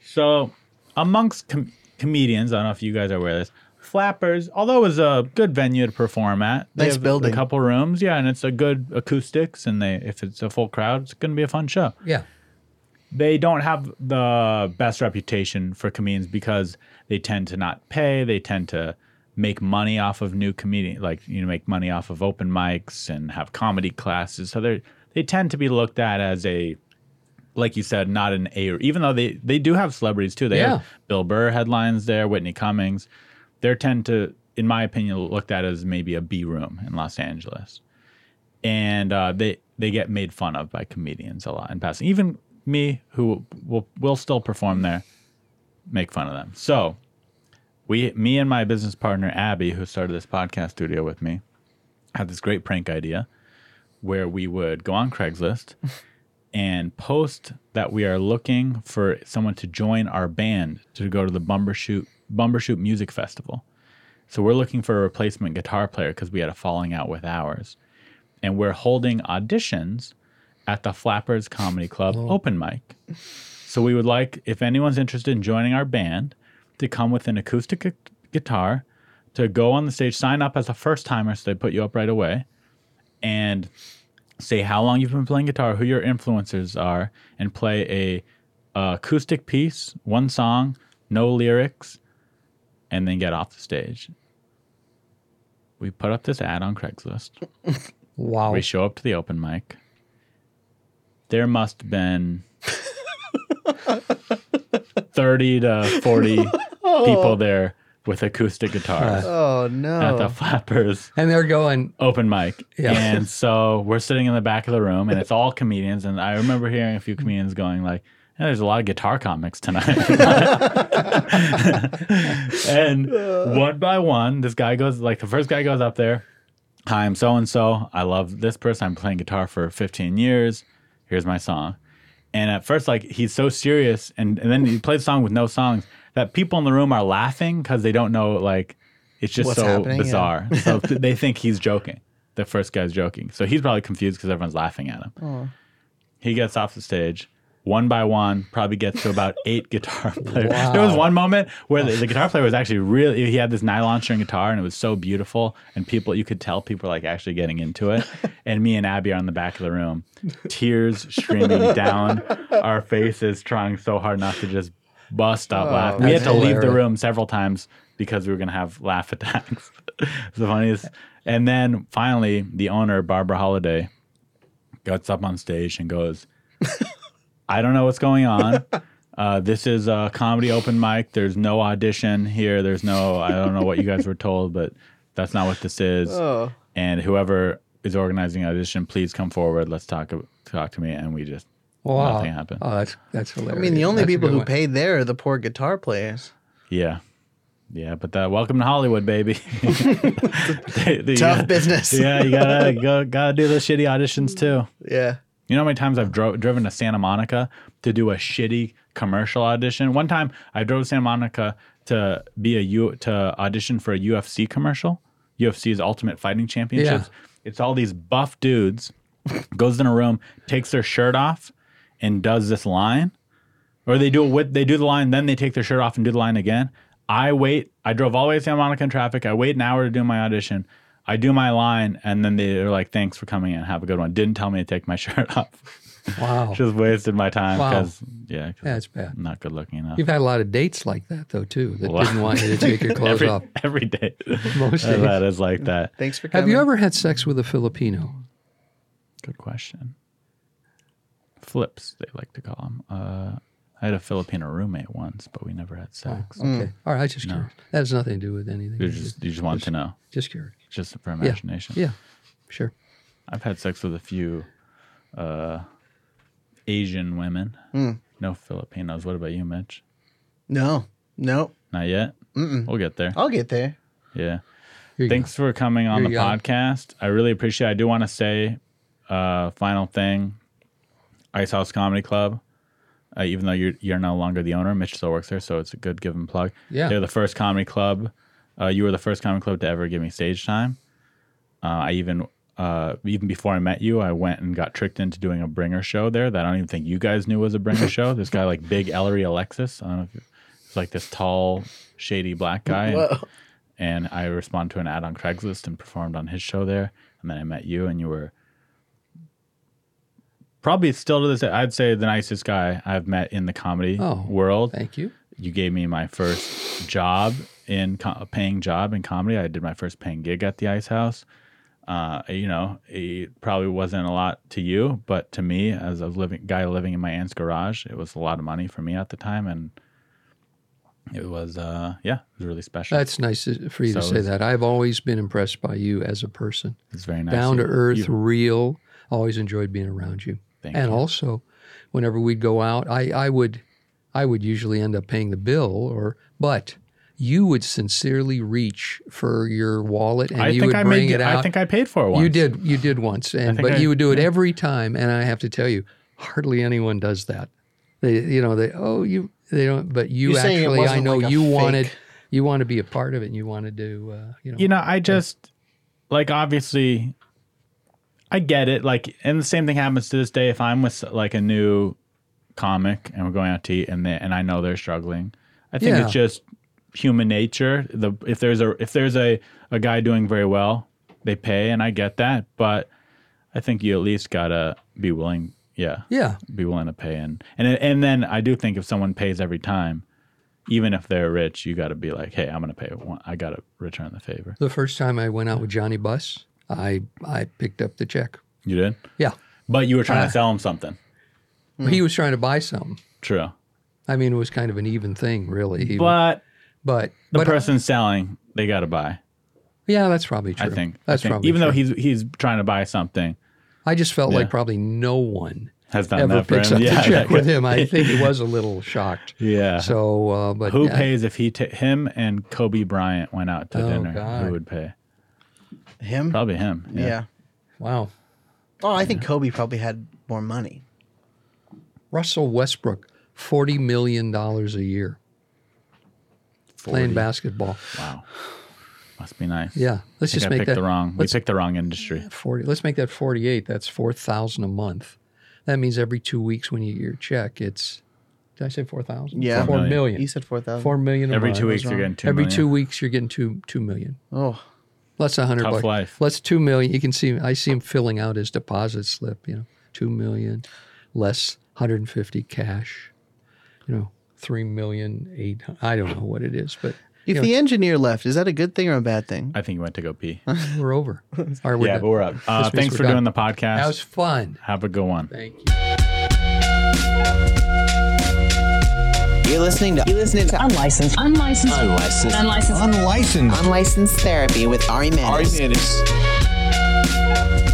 S3: So, amongst com- comedians, I don't know if you guys are aware of this. Flappers, although it was a good venue to perform at, they
S1: Nice
S3: have
S1: building.
S3: a couple rooms, yeah, and it's a good acoustics, and they if it's a full crowd, it's going to be a fun show
S2: Yeah.
S3: they don't have the best reputation for comedians because they tend to not pay. They tend to make money off of new comedians, like you know, make money off of open mics and have comedy classes. So they they tend to be looked at as a, like you said, not an A. Even though they they do have celebrities too. They
S2: Yeah.
S3: have Bill Burr headlines there, Whitney Cummings. They tend to, in my opinion, looked at as maybe a B room in Los Angeles and uh, they they get made fun of by comedians a lot in passing. Even me, who will will still perform there, make fun of them. So we, me and my business partner Abby, who started this podcast studio with me, had this great prank idea where we would go on Craigslist <laughs> and post that we are looking for someone to join our band to go to the Bumbershoot Bumbershoot Music Festival. So we're looking for a replacement guitar player because we had a falling out with ours and we're holding auditions at the Flappers Comedy Club open mic. So we would like, if anyone's interested in joining our band, to come with an acoustic gu- guitar, to go on the stage, sign up as a first timer, so they put you up right away, and say how long you've been playing guitar, who your influences are, and play a uh, acoustic piece, one song, no lyrics, and then get off the stage. We put up this ad on Craigslist.
S2: Wow.
S1: Oh.
S3: We show up to the open mic. There must
S1: <laughs>
S3: have been 30 to 40 people there with acoustic guitars
S1: Oh
S3: at
S1: no.
S3: the Flappers
S2: and they're going.
S3: open mic.
S1: <laughs>
S2: Yeah.
S3: And so we're sitting in the back of the room and it's all comedians. And I remember hearing a few comedians going like, "Yeah, there's a lot of guitar comics tonight. <laughs> and one by one, this guy goes, like the first guy goes up there. Hi, I'm so and so. I love this person. I'm playing guitar for 15 years. Here's my song. And at first, like he's so serious, and, and then he plays a song with no songs that people in the room are laughing because they don't know like it's just
S1: What's
S3: so
S1: happening, yeah.
S3: bizarre.
S1: <laughs>
S3: so th- they think he's joking. The first guy's joking, so he's probably confused because everyone's laughing at him. He gets off the stage. One by one, probably gets to
S2: <laughs>
S3: about eight guitar players. There was one moment where the, the guitar player was actually really, he had this nylon string guitar and it was so beautiful. And people, you could tell people were like actually getting
S2: <laughs>
S3: into it. And me and Abby are in the back of the room, tears streaming
S2: <laughs>
S3: down our faces, trying so hard not to just bust out laughing. We had
S2: Oh, that's
S3: to leave the
S2: hilarious.
S3: room several times because we were going to have laugh attacks. <laughs> it's the funniest. And then finally, the owner, Barbara Holiday, gets up on stage and goes, I don't know what's going on. Uh, this is a comedy open mic. There's no audition here. There's no, I don't know what you guys were told, but that's not what this is. And whoever is organizing an audition, please come forward. Let's talk ab- talk to me. And we just
S2: Wow.
S3: nothing happened.
S2: Oh, that's that's hilarious.
S1: I mean, the only
S2: That's a
S1: people
S2: good
S1: who
S2: one.
S1: paid there are the poor guitar players.
S3: yeah, yeah. But uh, welcome to Hollywood, baby. <laughs> The- the,
S1: Tough
S3: uh,
S1: business.
S3: <laughs> yeah, you gotta go, gotta do those shitty auditions too.
S1: <laughs> Yeah.
S3: You know how many times I've dro- driven to Santa Monica to do a shitty commercial audition? One time I drove to Santa Monica to be a U- to audition for a UFC commercial. UFC's Ultimate Fighting Championships. It's all these buff dudes goes in a room, takes their shirt off and does this line. Or they do it with they do the line, then they take their shirt off and do the line again. I wait. I drove all the way to Santa Monica in traffic. I wait an hour to do my audition. I do my line, and then they're like, "Thanks for coming in. Have a good one." Didn't tell me to take my <laughs> shirt off.
S2: Wow.
S3: Just wasted my time
S2: Wow.
S3: because yeah, 'cause
S2: That's bad.
S3: I'm not good looking enough.
S2: You've had a lot of dates like that though too that
S3: Mm. Wow.
S2: didn't want
S1: <laughs>
S2: you to take your clothes
S3: every,
S2: off.
S3: <laughs>
S2: <laughs>
S3: every day.
S2: Most days.
S3: that is like that.
S1: Thanks for coming.
S2: Have you ever had sex with a Filipino?
S3: Good question. Flips, they like to call them. Uh, I had a Filipino roommate once, but we never
S2: Oh.
S3: had sex.
S1: Mm.
S2: Okay. All right. I just curious. That has nothing to do with anything.
S3: You just you just want to know,
S2: just curious.
S3: just for
S2: Yeah.
S3: imagination.
S2: Yeah. Sure.
S3: I've had sex with a few uh, Asian women.
S2: Hmm.
S3: No Filipinos. What about you, Mitch?
S1: No. No.
S3: Not yet. Mm-mm. We'll get there.
S2: Oh.
S1: I'll get there.
S3: Yeah.
S2: Here you go.
S3: Thanks for coming on
S2: Here
S3: the
S2: you go.
S3: podcast. I really appreciate. I do want to say, uh, final thing, Ice House Comedy Club. Uh, even though you're you're no longer the owner, Mitch still works there, so it's a good give and plug.
S2: Yeah.
S3: they're the first comedy club. Uh, you were the first comedy club to ever give me stage time. Uh, I even uh, even before I met you, I went and got tricked into doing a bringer show there that I don't even think you guys knew was a bringer show. This guy like Big Ellery Alexis. I don't know if you, it's like this tall, shady black guy. And-
S1: Whoa.
S3: and I responded to an ad on Craigslist and performed on his show there. And then I met you, and you were probably still to this day, I'd say the nicest guy I've met in the comedy
S2: Oh,
S3: world.
S2: Thank you.
S3: You gave me my first job in co- a paying job in comedy. I did my first paying gig at the Ice House. Uh, you know, it probably wasn't a lot to you, but to me, as a living guy living in my aunt's garage, it was a lot of money for me at the time, and it was, uh, yeah, it was really special.
S2: That's nice to- for you to
S3: So
S2: say
S3: is-
S2: that. I've always been impressed by you as a person,
S3: It's very nice.
S2: down to
S3: You-
S2: earth,
S3: you-
S2: real. Always enjoyed being around you.
S3: Thank
S2: and
S3: you.
S2: also, whenever we'd go out, I, I would, I would usually end up paying the bill, or but you would sincerely reach for your wallet and
S3: I
S2: you
S3: think
S2: would
S3: I
S2: bring
S3: made.
S2: it out.
S3: I think I paid for it once.
S2: You did, you did once, and
S3: think
S2: but
S3: I-
S2: you would do it every time. And I have to tell you, hardly anyone does that. They, you know, they oh you they don't, but you
S1: You're saying it
S2: actually, I
S1: wasn't
S2: know
S1: like a
S2: you wanted,
S1: fake-
S2: you want to be a part of it, and you want to do, uh, you know,
S3: You know, I just like obviously, I get it. Like, and the same thing happens to this day. If I'm with like a new comic and we're going out to eat, and they, and I know they're struggling, I think
S2: Yeah.
S3: it's just human nature. The if there's a if there's a a guy doing very well, they pay, and I get that. But I think you at least gotta be willing. Yeah.
S2: yeah.
S3: be willing to pay in. And and then I do think if someone pays every time, even if they're rich, you got to be like, hey, I'm gonna pay. One, I got to return the favor.
S2: The first time I went out with Johnny Bus, I I picked up the check.
S3: You did,
S2: Yeah,
S3: but you were trying
S2: Uh.
S3: to sell him something. Hmm.
S2: he was trying to buy something.
S3: True,
S2: I mean, it was kind of an even thing, really. He-
S3: but
S2: but
S3: the
S2: but uh,
S3: person selling, they got to buy.
S2: yeah, that's probably true.
S3: I think.
S2: that's
S3: I think,
S2: probably
S3: even though
S2: true.
S3: he's he's trying to buy something,
S2: I just felt like
S3: Yeah.
S2: probably no one
S3: has done
S2: ever
S3: that for
S2: picks up
S3: <laughs> him.
S2: the check
S3: that-
S2: with him. I think he was a little shocked.
S3: <laughs> Yeah.
S2: So, uh, but
S3: Who
S2: yeah,
S3: pays if he t- him and Kobe Bryant went out to
S2: Oh,
S3: dinner?
S2: God.
S3: Who would pay?
S1: Him?
S3: Probably him.
S1: yeah.
S2: Wow,
S1: Oh, I think Kobe probably had more money.
S2: Russell Westbrook, forty million dollars a year playing
S3: 40.
S2: basketball.
S3: Wow. Must be nice.
S2: Yeah, let's
S3: I think
S2: just
S3: I
S2: make
S3: picked
S2: that
S3: the wrong. We
S2: let's-
S3: picked the wrong industry.
S2: 40 let's make that 48 that's 4000 a month that means every two weeks when you get your check it's did i say 4000
S1: Yeah.
S2: 4
S1: Four
S2: million
S1: He said 4,000.
S2: 4 million a
S3: Every
S2: month.
S3: two weeks you're getting two.
S2: every
S3: million.
S2: two weeks you're getting 2 2 million
S1: Oh,
S2: that's 100
S3: Tough
S2: bucks
S3: life.
S2: let's 2 million you can see i see him filling out his deposit slip you know 2 million less 150 cash you know 3 million 8 i don't know what it is but
S1: if
S2: you
S1: the engineer left, is that a good thing or a bad thing?
S3: I think you went to go pee.
S2: know, we're over All right, we're
S3: yeah,
S2: done.
S3: but we're up. Uh,
S2: This means
S3: thanks
S2: we're
S3: for
S2: done.
S3: doing the podcast.
S2: that was fun
S3: Have a good one.
S2: thank you
S4: You're listening to You're listening to
S8: Unlicensed. Unlicensed.
S4: Unlicensed
S8: Unlicensed.
S9: Unlicensed.
S4: Unlicensed Therapy with Ari Manis.
S9: Ari Manis.